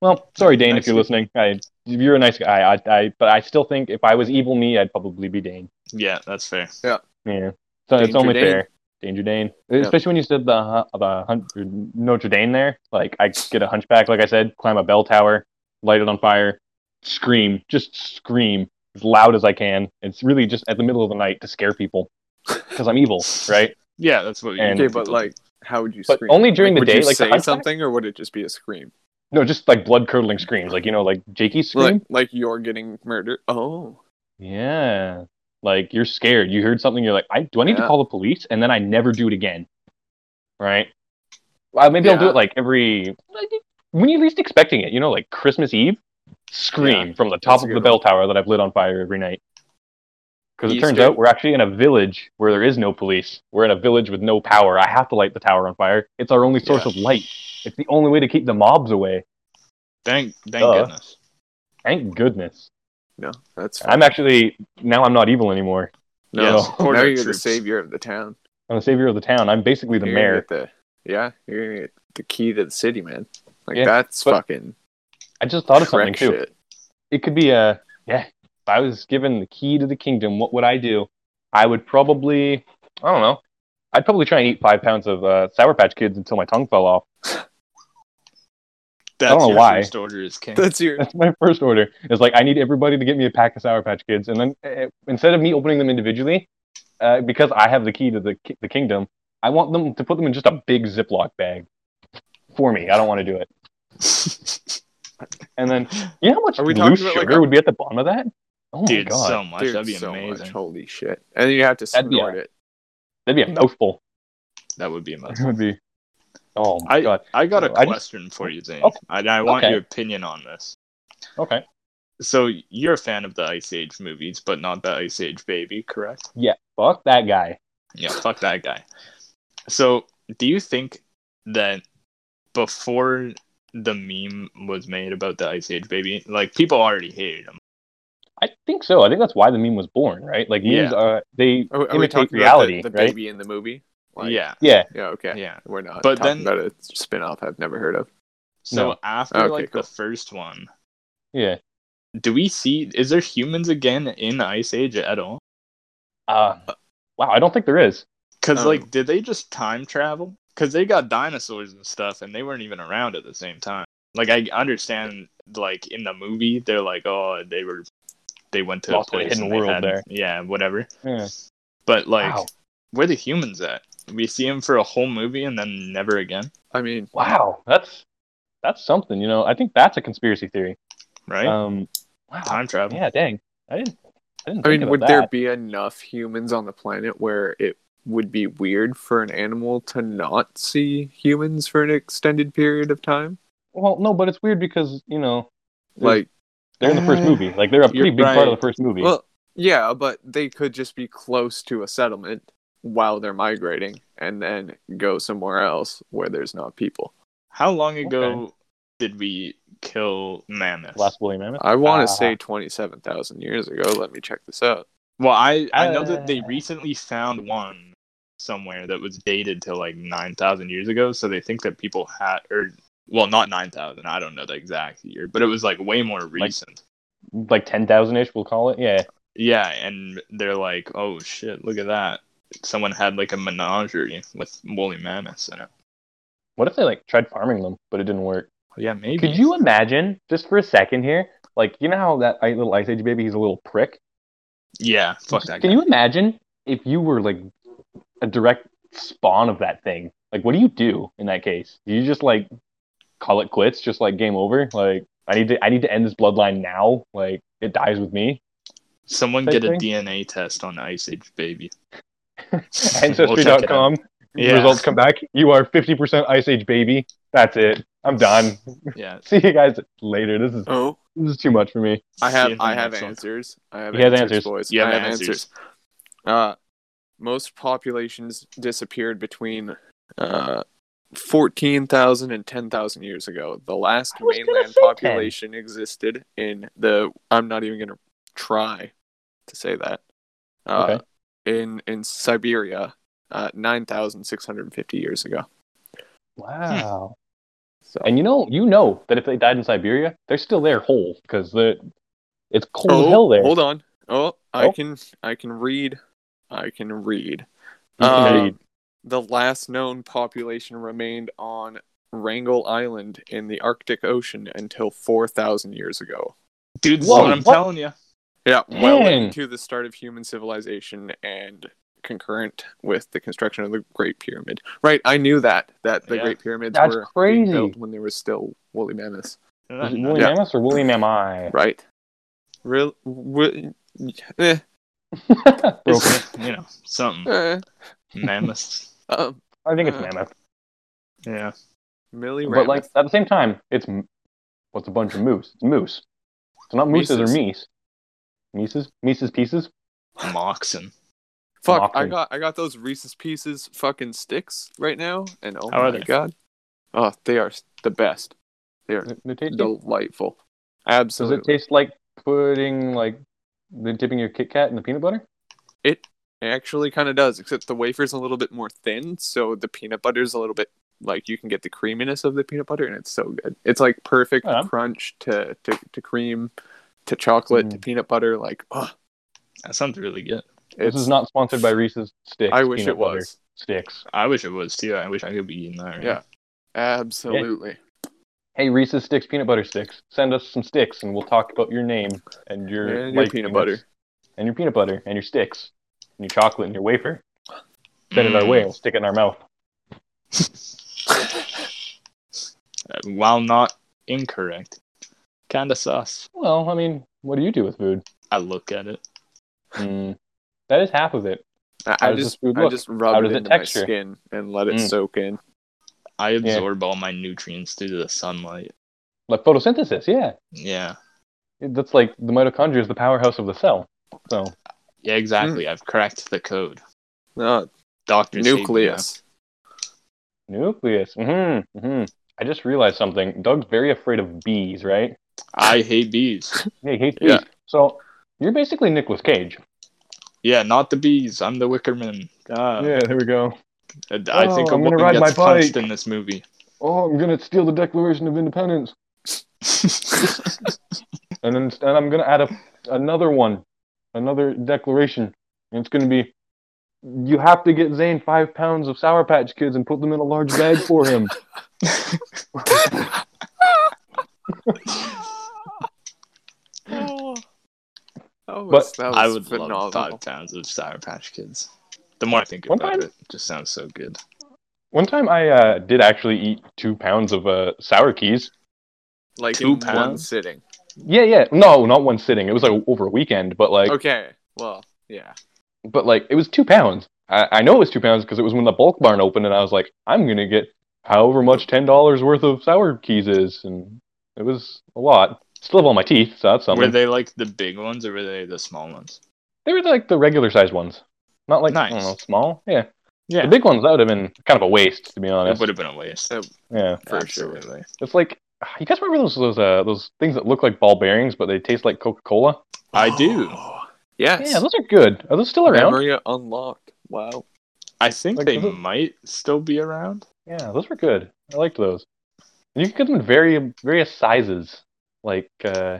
[SPEAKER 2] Well, sorry, Dane,
[SPEAKER 1] Nice
[SPEAKER 2] if you're
[SPEAKER 1] dude.
[SPEAKER 2] listening. I, you're a nice guy. I, I, but I still think if I was evil me, I'd probably be Dane.
[SPEAKER 1] Yeah, that's fair.
[SPEAKER 2] Yeah. So it's
[SPEAKER 3] Danger
[SPEAKER 2] only
[SPEAKER 3] Dane.
[SPEAKER 2] fair. Danger Dane. Especially when you said the hu- the hun- Notre Dame there. Like I get a hunchback, like I said, climb a bell tower, light it on fire, scream, just scream as loud as I can. It's really just at the middle of the night to scare people because
[SPEAKER 3] [laughs]
[SPEAKER 2] I'm evil, right?
[SPEAKER 1] Yeah, that's what. you
[SPEAKER 2] And-
[SPEAKER 3] Okay,
[SPEAKER 1] want
[SPEAKER 3] but
[SPEAKER 1] people-
[SPEAKER 3] like, how would you?
[SPEAKER 2] But
[SPEAKER 3] scream?
[SPEAKER 2] only during the
[SPEAKER 3] would
[SPEAKER 2] day,
[SPEAKER 3] you
[SPEAKER 2] like the
[SPEAKER 3] say
[SPEAKER 2] hunchback?
[SPEAKER 3] something, or would it just be a scream?
[SPEAKER 2] No, just like blood curdling screams, like you know, like Jakey's scream.
[SPEAKER 3] Like, like you're getting murdered. Oh,
[SPEAKER 2] Yeah. Like you're scared. You heard something, you're like, I do I need to
[SPEAKER 3] Yeah.
[SPEAKER 2] call the police? And then I never do it again. Right? Well, maybe I'll do
[SPEAKER 3] Yeah.
[SPEAKER 2] it like every like, when you're least expecting it, you know, like Christmas Eve, scream from the top
[SPEAKER 3] that's a
[SPEAKER 2] of the
[SPEAKER 3] good
[SPEAKER 2] bell tower that I've lit on fire every night. Because it turns
[SPEAKER 3] Easter.
[SPEAKER 2] out we're actually in a village where there is no police. We're in a village with no power. I have to light the tower on fire. It's our only source
[SPEAKER 1] Yeah.
[SPEAKER 2] of light. It's the only way to keep the mobs away.
[SPEAKER 1] thank, thank
[SPEAKER 2] Duh.
[SPEAKER 1] goodness.
[SPEAKER 2] Thank goodness.
[SPEAKER 3] no, that's fine.
[SPEAKER 2] I'm actually now I'm not evil anymore.
[SPEAKER 3] no.
[SPEAKER 1] Yeah,
[SPEAKER 2] No.
[SPEAKER 1] support
[SPEAKER 3] [laughs] Now
[SPEAKER 1] our
[SPEAKER 3] you're the
[SPEAKER 1] troops.
[SPEAKER 3] savior of the town.
[SPEAKER 2] I'm the savior of the town. I'm basically the
[SPEAKER 3] You're gonna
[SPEAKER 2] mayor.
[SPEAKER 3] get the- yeah, you're gonna get the key to the city, man. Like
[SPEAKER 2] Yeah,
[SPEAKER 3] that's
[SPEAKER 2] but-
[SPEAKER 3] fucking
[SPEAKER 2] I just thought of something
[SPEAKER 3] Shrek
[SPEAKER 2] too.
[SPEAKER 3] shit. [laughs]
[SPEAKER 2] It could be a yeah. If I was given the key to the kingdom, what would I do? I would probably I don't know. I'd probably try and eat five pounds of uh, Sour Patch Kids until my tongue fell off. [laughs]
[SPEAKER 1] That's
[SPEAKER 2] don't know
[SPEAKER 1] your
[SPEAKER 2] why.
[SPEAKER 1] first order is king.
[SPEAKER 3] That's your
[SPEAKER 2] That's my first order. Is like I need everybody to get me a pack of Sour Patch Kids, and then uh, instead of me opening them individually, uh, because I have the key to the ki- the kingdom, I want them to put them in just a big Ziploc bag for me. I don't want to do it. And then you know how much
[SPEAKER 3] Are we
[SPEAKER 2] blue
[SPEAKER 3] talking about,
[SPEAKER 2] sugar
[SPEAKER 3] like, a-
[SPEAKER 2] would be at the bottom of that? Oh my
[SPEAKER 1] [laughs] Dude,
[SPEAKER 2] god,
[SPEAKER 1] so much.
[SPEAKER 3] dude,
[SPEAKER 1] That'd be
[SPEAKER 3] so
[SPEAKER 1] amazing.
[SPEAKER 3] much. Holy shit! And you have to
[SPEAKER 2] That'd be
[SPEAKER 3] snort it.
[SPEAKER 2] that'd be a mouthful.
[SPEAKER 1] That
[SPEAKER 2] [laughs]
[SPEAKER 1] would be
[SPEAKER 2] It
[SPEAKER 1] amazing.
[SPEAKER 2] would be. Oh my god.
[SPEAKER 1] I got a
[SPEAKER 2] I just-
[SPEAKER 1] question for you, Zane.
[SPEAKER 2] Okay.
[SPEAKER 1] And I want
[SPEAKER 2] Okay.
[SPEAKER 1] your opinion on this.
[SPEAKER 2] Okay.
[SPEAKER 1] So you're a fan of the Ice Age movies, but not the Ice Age Baby, correct?
[SPEAKER 2] Fuck that guy.
[SPEAKER 1] Yeah, fuck that guy. So do you think that before the meme was made about the Ice Age Baby, like people already hated him?
[SPEAKER 2] I think so. I think that's why the meme was born, right? Like memes
[SPEAKER 1] Yeah.
[SPEAKER 2] are they
[SPEAKER 3] Are, are we
[SPEAKER 2] imitate
[SPEAKER 3] talking
[SPEAKER 2] reality,
[SPEAKER 3] about the, the
[SPEAKER 2] right?
[SPEAKER 3] baby in the movie? Like,
[SPEAKER 1] yeah,
[SPEAKER 2] Yeah.
[SPEAKER 3] Yeah. Okay.
[SPEAKER 1] yeah.
[SPEAKER 3] We're not. But
[SPEAKER 1] But
[SPEAKER 3] talking
[SPEAKER 1] then-
[SPEAKER 3] about a spin-off I've never heard of.
[SPEAKER 1] So
[SPEAKER 2] No.
[SPEAKER 1] after
[SPEAKER 3] Okay,
[SPEAKER 1] like
[SPEAKER 3] cool.
[SPEAKER 1] the first one,
[SPEAKER 2] Yeah.
[SPEAKER 1] do we see is there humans again in Ice Age at all?
[SPEAKER 2] Uh, wow, I don't think there is.
[SPEAKER 1] Because
[SPEAKER 3] Um,
[SPEAKER 1] like, did they just time travel? Because they got dinosaurs and stuff, and they weren't even around at the same time. Like I understand, like in the movie, they're like, oh, they were, they went to
[SPEAKER 2] Lost
[SPEAKER 1] a
[SPEAKER 2] in a
[SPEAKER 1] place
[SPEAKER 2] hidden
[SPEAKER 1] and they
[SPEAKER 2] world
[SPEAKER 1] had-
[SPEAKER 2] there.
[SPEAKER 1] yeah, whatever.
[SPEAKER 2] Yeah.
[SPEAKER 1] But like,
[SPEAKER 2] Wow.
[SPEAKER 1] where the humans at? We see them for a whole movie and then never again,
[SPEAKER 3] I mean,
[SPEAKER 2] Wow. That's that's something, you know. I think that's a conspiracy theory.
[SPEAKER 1] right?
[SPEAKER 2] Um wow.
[SPEAKER 1] time travel.
[SPEAKER 2] Yeah, dang. I didn't I didn't
[SPEAKER 3] I
[SPEAKER 2] think
[SPEAKER 3] mean,
[SPEAKER 2] about
[SPEAKER 3] would
[SPEAKER 2] that.
[SPEAKER 3] there be enough humans on the planet where it would be weird for an animal to not see humans for an extended period of time?
[SPEAKER 2] Well, no, but it's weird because, you know,
[SPEAKER 1] Mm,
[SPEAKER 2] There's-
[SPEAKER 3] Like,
[SPEAKER 2] they're in the first
[SPEAKER 1] Uh,
[SPEAKER 2] movie. Like they're a pretty
[SPEAKER 1] you're
[SPEAKER 2] big part
[SPEAKER 1] right.
[SPEAKER 2] of the first movie.
[SPEAKER 3] well, yeah, but they could just be close to a settlement while they're migrating and then go somewhere else where there's not people.
[SPEAKER 1] How long ago did we kill mammoths?
[SPEAKER 2] Last William Mammoth.
[SPEAKER 3] I want to
[SPEAKER 2] Ah.
[SPEAKER 3] say 27,000 years ago. Let me check this out.
[SPEAKER 1] Well, I I know that they
[SPEAKER 2] Uh.
[SPEAKER 1] recently found one somewhere that was dated to like nine thousand years ago, so they think that people had or well, not nine thousand. I don't know the exact year, but it was like way more recent.
[SPEAKER 2] Like ten thousand ish, we'll call it. Yeah.
[SPEAKER 1] yeah, and they're like, oh shit, look at that. Someone had like a menagerie with woolly mammoths in it.
[SPEAKER 2] What if they like tried farming them, but it didn't work?
[SPEAKER 1] Yeah, maybe.
[SPEAKER 2] Could you imagine just for a second here? Like, you know how that I- little Ice Age baby, he's a little prick.
[SPEAKER 1] Yeah, fuck that
[SPEAKER 2] Can
[SPEAKER 1] guy.
[SPEAKER 2] you imagine if you were like a direct spawn of that thing? Like, what do you do in that case? Do you just like call it quits? Just like game over? Like, I need to I need to end this bloodline now. Like, it dies with
[SPEAKER 1] [laughs]
[SPEAKER 2] me.
[SPEAKER 1] Someone
[SPEAKER 2] Same
[SPEAKER 1] get a
[SPEAKER 2] thing?
[SPEAKER 1] DNA test on Ice Age
[SPEAKER 2] [laughs]
[SPEAKER 1] Baby. We'll check it out.
[SPEAKER 2] Ancestry.com.
[SPEAKER 1] [laughs] Yeah.
[SPEAKER 2] Results come back. You are 50% Ice Age baby. That's it. I'm
[SPEAKER 1] [laughs]
[SPEAKER 2] done.
[SPEAKER 1] Yeah.
[SPEAKER 2] See you guys later. This is
[SPEAKER 3] Oh,
[SPEAKER 2] this is too much for me.
[SPEAKER 3] I
[SPEAKER 1] See you
[SPEAKER 3] have
[SPEAKER 1] in the
[SPEAKER 3] I have
[SPEAKER 1] next one.
[SPEAKER 3] answers. I have
[SPEAKER 2] He has
[SPEAKER 3] answers,
[SPEAKER 2] answers.
[SPEAKER 3] boys.
[SPEAKER 1] You have
[SPEAKER 3] I have
[SPEAKER 1] answers.
[SPEAKER 3] answers. Uh, most populations disappeared between uh, 14,000 and 10,000 years ago. The last
[SPEAKER 2] I was gonna
[SPEAKER 3] mainland
[SPEAKER 2] say 10.
[SPEAKER 3] population existed in the. I'm not even going to try to say that. Uh, In in Siberia, uh, 9,650 years ago.
[SPEAKER 1] Hmm.
[SPEAKER 2] Wow.
[SPEAKER 3] So
[SPEAKER 2] And you know, you know that if they died in Siberia, they're still there whole because the it's cold as hell there.
[SPEAKER 3] Oh, Hold on. Oh, I
[SPEAKER 2] Oh.
[SPEAKER 3] can I can read. I can read.
[SPEAKER 2] [laughs] You can
[SPEAKER 3] Um,
[SPEAKER 2] read.
[SPEAKER 3] The last known population remained on Wrangel Island in the Arctic Ocean until 4,000 years ago.
[SPEAKER 1] Dude, this
[SPEAKER 2] Whoa,
[SPEAKER 1] is what I'm
[SPEAKER 2] what?
[SPEAKER 1] telling you.
[SPEAKER 3] Yeah, well
[SPEAKER 2] Dang.
[SPEAKER 3] into the start of human civilization and concurrent with the construction of the Great Pyramid. Right, I knew that that the
[SPEAKER 1] Yeah.
[SPEAKER 3] Great Pyramids
[SPEAKER 2] That's
[SPEAKER 3] were
[SPEAKER 2] crazy.
[SPEAKER 3] being built when there was still woolly mammoths.
[SPEAKER 1] [laughs]
[SPEAKER 2] Was it
[SPEAKER 1] Isn't that
[SPEAKER 2] William
[SPEAKER 1] nuts?
[SPEAKER 2] Mammoth or William
[SPEAKER 3] [laughs]
[SPEAKER 2] Am I?
[SPEAKER 3] Right. Real. Wi- eh,
[SPEAKER 2] Real quick.
[SPEAKER 1] It's, [laughs] you know, something.
[SPEAKER 3] eh,
[SPEAKER 1] Mammoths.
[SPEAKER 3] um,
[SPEAKER 2] I think it's
[SPEAKER 3] Uh,
[SPEAKER 2] Mammoth.
[SPEAKER 1] Yeah.
[SPEAKER 3] Millie
[SPEAKER 2] But like
[SPEAKER 3] Rammoth.
[SPEAKER 2] at the same time, it's m- what's a bunch of moose? It's moose. It's not mooses or
[SPEAKER 3] Mises.
[SPEAKER 2] meese. Mises, Mises pieces.
[SPEAKER 1] Moxon.
[SPEAKER 3] Fuck, I
[SPEAKER 2] Mocking.
[SPEAKER 3] got I got those Reese's Pieces fucking sticks right now, and oh
[SPEAKER 1] How
[SPEAKER 3] my
[SPEAKER 1] are they?
[SPEAKER 3] god, oh they are the best,
[SPEAKER 2] They're- they're tasty.
[SPEAKER 3] delightful,
[SPEAKER 2] Does it
[SPEAKER 3] absolutely.
[SPEAKER 2] taste like putting like the dipping your Kit Kat in the peanut butter?
[SPEAKER 3] It actually kind of does, except the wafer's a little bit more thin, so the peanut butter's a little bit like you can get the creaminess of the peanut butter, and it's so good. It's like perfect
[SPEAKER 2] Yeah.
[SPEAKER 3] crunch to, to to cream, to chocolate,
[SPEAKER 2] Mm.
[SPEAKER 3] to peanut butter. Like, oh,
[SPEAKER 1] That sounds really good.
[SPEAKER 3] it's
[SPEAKER 2] this is not sponsored by Reese's sticks.
[SPEAKER 3] I wish
[SPEAKER 2] peanut
[SPEAKER 3] it
[SPEAKER 2] butter
[SPEAKER 3] was
[SPEAKER 2] sticks.
[SPEAKER 1] I wish it was too. I wish I could be eating that. Right?
[SPEAKER 3] Yeah. absolutely.
[SPEAKER 2] Hey, Reese's sticks, peanut butter sticks. Send us some sticks, and we'll talk about your name and your
[SPEAKER 3] And your
[SPEAKER 2] life
[SPEAKER 3] peanut
[SPEAKER 2] in
[SPEAKER 3] butter.
[SPEAKER 2] this- and your peanut butter and your sticks and your chocolate and your wafer. Send it our way. We'll stick it in our mouth.
[SPEAKER 1] Mm, While not incorrect, kind of sus.
[SPEAKER 2] Well, I mean, what do you do with food?
[SPEAKER 1] I look at it.
[SPEAKER 2] Hmm. that is half of it.
[SPEAKER 3] I, I
[SPEAKER 2] does this
[SPEAKER 3] just
[SPEAKER 2] food
[SPEAKER 3] I
[SPEAKER 2] look?
[SPEAKER 3] just
[SPEAKER 2] How
[SPEAKER 3] rub
[SPEAKER 2] does
[SPEAKER 3] it
[SPEAKER 2] it
[SPEAKER 3] into my
[SPEAKER 2] texture?
[SPEAKER 3] skin and let it
[SPEAKER 2] Mm.
[SPEAKER 3] soak in.
[SPEAKER 1] I absorb all my nutrients through the sunlight.
[SPEAKER 2] Like photosynthesis, yeah.
[SPEAKER 1] Yeah.
[SPEAKER 2] It- That's like the mitochondria is the powerhouse of the cell. So
[SPEAKER 1] Yeah, exactly.
[SPEAKER 2] Hmm.
[SPEAKER 1] I've cracked the code.
[SPEAKER 3] No,
[SPEAKER 1] Doctor saved me now.
[SPEAKER 3] nucleus.
[SPEAKER 2] nucleus. hmm hmm I just realized something. Doug's very afraid of bees, right?
[SPEAKER 1] I hate bees.
[SPEAKER 2] Yeah, he hates bees.
[SPEAKER 3] Yeah.
[SPEAKER 2] So you're basically Nicolas Cage.
[SPEAKER 1] Yeah, not the bees. I'm the Wicker Man. Ah.
[SPEAKER 2] there we go.
[SPEAKER 1] I I think
[SPEAKER 2] Oh,
[SPEAKER 1] a
[SPEAKER 2] I'm gonna
[SPEAKER 1] woman
[SPEAKER 2] ride
[SPEAKER 1] gets
[SPEAKER 2] my
[SPEAKER 1] punched
[SPEAKER 2] bike.
[SPEAKER 1] in
[SPEAKER 3] [laughs]
[SPEAKER 1] this movie.
[SPEAKER 2] Oh, I'm gonna steal the Declaration of Independence, and then and I'm gonna add a, another one, another declaration, and it's gonna be, you have to get Zane five pounds of Sour Patch Kids and put them in a large bag for him.
[SPEAKER 3] Oh, that was,
[SPEAKER 2] But
[SPEAKER 3] that was
[SPEAKER 1] I would
[SPEAKER 3] phenomenal.
[SPEAKER 1] love five pounds of Sour Patch Kids. The more I think
[SPEAKER 2] One
[SPEAKER 1] about
[SPEAKER 2] time-
[SPEAKER 1] it, it just sounds so good.
[SPEAKER 2] [laughs] One time I uh, did actually eat two pounds of uh, sour keys.
[SPEAKER 3] like
[SPEAKER 1] Two
[SPEAKER 3] in one
[SPEAKER 1] pounds?
[SPEAKER 3] sitting.
[SPEAKER 2] Yeah, yeah. No, not one sitting. It was like over a weekend, but like,
[SPEAKER 3] Okay, well, yeah.
[SPEAKER 2] but like it was two pounds. I, I know it was two pounds because it was when the bulk barn opened, and I was like, I'm gonna get however much ten dollars worth of sour keys is, and it was a lot. Still have all my teeth, so that's something.
[SPEAKER 1] Were they like the big ones or were they the small ones?
[SPEAKER 2] They were like the regular sized ones, not like I
[SPEAKER 1] Nice.
[SPEAKER 2] don't know, small. Yeah.
[SPEAKER 1] Yeah.
[SPEAKER 2] the big ones that would have been kind of a waste, to be
[SPEAKER 1] It
[SPEAKER 2] honest.
[SPEAKER 1] would have been a waste.
[SPEAKER 3] Uh,
[SPEAKER 2] Yeah,
[SPEAKER 3] for
[SPEAKER 1] Absolutely.
[SPEAKER 2] it's like you guys remember those those uh, those things that look like ball bearings, but they taste like Coca Cola.
[SPEAKER 1] I do.
[SPEAKER 3] [gasps] Yes.
[SPEAKER 2] Yeah, those are good. Are those still around?
[SPEAKER 3] Memory unlocked. Wow.
[SPEAKER 1] I think
[SPEAKER 2] Like,
[SPEAKER 1] they
[SPEAKER 2] is it-
[SPEAKER 1] might still be around.
[SPEAKER 2] Yeah, those were good. I liked those. And you could get them in very various sizes, like uh,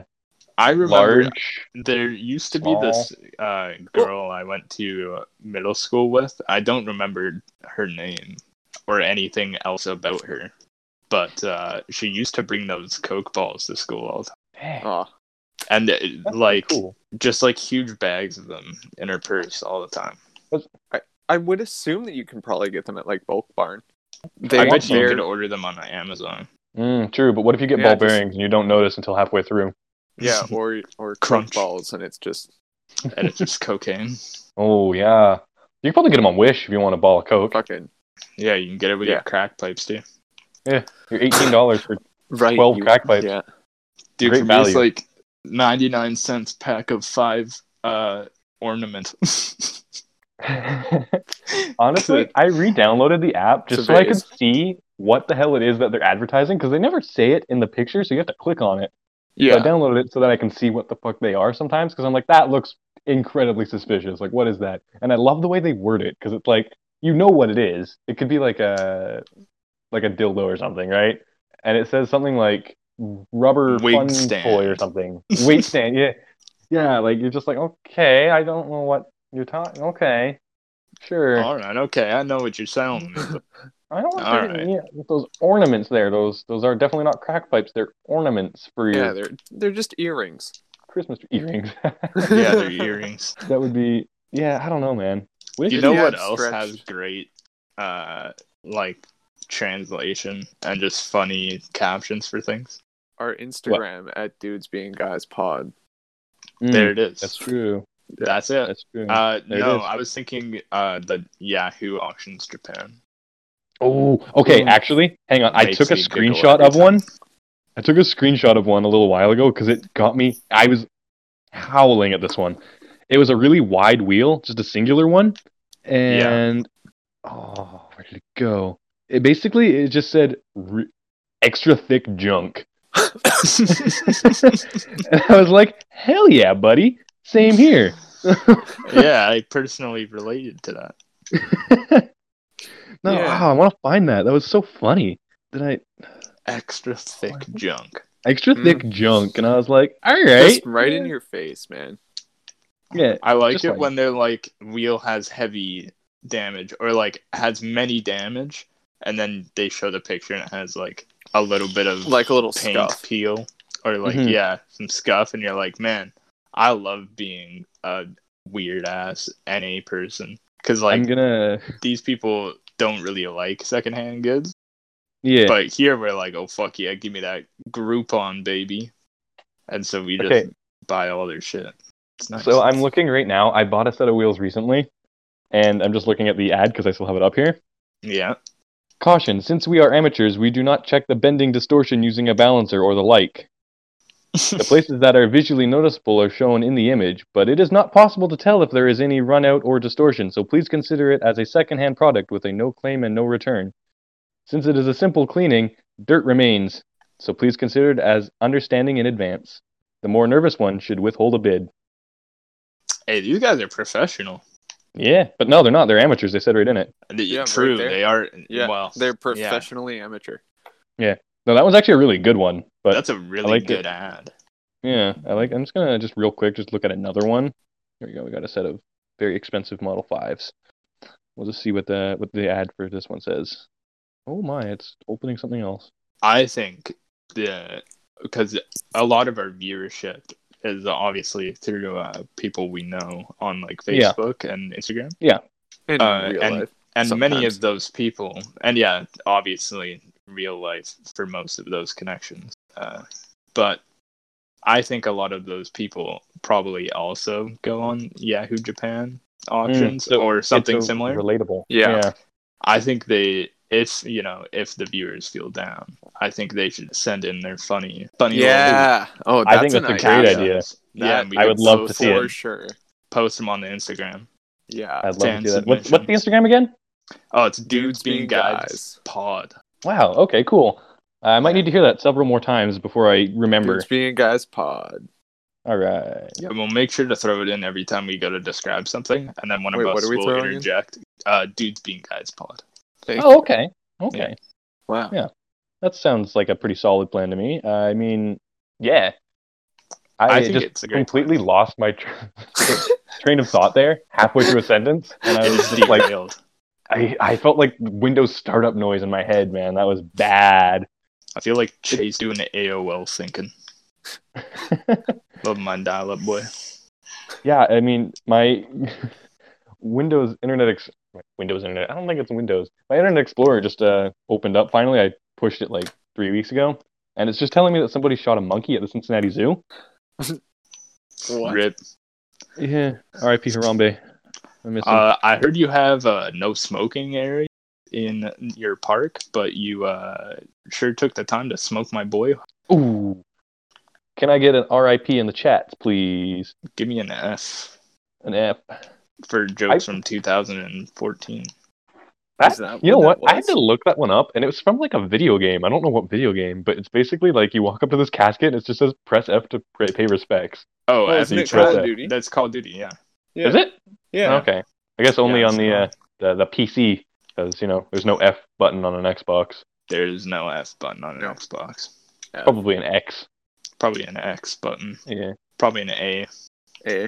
[SPEAKER 1] I remember
[SPEAKER 2] large.
[SPEAKER 1] there used to
[SPEAKER 2] Small.
[SPEAKER 1] be this uh, girl I went to middle school with. I don't remember her name or anything else about her, but uh, she used to bring those Coke balls to school all the time.
[SPEAKER 2] Dang,
[SPEAKER 3] Oh,
[SPEAKER 1] And uh,
[SPEAKER 2] that's
[SPEAKER 1] like
[SPEAKER 2] cool.
[SPEAKER 1] just like huge bags of them in her purse all the time.
[SPEAKER 3] I, I would assume that you can probably get them at like Bulk Barn. They
[SPEAKER 1] I bet you
[SPEAKER 3] they're-
[SPEAKER 1] could order them on Amazon.
[SPEAKER 2] Mm, true, but what if you get
[SPEAKER 3] Yeah,
[SPEAKER 2] ball
[SPEAKER 3] just-
[SPEAKER 2] bearings and you don't notice until halfway through?
[SPEAKER 3] Yeah,
[SPEAKER 1] [laughs]
[SPEAKER 3] or or
[SPEAKER 1] Crunch.
[SPEAKER 3] crunch balls, and it's just
[SPEAKER 1] and
[SPEAKER 2] [laughs]
[SPEAKER 1] it's just cocaine.
[SPEAKER 2] Oh yeah, you can probably get them on Wish if you want a ball of Coke.
[SPEAKER 3] fucking
[SPEAKER 1] Yeah, you can get it with
[SPEAKER 3] Yeah.
[SPEAKER 1] your crack pipes too.
[SPEAKER 2] You're eighteen dollars
[SPEAKER 3] [laughs]
[SPEAKER 2] for
[SPEAKER 3] right.
[SPEAKER 2] 12
[SPEAKER 3] you-
[SPEAKER 2] crack pipes.
[SPEAKER 3] Yeah,
[SPEAKER 1] Dude,
[SPEAKER 2] Great
[SPEAKER 1] for me, it's
[SPEAKER 2] value.
[SPEAKER 1] like ninety nine cents pack of five uh ornament. [laughs]
[SPEAKER 2] Honestly,
[SPEAKER 1] Good.
[SPEAKER 2] I re-downloaded the app just so I could
[SPEAKER 3] Surveys.
[SPEAKER 2] see what the hell it is that they're advertising because they never say it in the picture, so you have to click on it. So I
[SPEAKER 3] yeah.
[SPEAKER 2] downloaded it so that I can see what the fuck they are sometimes because I'm like, that looks incredibly suspicious. Like, what is that? And I love the way they word it because it's like you know what it is. It could be like a like a dildo or something, right? And it says something like rubber
[SPEAKER 1] Weight
[SPEAKER 2] fun
[SPEAKER 1] stand.
[SPEAKER 2] toy or
[SPEAKER 3] [laughs]
[SPEAKER 2] something. Weight stand, yeah, yeah. Like you're just like, okay, I don't know what you're talking. Okay, sure.
[SPEAKER 1] All right, okay, I know what you're selling. me, but
[SPEAKER 2] I don't
[SPEAKER 1] All
[SPEAKER 2] think yeah, those ornaments there. Those those are definitely not crack pipes. They're ornaments for your
[SPEAKER 3] Yeah, they're they're just earrings.
[SPEAKER 2] Christmas earrings.
[SPEAKER 1] [laughs]
[SPEAKER 2] [laughs]
[SPEAKER 1] yeah, they're earrings.
[SPEAKER 2] that would be yeah. I don't know, man. Wish
[SPEAKER 1] You
[SPEAKER 3] If
[SPEAKER 1] know
[SPEAKER 3] you
[SPEAKER 1] what
[SPEAKER 3] had
[SPEAKER 1] else
[SPEAKER 3] stretched-
[SPEAKER 1] has great uh like translation and just funny captions for things?
[SPEAKER 3] [laughs] Our Instagram at dudes being guys pod.
[SPEAKER 2] Mm,
[SPEAKER 1] There it is.
[SPEAKER 2] That's true.
[SPEAKER 1] That's it.
[SPEAKER 2] That's true.
[SPEAKER 1] Uh,
[SPEAKER 2] There it
[SPEAKER 1] no,
[SPEAKER 2] is.
[SPEAKER 1] I was thinking uh, the Yahoo auctions
[SPEAKER 2] [laughs]
[SPEAKER 1] Japan.
[SPEAKER 2] oh, okay.
[SPEAKER 3] Mm.
[SPEAKER 2] Actually, hang on. I
[SPEAKER 1] um, Makes
[SPEAKER 2] took a
[SPEAKER 1] me giggle every
[SPEAKER 2] screenshot of
[SPEAKER 1] time.
[SPEAKER 2] one. I took a screenshot of one a little while ago because it got me. I was howling at this one. It was a really wide wheel, just a singular one, and oh, where did it go? It basically it just said re- extra thick junk. [laughs] And I was like, hell yeah, buddy. Same here.
[SPEAKER 1] yeah, I personally related to that.
[SPEAKER 2] No,
[SPEAKER 3] Yeah.
[SPEAKER 2] wow, I want to find that. That was so funny. Did I
[SPEAKER 1] Extra thick junk.
[SPEAKER 2] extra
[SPEAKER 3] Mm.
[SPEAKER 2] thick junk? And I was like, all right,
[SPEAKER 3] Just right in your face, man.
[SPEAKER 2] yeah,
[SPEAKER 1] I like
[SPEAKER 2] Just
[SPEAKER 1] it
[SPEAKER 2] like-
[SPEAKER 1] when they're like wheel has heavy damage or like has many damage, and then they show the picture and it has like a little bit of
[SPEAKER 3] Like a little
[SPEAKER 1] paint
[SPEAKER 3] scuff.
[SPEAKER 1] peel or like
[SPEAKER 2] Mhm.
[SPEAKER 1] yeah some scuff, and you're like, man, I love being a weird ass NA person because like
[SPEAKER 2] I'm gonna
[SPEAKER 1] these people don't really like secondhand goods.
[SPEAKER 2] yeah.
[SPEAKER 1] But here we're like, oh fuck yeah, give me that Groupon baby, and so we just
[SPEAKER 2] Okay.
[SPEAKER 1] buy all their shit. It's nice.
[SPEAKER 2] So I'm looking right now. I bought a set of wheels recently, and I'm just looking at the ad because I still have it up here.
[SPEAKER 1] yeah,
[SPEAKER 2] Caution: Since we are amateurs, we do not check the bending distortion using a balancer or the like. The places that are visually noticeable are shown in the image, but it is not possible to tell if there is any run out or distortion, so please consider it as a secondhand product with a no claim and no return. Since it is a simple cleaning, dirt remains, so please consider it as understanding in advance. The more nervous one should withhold a bid.
[SPEAKER 1] hey, these guys are professional.
[SPEAKER 2] Yeah, but no, they're not. They're amateurs. They said right in it.
[SPEAKER 1] The-
[SPEAKER 3] Yeah, right
[SPEAKER 1] true,
[SPEAKER 3] there.
[SPEAKER 1] they are.
[SPEAKER 3] Yeah,
[SPEAKER 1] well,
[SPEAKER 3] They're
[SPEAKER 1] yeah.
[SPEAKER 3] professionally amateur.
[SPEAKER 2] No, that was actually a really good one. But
[SPEAKER 1] That's a really
[SPEAKER 2] like it.
[SPEAKER 1] good ad.
[SPEAKER 2] yeah, I like. I'm just gonna just real quick just look at another one. Here we go. We got a set of very expensive Model Fives. We'll just see what the what the ad for this one says. Oh my, it's opening something else.
[SPEAKER 1] I think the because a lot of our viewership is obviously through uh, people we know on like
[SPEAKER 2] Yeah.
[SPEAKER 1] Facebook and Instagram.
[SPEAKER 3] In
[SPEAKER 1] Uh,
[SPEAKER 3] real
[SPEAKER 1] and-
[SPEAKER 3] life.
[SPEAKER 1] and many
[SPEAKER 3] sometimes.
[SPEAKER 1] of those people and yeah obviously real life for most of those connections uh, but i think a lot of those people probably also go on yahoo japan auctions
[SPEAKER 2] Mm, so
[SPEAKER 1] or something
[SPEAKER 2] It's so
[SPEAKER 1] similar
[SPEAKER 2] relatable.
[SPEAKER 3] Yeah.
[SPEAKER 1] i think they if you know if the viewers feel down i think they should send in their funny funny little
[SPEAKER 3] Yeah. Oh, that's
[SPEAKER 2] I think
[SPEAKER 3] an
[SPEAKER 2] that's a
[SPEAKER 3] idea.
[SPEAKER 2] great
[SPEAKER 1] captions.
[SPEAKER 2] idea.
[SPEAKER 1] yeah
[SPEAKER 3] That
[SPEAKER 1] we
[SPEAKER 2] I
[SPEAKER 1] could
[SPEAKER 2] would love to see
[SPEAKER 3] for
[SPEAKER 2] it.
[SPEAKER 3] sure.
[SPEAKER 1] post them on the instagram
[SPEAKER 3] Yeah.
[SPEAKER 2] I'd love
[SPEAKER 1] Fan
[SPEAKER 2] to do that. What's, what's the Instagram again?
[SPEAKER 1] oh it's dudes, being, guys, pod
[SPEAKER 2] Wow. Okay. Cool. I might need to hear that several more times before I remember.
[SPEAKER 3] Dudes being guys pod.
[SPEAKER 2] All right.
[SPEAKER 1] Yeah, we'll make sure to throw it in every time we go to describe something, and then one
[SPEAKER 3] Wait,
[SPEAKER 1] of
[SPEAKER 3] what
[SPEAKER 1] us
[SPEAKER 3] are we
[SPEAKER 1] will
[SPEAKER 3] throwing in?
[SPEAKER 1] interject. Uh, dudes being guys pod.
[SPEAKER 3] Thank
[SPEAKER 2] Oh,
[SPEAKER 3] you.
[SPEAKER 2] okay. Okay.
[SPEAKER 1] Yeah.
[SPEAKER 3] Wow.
[SPEAKER 2] That sounds like a pretty solid plan to me. I mean, yeah.
[SPEAKER 1] I,
[SPEAKER 2] I,
[SPEAKER 1] think
[SPEAKER 2] just
[SPEAKER 1] it's a great.
[SPEAKER 2] completely lost my tra- [laughs] train of thought there halfway through a sentence, and I
[SPEAKER 1] It
[SPEAKER 2] was
[SPEAKER 1] is
[SPEAKER 2] just
[SPEAKER 1] [laughs]
[SPEAKER 2] like,
[SPEAKER 1] derailed.
[SPEAKER 2] I, I felt like Windows startup noise in my head, man. That was bad.
[SPEAKER 1] I feel like Chase doing the AOL [laughs] thinking. Love my dial-up boy.
[SPEAKER 2] Yeah, I mean, my [laughs] Windows Internet Ex- my Windows Internet. I don't think it's Windows. My Internet Explorer just uh, opened up. Finally, I pushed it like three weeks ago, and it's just telling me that somebody shot a monkey at the Cincinnati Zoo.
[SPEAKER 3] What?
[SPEAKER 1] Rip.
[SPEAKER 2] Yeah. R.I.P. Harambe. I miss him.
[SPEAKER 1] Uh, I heard you have a no smoking area in your park, but you uh, sure took the time to smoke my boy.
[SPEAKER 2] Ooh. Can I get an R.I.P. in the chats, please?
[SPEAKER 1] Give me an F
[SPEAKER 2] An F.
[SPEAKER 1] for jokes from 2014.
[SPEAKER 2] That-
[SPEAKER 3] Is that
[SPEAKER 2] you know
[SPEAKER 3] what
[SPEAKER 2] what?
[SPEAKER 3] that
[SPEAKER 2] I had
[SPEAKER 3] was?
[SPEAKER 2] to look that one up, and it was from like a video game. I don't know what video game, but it's basically like you walk up to this casket, and it just says press F to pr- pay respects.
[SPEAKER 1] Oh,
[SPEAKER 3] Well,
[SPEAKER 1] F
[SPEAKER 3] isn't
[SPEAKER 1] you
[SPEAKER 3] it Call
[SPEAKER 1] press
[SPEAKER 3] of
[SPEAKER 2] that.
[SPEAKER 3] Duty?
[SPEAKER 1] That's Call of Duty, yeah.
[SPEAKER 3] Yeah.
[SPEAKER 2] Is it?
[SPEAKER 3] Yeah.
[SPEAKER 2] Okay. I guess only
[SPEAKER 1] Yeah,
[SPEAKER 2] on the, uh,
[SPEAKER 1] it's
[SPEAKER 2] the the PC because you know there's no F button on an Xbox.
[SPEAKER 1] There's no F button on an
[SPEAKER 3] No.
[SPEAKER 1] Xbox.
[SPEAKER 2] Probably an X.
[SPEAKER 1] Probably an X button.
[SPEAKER 2] Yeah.
[SPEAKER 1] Probably an A.
[SPEAKER 3] Eh.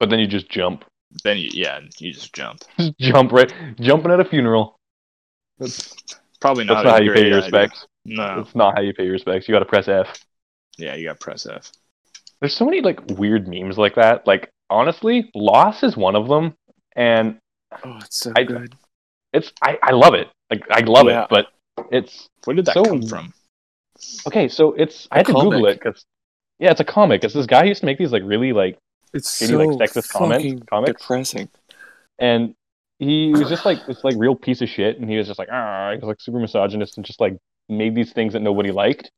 [SPEAKER 2] But then you just jump, [laughs]
[SPEAKER 1] Then you, yeah, you just jump.
[SPEAKER 2] just jump right, jumping at a funeral. That's,
[SPEAKER 1] Probably
[SPEAKER 2] that's
[SPEAKER 1] not.
[SPEAKER 2] not,
[SPEAKER 1] a
[SPEAKER 2] how you
[SPEAKER 1] great
[SPEAKER 2] pay your
[SPEAKER 1] idea.
[SPEAKER 2] respects.
[SPEAKER 1] No.
[SPEAKER 2] That's not how you pay your respects. You got to press F.
[SPEAKER 1] Yeah, you got press F.
[SPEAKER 2] There's so many like weird memes like that. Like honestly, loss is one of them, and
[SPEAKER 3] Oh, it's so
[SPEAKER 2] I-
[SPEAKER 3] good.
[SPEAKER 2] it's I, I love it. Like I love
[SPEAKER 3] Yeah.
[SPEAKER 2] it, but it's
[SPEAKER 1] Where did that
[SPEAKER 2] So-
[SPEAKER 1] come from?
[SPEAKER 2] okay. So it's I had to Google
[SPEAKER 3] comic.
[SPEAKER 2] it because yeah, it's a comic. It's this guy who used to make these like really like
[SPEAKER 3] It's
[SPEAKER 2] shitty,
[SPEAKER 3] so
[SPEAKER 2] like, sexist comment-
[SPEAKER 3] fucking
[SPEAKER 2] comics.
[SPEAKER 3] depressing.
[SPEAKER 2] and he was just like this like real piece of shit, and he was just like ah, he was like super misogynist and just like made these things that nobody liked.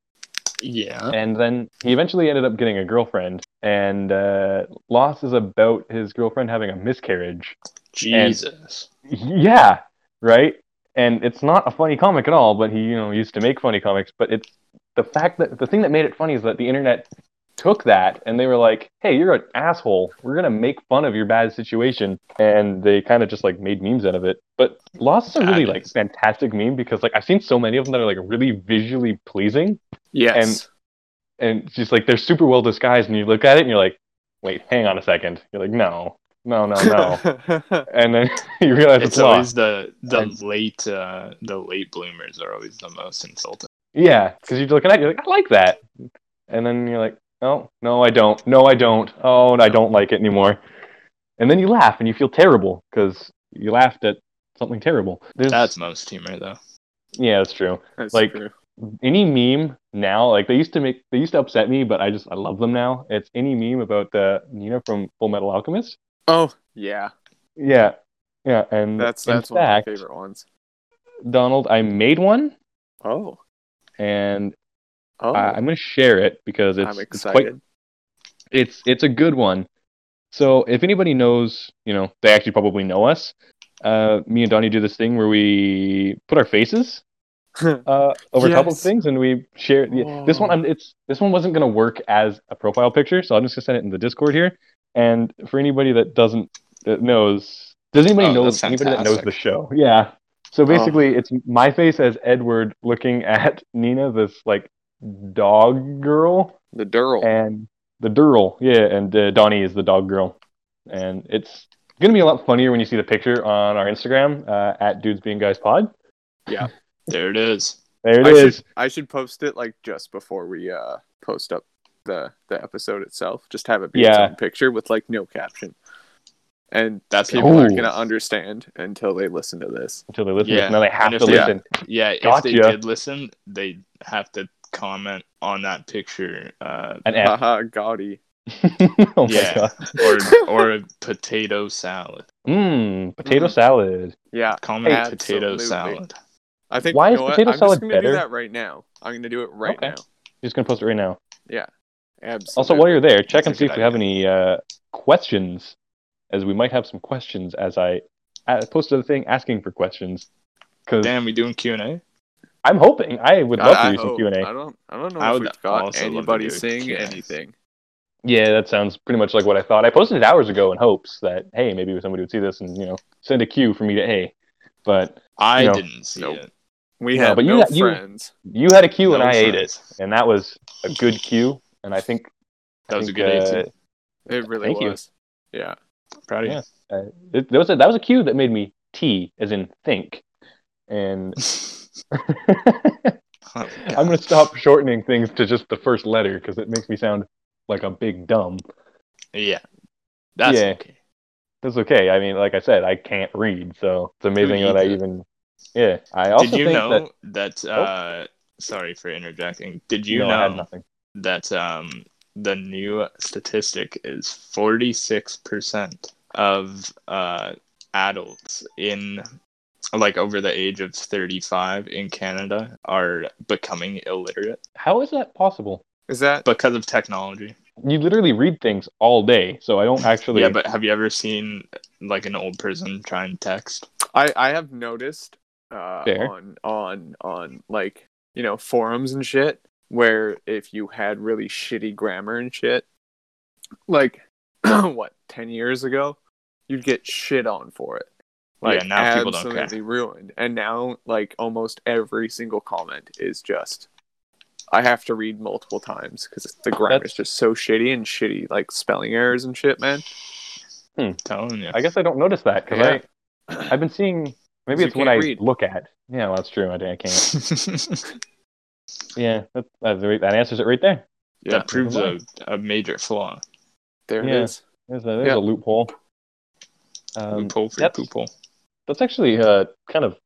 [SPEAKER 1] Yeah.
[SPEAKER 2] And then he eventually ended up getting a girlfriend, and uh, Lost is about his girlfriend having a miscarriage.
[SPEAKER 1] Jesus.
[SPEAKER 2] Yeah, right. And it's not a funny comic at all, but he, you know, used to make funny comics. But it's the fact that the thing that made it funny is that the internet took that and they were like, "Hey, you're an asshole. We're gonna make fun of your bad situation," and they kind of just like made memes out of it. But Lost is a really
[SPEAKER 1] That
[SPEAKER 2] like
[SPEAKER 1] is-
[SPEAKER 2] fantastic meme because like I've seen so many of them that are like really visually pleasing
[SPEAKER 3] Yes.
[SPEAKER 2] and it's just like they're super well disguised, and you look at it and you're like, "Wait, hang on a second. You're like, "No, no, no,
[SPEAKER 1] [laughs]
[SPEAKER 2] no," and then [laughs] you realize it's,
[SPEAKER 1] it's
[SPEAKER 2] Lost.
[SPEAKER 1] always the the
[SPEAKER 2] And-
[SPEAKER 1] late uh, the late bloomers are always the most insulted.
[SPEAKER 2] Yeah, because you're looking at it, you're like, I like that. And then you're like, no, no, I don't. No, I don't. Oh, I don't like it anymore. And then you laugh and you feel terrible because you laughed at something terrible. There's,
[SPEAKER 1] That's most humor though.
[SPEAKER 2] yeah, that's true.
[SPEAKER 3] [laughs] That's
[SPEAKER 2] like-
[SPEAKER 3] true.
[SPEAKER 2] Any meme now, like they used to make, they used to upset me, but I just, I love them now. It's any meme about uh, Nina from Full Metal Alchemist.
[SPEAKER 3] Oh yeah,
[SPEAKER 2] Yeah, yeah. And
[SPEAKER 3] that's
[SPEAKER 2] in
[SPEAKER 3] that's one
[SPEAKER 2] fact,
[SPEAKER 3] of my favorite ones.
[SPEAKER 2] Donald, I made one
[SPEAKER 3] Oh.
[SPEAKER 2] and
[SPEAKER 3] Oh.
[SPEAKER 2] I, I'm going to share it because it's,
[SPEAKER 3] I'm
[SPEAKER 2] it's quite
[SPEAKER 3] excited.
[SPEAKER 2] it's it's a good one. So if anybody knows, you know, they actually probably know us. Uh, me and Donnie do this thing where we put our faces uh, over top of
[SPEAKER 3] Yes.
[SPEAKER 2] things and we share. yeah, This one,
[SPEAKER 3] Whoa.
[SPEAKER 2] I'm, it's this one wasn't gonna work as a profile picture, so I'm just gonna send it in the Discord here. And for anybody that doesn't that knows, does anybody
[SPEAKER 1] Oh,
[SPEAKER 2] know
[SPEAKER 1] that's
[SPEAKER 2] anybody that knows
[SPEAKER 1] fantastic.
[SPEAKER 2] the show? Yeah. So basically, it's my face as Edward looking [laughs] at Nina, this like dog girl
[SPEAKER 3] the Dural.
[SPEAKER 2] and the Durl, yeah, and uh, Donnie is the dog girl, and it's gonna be a lot funnier when you see the picture on our Instagram uh, at Dudes Being Guys Pod.
[SPEAKER 1] There it is.
[SPEAKER 2] There it
[SPEAKER 3] I
[SPEAKER 2] is.
[SPEAKER 3] Should, I should post it like just before we uh post up the the episode itself. Just have it be its
[SPEAKER 2] Yeah.
[SPEAKER 3] own picture with like no caption, and
[SPEAKER 1] That's
[SPEAKER 3] people aren't
[SPEAKER 2] Ooh.
[SPEAKER 3] gonna understand until they listen to this.
[SPEAKER 2] Until they listen,
[SPEAKER 1] Yeah,
[SPEAKER 2] now they have
[SPEAKER 1] and if
[SPEAKER 2] to
[SPEAKER 1] they-
[SPEAKER 2] listen.
[SPEAKER 1] yeah. If they
[SPEAKER 2] Gotcha.
[SPEAKER 1] did listen, they have to comment on that picture uh,
[SPEAKER 2] An F.
[SPEAKER 3] Haha, gaudy.
[SPEAKER 2] [laughs] oh my
[SPEAKER 1] Yeah.
[SPEAKER 2] god. [laughs]
[SPEAKER 1] or or a potato salad.
[SPEAKER 2] Mmm, potato
[SPEAKER 1] Mm-hmm.
[SPEAKER 3] Mhm.
[SPEAKER 2] salad.
[SPEAKER 3] Yeah,
[SPEAKER 1] Comment
[SPEAKER 3] Hey,
[SPEAKER 1] potato
[SPEAKER 3] absolutely.
[SPEAKER 1] salad.
[SPEAKER 3] I think.
[SPEAKER 2] Why
[SPEAKER 3] you
[SPEAKER 2] is
[SPEAKER 3] know what?
[SPEAKER 2] potato
[SPEAKER 3] I'm
[SPEAKER 2] salad
[SPEAKER 3] just gonna
[SPEAKER 2] better?
[SPEAKER 3] do that right now. I'm gonna do it right
[SPEAKER 2] Okay.
[SPEAKER 3] now.
[SPEAKER 2] Just gonna post it right now.
[SPEAKER 3] Absolutely.
[SPEAKER 2] Also, while you're there, check
[SPEAKER 1] That's
[SPEAKER 2] and
[SPEAKER 1] a
[SPEAKER 2] see if
[SPEAKER 1] good
[SPEAKER 2] we have any uh, questions, as we might have some questions. As I I posted a thing asking for questions, because
[SPEAKER 1] Damn, we doing Q and A.
[SPEAKER 2] I'm hoping I would love
[SPEAKER 3] I,
[SPEAKER 2] to
[SPEAKER 3] I
[SPEAKER 2] do some
[SPEAKER 3] hope-
[SPEAKER 2] Q and A.
[SPEAKER 3] I don't. I don't know
[SPEAKER 1] I
[SPEAKER 3] if
[SPEAKER 1] would
[SPEAKER 3] we've got
[SPEAKER 1] also love to
[SPEAKER 3] anybody
[SPEAKER 1] do
[SPEAKER 3] saying
[SPEAKER 1] Q&A.
[SPEAKER 3] anything.
[SPEAKER 2] Yeah, that sounds pretty much like what I thought. I posted it hours ago in hopes that hey, maybe somebody would see this and you know send a cue for me to hey. But
[SPEAKER 1] I
[SPEAKER 2] No.
[SPEAKER 1] didn't see
[SPEAKER 3] Nope.
[SPEAKER 1] it.
[SPEAKER 3] We
[SPEAKER 2] No,
[SPEAKER 3] have
[SPEAKER 2] but you-
[SPEAKER 3] no
[SPEAKER 2] you-
[SPEAKER 3] friends.
[SPEAKER 2] you had a cue and
[SPEAKER 1] No
[SPEAKER 2] I ate it,
[SPEAKER 1] offense.
[SPEAKER 2] and that was a good cue. And I think
[SPEAKER 1] That
[SPEAKER 2] I
[SPEAKER 1] was a
[SPEAKER 2] think, uh,
[SPEAKER 1] good A too.
[SPEAKER 3] it really
[SPEAKER 2] thank you.
[SPEAKER 3] was. Yeah.
[SPEAKER 1] Proud of
[SPEAKER 2] yeah.
[SPEAKER 1] [laughs]
[SPEAKER 2] uh, it, that was a, that was a cue that made me T as in think.
[SPEAKER 1] [laughs]
[SPEAKER 2] And
[SPEAKER 1] you.
[SPEAKER 2] [laughs] I'm gonna stop shortening things to just the first letter because it makes me sound like a big dumb.
[SPEAKER 1] Yeah, that's
[SPEAKER 2] Yeah.
[SPEAKER 1] okay.
[SPEAKER 2] That's okay. I mean, like I said, I can't read, so it's amazing that I
[SPEAKER 1] needs it?
[SPEAKER 2] even. Yeah, I also
[SPEAKER 1] Did you
[SPEAKER 2] think that. Oh.
[SPEAKER 1] know that? uh, Sorry for interjecting. Did you
[SPEAKER 2] no, I had
[SPEAKER 1] know
[SPEAKER 2] nothing.
[SPEAKER 1] that um, the new statistic is 46% of uh, adults in like over the age of 35 in Canada are becoming illiterate
[SPEAKER 2] How is that possible?
[SPEAKER 3] Is that
[SPEAKER 1] because of technology.
[SPEAKER 2] You literally read things all day, so I don't actually.
[SPEAKER 1] [laughs] Yeah, but have you ever seen like an old person try and text?
[SPEAKER 3] I I have noticed uh,
[SPEAKER 2] Fair.
[SPEAKER 3] on on on like you know forums and shit where if you had really shitty grammar and shit, like [clears throat] what ten years ago, you'd get shit on for it. Like
[SPEAKER 1] Yeah, now people
[SPEAKER 3] absolutely
[SPEAKER 1] don't care.
[SPEAKER 3] ruined, and now like almost every single comment is just. I have to read multiple times because the grammar is just so shitty and shitty, like spelling errors and shit, man.
[SPEAKER 1] telling [laughs] you.
[SPEAKER 2] I guess I don't notice that because
[SPEAKER 3] Yeah.
[SPEAKER 2] I I've been seeing. Maybe
[SPEAKER 3] You
[SPEAKER 2] it's what I
[SPEAKER 3] can't read.
[SPEAKER 2] look at. Yeah, well, that's true. I, I can't.
[SPEAKER 1] that
[SPEAKER 2] Yeah, that, that's right, that answers it right there.
[SPEAKER 3] Yeah,
[SPEAKER 1] proves a, a major flaw.
[SPEAKER 3] there it
[SPEAKER 2] Yeah.
[SPEAKER 3] is.
[SPEAKER 2] There's a, there's
[SPEAKER 3] Yeah.
[SPEAKER 2] a loophole. Um,
[SPEAKER 1] Loophole for
[SPEAKER 2] that's-
[SPEAKER 1] poophole.
[SPEAKER 2] That's actually a kind of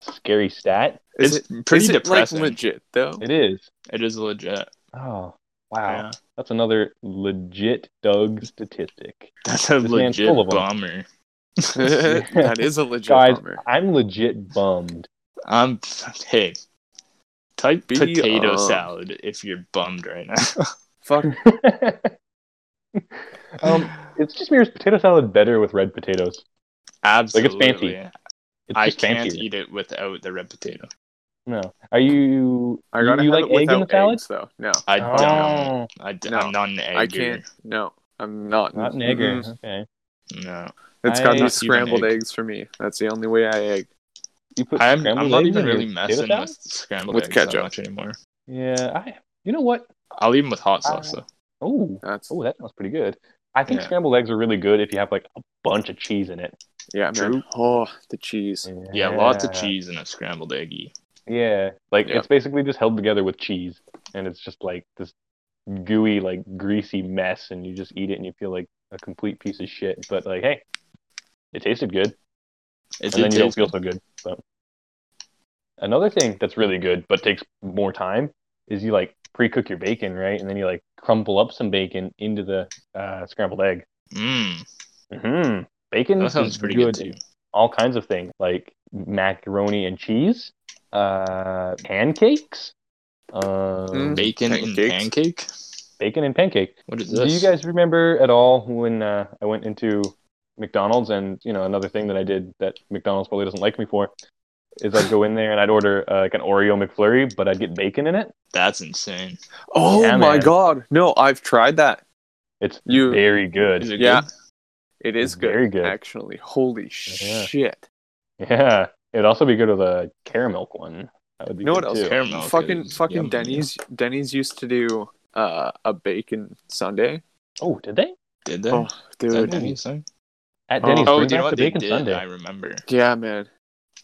[SPEAKER 2] scary stat.
[SPEAKER 3] Is
[SPEAKER 1] It's
[SPEAKER 3] it
[SPEAKER 1] pretty
[SPEAKER 3] is it,
[SPEAKER 1] depressing.
[SPEAKER 3] like legit though?
[SPEAKER 2] It is.
[SPEAKER 1] It is legit.
[SPEAKER 2] Oh, wow.
[SPEAKER 1] Yeah. [laughs]
[SPEAKER 2] That's another legit Doug statistic.
[SPEAKER 1] That's a
[SPEAKER 2] This man's full
[SPEAKER 1] legit
[SPEAKER 2] of 'em.
[SPEAKER 1] bummer.
[SPEAKER 3] [laughs]
[SPEAKER 2] [laughs]
[SPEAKER 3] that is a legit
[SPEAKER 2] Guys,
[SPEAKER 3] bummer.
[SPEAKER 2] I'm legit bummed. [laughs]
[SPEAKER 1] I'm [laughs] hey. Type
[SPEAKER 3] Be
[SPEAKER 1] potato
[SPEAKER 3] um.
[SPEAKER 1] salad if you're bummed
[SPEAKER 3] [laughs]
[SPEAKER 1] right now.
[SPEAKER 2] [laughs]
[SPEAKER 3] Fuck.
[SPEAKER 2] um, it's just mirrors potato salad better with red potatoes.
[SPEAKER 1] [laughs] Absolutely.
[SPEAKER 2] It's
[SPEAKER 1] I
[SPEAKER 2] just
[SPEAKER 1] can't
[SPEAKER 2] fancier.
[SPEAKER 1] eat it without the red potato.
[SPEAKER 2] No. Are you?
[SPEAKER 3] I gotta
[SPEAKER 2] you
[SPEAKER 3] have
[SPEAKER 2] like
[SPEAKER 3] it
[SPEAKER 2] egg in the
[SPEAKER 3] without
[SPEAKER 2] salad?
[SPEAKER 3] eggs, though. No,
[SPEAKER 1] I don't.
[SPEAKER 2] Oh,
[SPEAKER 1] I, d-
[SPEAKER 3] No,
[SPEAKER 1] I'm not an egg.
[SPEAKER 3] I can't. No, I'm not.
[SPEAKER 2] not an
[SPEAKER 3] Mm-mm.
[SPEAKER 2] egger.
[SPEAKER 1] Mm-hmm.
[SPEAKER 2] Okay.
[SPEAKER 1] No.
[SPEAKER 3] It's gotta be
[SPEAKER 2] I-
[SPEAKER 1] Not even
[SPEAKER 3] scrambled
[SPEAKER 1] egg.
[SPEAKER 3] eggs for me. That's the only way I egg.
[SPEAKER 2] You put
[SPEAKER 1] I'm,
[SPEAKER 2] scrambled
[SPEAKER 1] I'm not
[SPEAKER 2] eggs
[SPEAKER 1] even
[SPEAKER 2] in your
[SPEAKER 1] really
[SPEAKER 2] potato
[SPEAKER 1] messing
[SPEAKER 2] salad?
[SPEAKER 1] with scrambled
[SPEAKER 3] With
[SPEAKER 1] eggs that
[SPEAKER 3] ketchup.
[SPEAKER 1] much anymore.
[SPEAKER 2] Yeah, I. You know what?
[SPEAKER 1] I'll eat them with hot
[SPEAKER 2] I-
[SPEAKER 1] sauce though.
[SPEAKER 2] Oh,
[SPEAKER 3] That's
[SPEAKER 2] oh, that sounds pretty good. I think
[SPEAKER 1] Yeah.
[SPEAKER 2] scrambled eggs are really good if you have like a bunch of cheese in it.
[SPEAKER 3] yeah,
[SPEAKER 1] True.
[SPEAKER 3] man. Oh, the cheese.
[SPEAKER 1] Yeah, lots of cheese and a scrambled eggy.
[SPEAKER 2] Yeah, like
[SPEAKER 3] Yeah.
[SPEAKER 2] it's basically just held together with cheese, and it's just like this gooey, like greasy mess, and you just eat it and you feel like a complete piece of shit. But like, hey, it tasted good, and
[SPEAKER 1] It
[SPEAKER 2] then
[SPEAKER 1] did
[SPEAKER 2] you don't
[SPEAKER 1] taste
[SPEAKER 2] feel so good. So another thing that's really good but takes more time is you like pre-cook your bacon, right? And then you like crumble up some bacon into the uh, scrambled egg.
[SPEAKER 1] Mm,
[SPEAKER 2] hmm Bacon
[SPEAKER 1] that sounds
[SPEAKER 2] is
[SPEAKER 1] pretty good,
[SPEAKER 2] in
[SPEAKER 1] too.
[SPEAKER 2] all kinds of things like macaroni and cheese, uh, pancakes, um,
[SPEAKER 1] Bacon and
[SPEAKER 3] Pancakes.
[SPEAKER 1] pancake.
[SPEAKER 2] bacon and pancake.
[SPEAKER 1] What is
[SPEAKER 2] Do
[SPEAKER 1] this?
[SPEAKER 2] you guys remember at all when uh, I went into McDonald's and you know another thing that I did that McDonald's probably doesn't like me for is I'd go in there and I'd order uh, like an Oreo McFlurry, but I'd get bacon in it.
[SPEAKER 1] That's insane.
[SPEAKER 3] Oh
[SPEAKER 2] Yeah,
[SPEAKER 3] my
[SPEAKER 2] man.
[SPEAKER 3] god! No, I've tried that.
[SPEAKER 2] It's
[SPEAKER 3] You-
[SPEAKER 2] very good.
[SPEAKER 1] Is it
[SPEAKER 3] Yeah.
[SPEAKER 1] good?
[SPEAKER 3] It is good,
[SPEAKER 2] Very good.
[SPEAKER 3] actually. Holy shit!
[SPEAKER 2] yeah, it'd also be good with a caramel one. That would be
[SPEAKER 3] You know what
[SPEAKER 2] good
[SPEAKER 3] else?
[SPEAKER 2] too.
[SPEAKER 1] Caramel
[SPEAKER 3] fucking
[SPEAKER 1] is
[SPEAKER 3] fucking
[SPEAKER 1] yummy.
[SPEAKER 3] Denny's. Denny's used to do uh, a bacon sundae.
[SPEAKER 2] Oh, did they?
[SPEAKER 1] Did they?
[SPEAKER 3] Oh,
[SPEAKER 1] Is that
[SPEAKER 3] dude.
[SPEAKER 1] Denny's thing?
[SPEAKER 2] At
[SPEAKER 3] Oh.
[SPEAKER 2] Denny's,
[SPEAKER 1] Oh,
[SPEAKER 2] bring
[SPEAKER 1] do you
[SPEAKER 2] back
[SPEAKER 1] know what
[SPEAKER 2] the
[SPEAKER 1] they
[SPEAKER 2] bacon
[SPEAKER 1] did?
[SPEAKER 2] sundae.
[SPEAKER 1] I remember.
[SPEAKER 3] Yeah, man.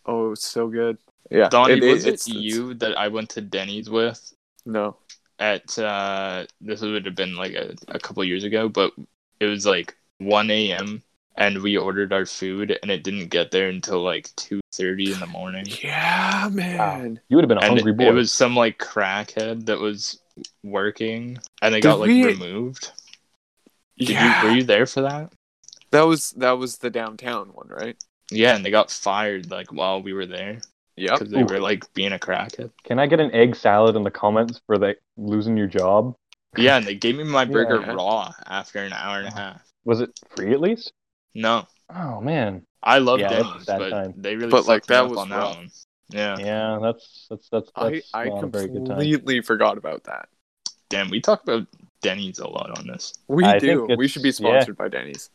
[SPEAKER 3] Oh, it's so good. Yeah.
[SPEAKER 1] Donnie,
[SPEAKER 3] it-
[SPEAKER 1] was it
[SPEAKER 3] it's- it's-
[SPEAKER 1] you that I went to Denny's with
[SPEAKER 3] No.
[SPEAKER 1] at uh this would have been like a, a couple years ago, but it was like one AM and we ordered our food and it didn't get there until like two thirty in the morning.
[SPEAKER 3] Yeah, man.
[SPEAKER 2] You would have been a
[SPEAKER 1] And
[SPEAKER 2] hungry
[SPEAKER 1] it,
[SPEAKER 2] boy.
[SPEAKER 1] it was some like crackhead that was working and they
[SPEAKER 3] Did
[SPEAKER 1] got like
[SPEAKER 3] we-
[SPEAKER 1] removed. Did
[SPEAKER 3] yeah.
[SPEAKER 1] you were you there for that?
[SPEAKER 3] That was that was the downtown one, right?
[SPEAKER 1] Yeah, and they got fired like while we were there
[SPEAKER 3] Yep.
[SPEAKER 1] because they
[SPEAKER 2] Ooh.
[SPEAKER 1] were like being a crackhead.
[SPEAKER 2] Can I get an egg salad in the comments for like losing your job?
[SPEAKER 1] Yeah, and they gave
[SPEAKER 2] [laughs]
[SPEAKER 1] me my burger
[SPEAKER 3] Yeah.
[SPEAKER 1] raw after an hour and a
[SPEAKER 2] Uh-huh.
[SPEAKER 1] half.
[SPEAKER 2] Was it free at least?
[SPEAKER 1] No,
[SPEAKER 2] Oh man,
[SPEAKER 1] I love
[SPEAKER 2] Yeah,
[SPEAKER 1] Denny's,
[SPEAKER 2] that's a bad
[SPEAKER 1] but
[SPEAKER 2] time.
[SPEAKER 1] they really
[SPEAKER 3] But, like,
[SPEAKER 1] fucked me
[SPEAKER 3] that
[SPEAKER 1] up
[SPEAKER 3] was
[SPEAKER 1] on
[SPEAKER 3] rough.
[SPEAKER 1] that one. Yeah.
[SPEAKER 2] yeah, that's that's that's,
[SPEAKER 3] I
[SPEAKER 2] that's
[SPEAKER 3] I
[SPEAKER 2] not a very good time.
[SPEAKER 3] completely forgot about that.
[SPEAKER 1] damn, we talk about Denny's a lot on this.
[SPEAKER 3] We
[SPEAKER 2] I
[SPEAKER 3] do.
[SPEAKER 2] think
[SPEAKER 3] We should be
[SPEAKER 2] it's- yeah.
[SPEAKER 3] sponsored by Denny's.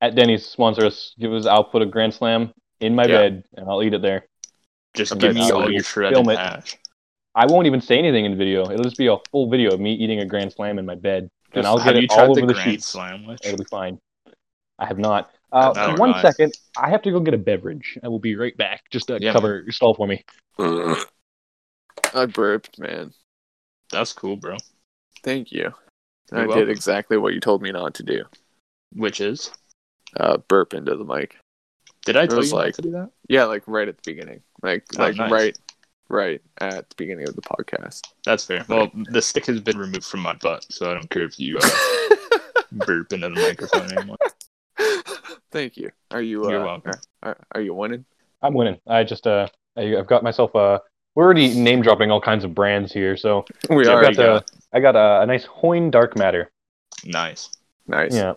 [SPEAKER 2] At Denny's, sponsor us. Give us. I'll put a grand slam in my
[SPEAKER 1] Yeah.
[SPEAKER 2] bed and I'll eat it there.
[SPEAKER 1] Just
[SPEAKER 2] Okay,
[SPEAKER 1] give me
[SPEAKER 2] so
[SPEAKER 1] all
[SPEAKER 2] we'll
[SPEAKER 1] your shredded
[SPEAKER 2] film it.
[SPEAKER 1] hash.
[SPEAKER 2] I won't even say anything in video. It'll just be a full video of me eating a grand slam in my bed, and
[SPEAKER 3] Just-
[SPEAKER 2] I'll
[SPEAKER 1] Have
[SPEAKER 2] get
[SPEAKER 1] you
[SPEAKER 2] it all
[SPEAKER 1] tried the
[SPEAKER 2] over the,
[SPEAKER 1] Grand
[SPEAKER 2] sheets.
[SPEAKER 1] Slam which?
[SPEAKER 2] It'll be fine. I have not. Uh,
[SPEAKER 1] That's
[SPEAKER 2] one
[SPEAKER 1] alright.
[SPEAKER 2] second. I have to go get a beverage. I will be right back. Just to
[SPEAKER 1] Yeah,
[SPEAKER 2] cover your stall for me.
[SPEAKER 3] I burped, man.
[SPEAKER 1] That's cool, bro.
[SPEAKER 3] Thank you.
[SPEAKER 1] You're
[SPEAKER 3] I
[SPEAKER 1] welcome.
[SPEAKER 3] did exactly what you told me not to do.
[SPEAKER 1] Which is
[SPEAKER 3] uh, burp into the mic.
[SPEAKER 1] Did I tell
[SPEAKER 3] was
[SPEAKER 1] you like,
[SPEAKER 3] like-
[SPEAKER 1] to do that?
[SPEAKER 3] Yeah, like right at the beginning, like
[SPEAKER 1] Oh,
[SPEAKER 3] like
[SPEAKER 1] nice.
[SPEAKER 3] right, right at the beginning of the podcast.
[SPEAKER 1] That's fair. Well, the stick has been removed from my butt, so I don't care if you uh,
[SPEAKER 3] [laughs]
[SPEAKER 1] burp into the microphone anymore.
[SPEAKER 3] Thank you. Are you? Uh,
[SPEAKER 1] You're welcome.
[SPEAKER 3] Are, are you winning? [laughs]
[SPEAKER 2] I'm winning. I just uh, I, I've got myself Uh, we're already name dropping all kinds of brands here, so
[SPEAKER 3] We
[SPEAKER 1] Yeah,
[SPEAKER 2] I've
[SPEAKER 3] are
[SPEAKER 1] right.
[SPEAKER 2] got the, I got a, a nice Hoin Dark Matter.
[SPEAKER 1] Nice.
[SPEAKER 3] nice.
[SPEAKER 2] Yeah,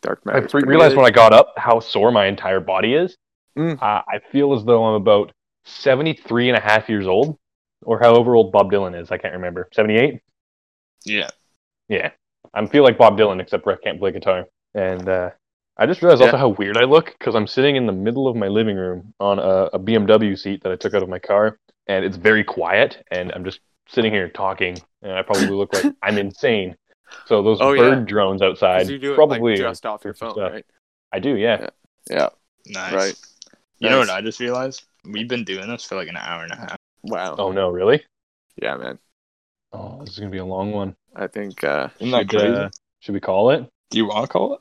[SPEAKER 3] Dark
[SPEAKER 2] I
[SPEAKER 3] matter.
[SPEAKER 2] re- realized when I got up how sore my entire body is.
[SPEAKER 3] Mm.
[SPEAKER 2] Uh, I feel as though I'm about 73 and a half years old, or however old Bob Dylan is. I can't remember. 78?
[SPEAKER 1] Yeah.
[SPEAKER 2] Yeah. I feel like Bob Dylan, except for I can't play guitar. And uh, I just realized also
[SPEAKER 3] Yeah.
[SPEAKER 2] how weird I look because I'm sitting in the middle of my living room on a, a BMW seat that I took out of my car, and it's very quiet, and I'm just sitting here talking, and I probably
[SPEAKER 3] [laughs]
[SPEAKER 2] look like I'm insane. So those
[SPEAKER 3] Oh, yeah.
[SPEAKER 2] bird drones outside
[SPEAKER 3] you do it
[SPEAKER 2] probably
[SPEAKER 3] like, just off your phone,
[SPEAKER 2] stuff.
[SPEAKER 3] right?
[SPEAKER 2] I do, yeah.
[SPEAKER 3] Yeah.
[SPEAKER 1] Nice.
[SPEAKER 3] Right.
[SPEAKER 1] You know
[SPEAKER 3] Nice.
[SPEAKER 1] what I just realized? We've been doing this for like an hour and a half.
[SPEAKER 3] Wow.
[SPEAKER 2] Oh no, really?
[SPEAKER 3] Yeah, man.
[SPEAKER 2] Oh, this is gonna be a long one.
[SPEAKER 3] I think. uh
[SPEAKER 1] Isn't that
[SPEAKER 2] Should,
[SPEAKER 1] crazy?
[SPEAKER 2] uh, should we call it?
[SPEAKER 1] do you want to call it?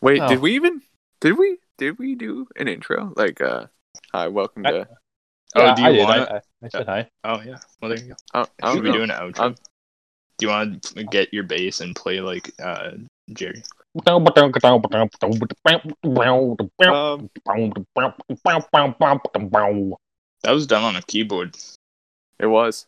[SPEAKER 3] Wait,
[SPEAKER 2] Oh.
[SPEAKER 3] did we even? Did we? Did we do an intro? Like, uh, hi, welcome to.
[SPEAKER 1] Oh, do you
[SPEAKER 2] I did.
[SPEAKER 1] want?
[SPEAKER 2] I, I, I said hi.
[SPEAKER 1] Oh yeah. Well, there you go.
[SPEAKER 3] I, I
[SPEAKER 1] Should
[SPEAKER 3] don't
[SPEAKER 1] we
[SPEAKER 3] know.
[SPEAKER 1] do an outro?
[SPEAKER 3] I'm-
[SPEAKER 1] Do you want to get your bass and play like uh, Jerry?
[SPEAKER 3] Um,
[SPEAKER 1] That was done on a keyboard.
[SPEAKER 3] it was.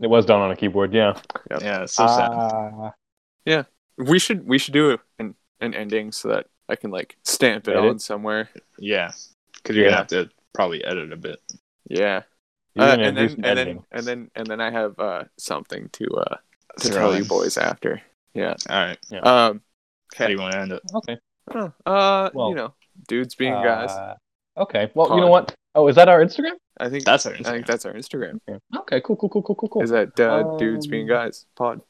[SPEAKER 2] It was done on a keyboard, yeah.
[SPEAKER 3] Yep.
[SPEAKER 1] Yeah, it's so sad.
[SPEAKER 2] Ah,
[SPEAKER 3] We should. We should do an an ending so that I can like stamp it
[SPEAKER 2] Edit?
[SPEAKER 3] on somewhere.
[SPEAKER 1] Yeah, because you're
[SPEAKER 2] Yeah.
[SPEAKER 1] gonna have to probably edit a bit.
[SPEAKER 3] Yeah.
[SPEAKER 2] you're
[SPEAKER 3] Uh,
[SPEAKER 2] gonna
[SPEAKER 3] and
[SPEAKER 2] do
[SPEAKER 3] then
[SPEAKER 2] some
[SPEAKER 3] and
[SPEAKER 2] editing.
[SPEAKER 3] then and then and then I have uh something to uh to
[SPEAKER 1] Throw
[SPEAKER 3] tell
[SPEAKER 1] in.
[SPEAKER 3] you boys after.
[SPEAKER 1] All right.
[SPEAKER 3] Um.
[SPEAKER 1] How do you want to end it?
[SPEAKER 2] Okay.
[SPEAKER 3] Uh. uh,
[SPEAKER 2] Well,
[SPEAKER 3] you know, dudes being guys.
[SPEAKER 2] Uh, okay. Well,
[SPEAKER 3] Call
[SPEAKER 2] you know
[SPEAKER 3] it.
[SPEAKER 2] what? Oh, is that our Instagram?
[SPEAKER 3] I think.
[SPEAKER 1] That's our
[SPEAKER 3] I think
[SPEAKER 1] Instagram.
[SPEAKER 3] that's our Instagram.
[SPEAKER 2] Okay. Cool. Cool. Cool. Cool. Cool. Cool.
[SPEAKER 3] Is that uh, dudes being
[SPEAKER 2] Um,
[SPEAKER 3] guys pod?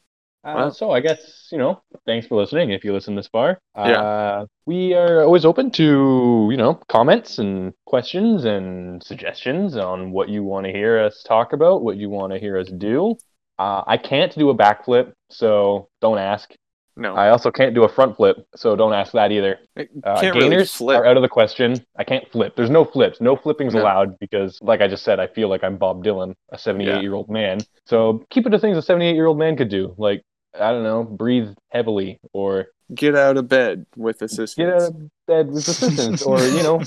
[SPEAKER 2] Uh,
[SPEAKER 3] Wow.
[SPEAKER 2] so I guess you know. Thanks for listening. If you listen this far,
[SPEAKER 3] Yeah.
[SPEAKER 2] uh, we are always open to you know comments and questions and suggestions on what you want to hear us talk about, what you want to hear us do. Uh, I can't do a backflip, so don't ask.
[SPEAKER 3] No,
[SPEAKER 2] I also can't do a front flip, so don't ask that either.
[SPEAKER 3] I
[SPEAKER 2] Uh,
[SPEAKER 3] can't really
[SPEAKER 2] gainers
[SPEAKER 3] flip.
[SPEAKER 2] are out of the question. I can't flip. There's no flips. No flipping's
[SPEAKER 3] No.
[SPEAKER 2] allowed because, like I just said, I feel like I'm Bob Dylan, a 78
[SPEAKER 3] Yeah.
[SPEAKER 2] year old man. So keep it to things a 78 year old man could do. Like, I don't know, breathe heavily or
[SPEAKER 3] Get out of bed with assistance.
[SPEAKER 2] get out of bed with assistance. or, you
[SPEAKER 1] [laughs]
[SPEAKER 2] know,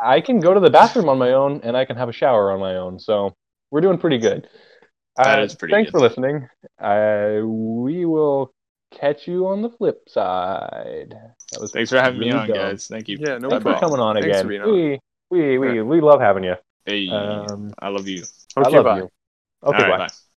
[SPEAKER 2] I can go to the bathroom on my own and I can have a shower on my own. So we're doing pretty good. Uh,
[SPEAKER 1] That is pretty
[SPEAKER 2] Thanks
[SPEAKER 1] good.
[SPEAKER 2] for listening. Uh, we will catch you on the flip side. That was
[SPEAKER 1] Thanks for having me
[SPEAKER 2] really
[SPEAKER 1] on,
[SPEAKER 2] dumb.
[SPEAKER 1] guys. Thank you.
[SPEAKER 3] Yeah, no
[SPEAKER 2] Thanks for
[SPEAKER 1] Bye-bye.
[SPEAKER 3] problem.
[SPEAKER 2] coming on
[SPEAKER 3] Thanks
[SPEAKER 2] again.
[SPEAKER 3] for being on.
[SPEAKER 2] We, we, we, we love having you.
[SPEAKER 1] Hey,
[SPEAKER 2] Um,
[SPEAKER 1] I love you.
[SPEAKER 2] I
[SPEAKER 3] Okay,
[SPEAKER 2] love
[SPEAKER 3] bye.
[SPEAKER 2] you. Okay,
[SPEAKER 1] All right,
[SPEAKER 2] bye.
[SPEAKER 1] bye.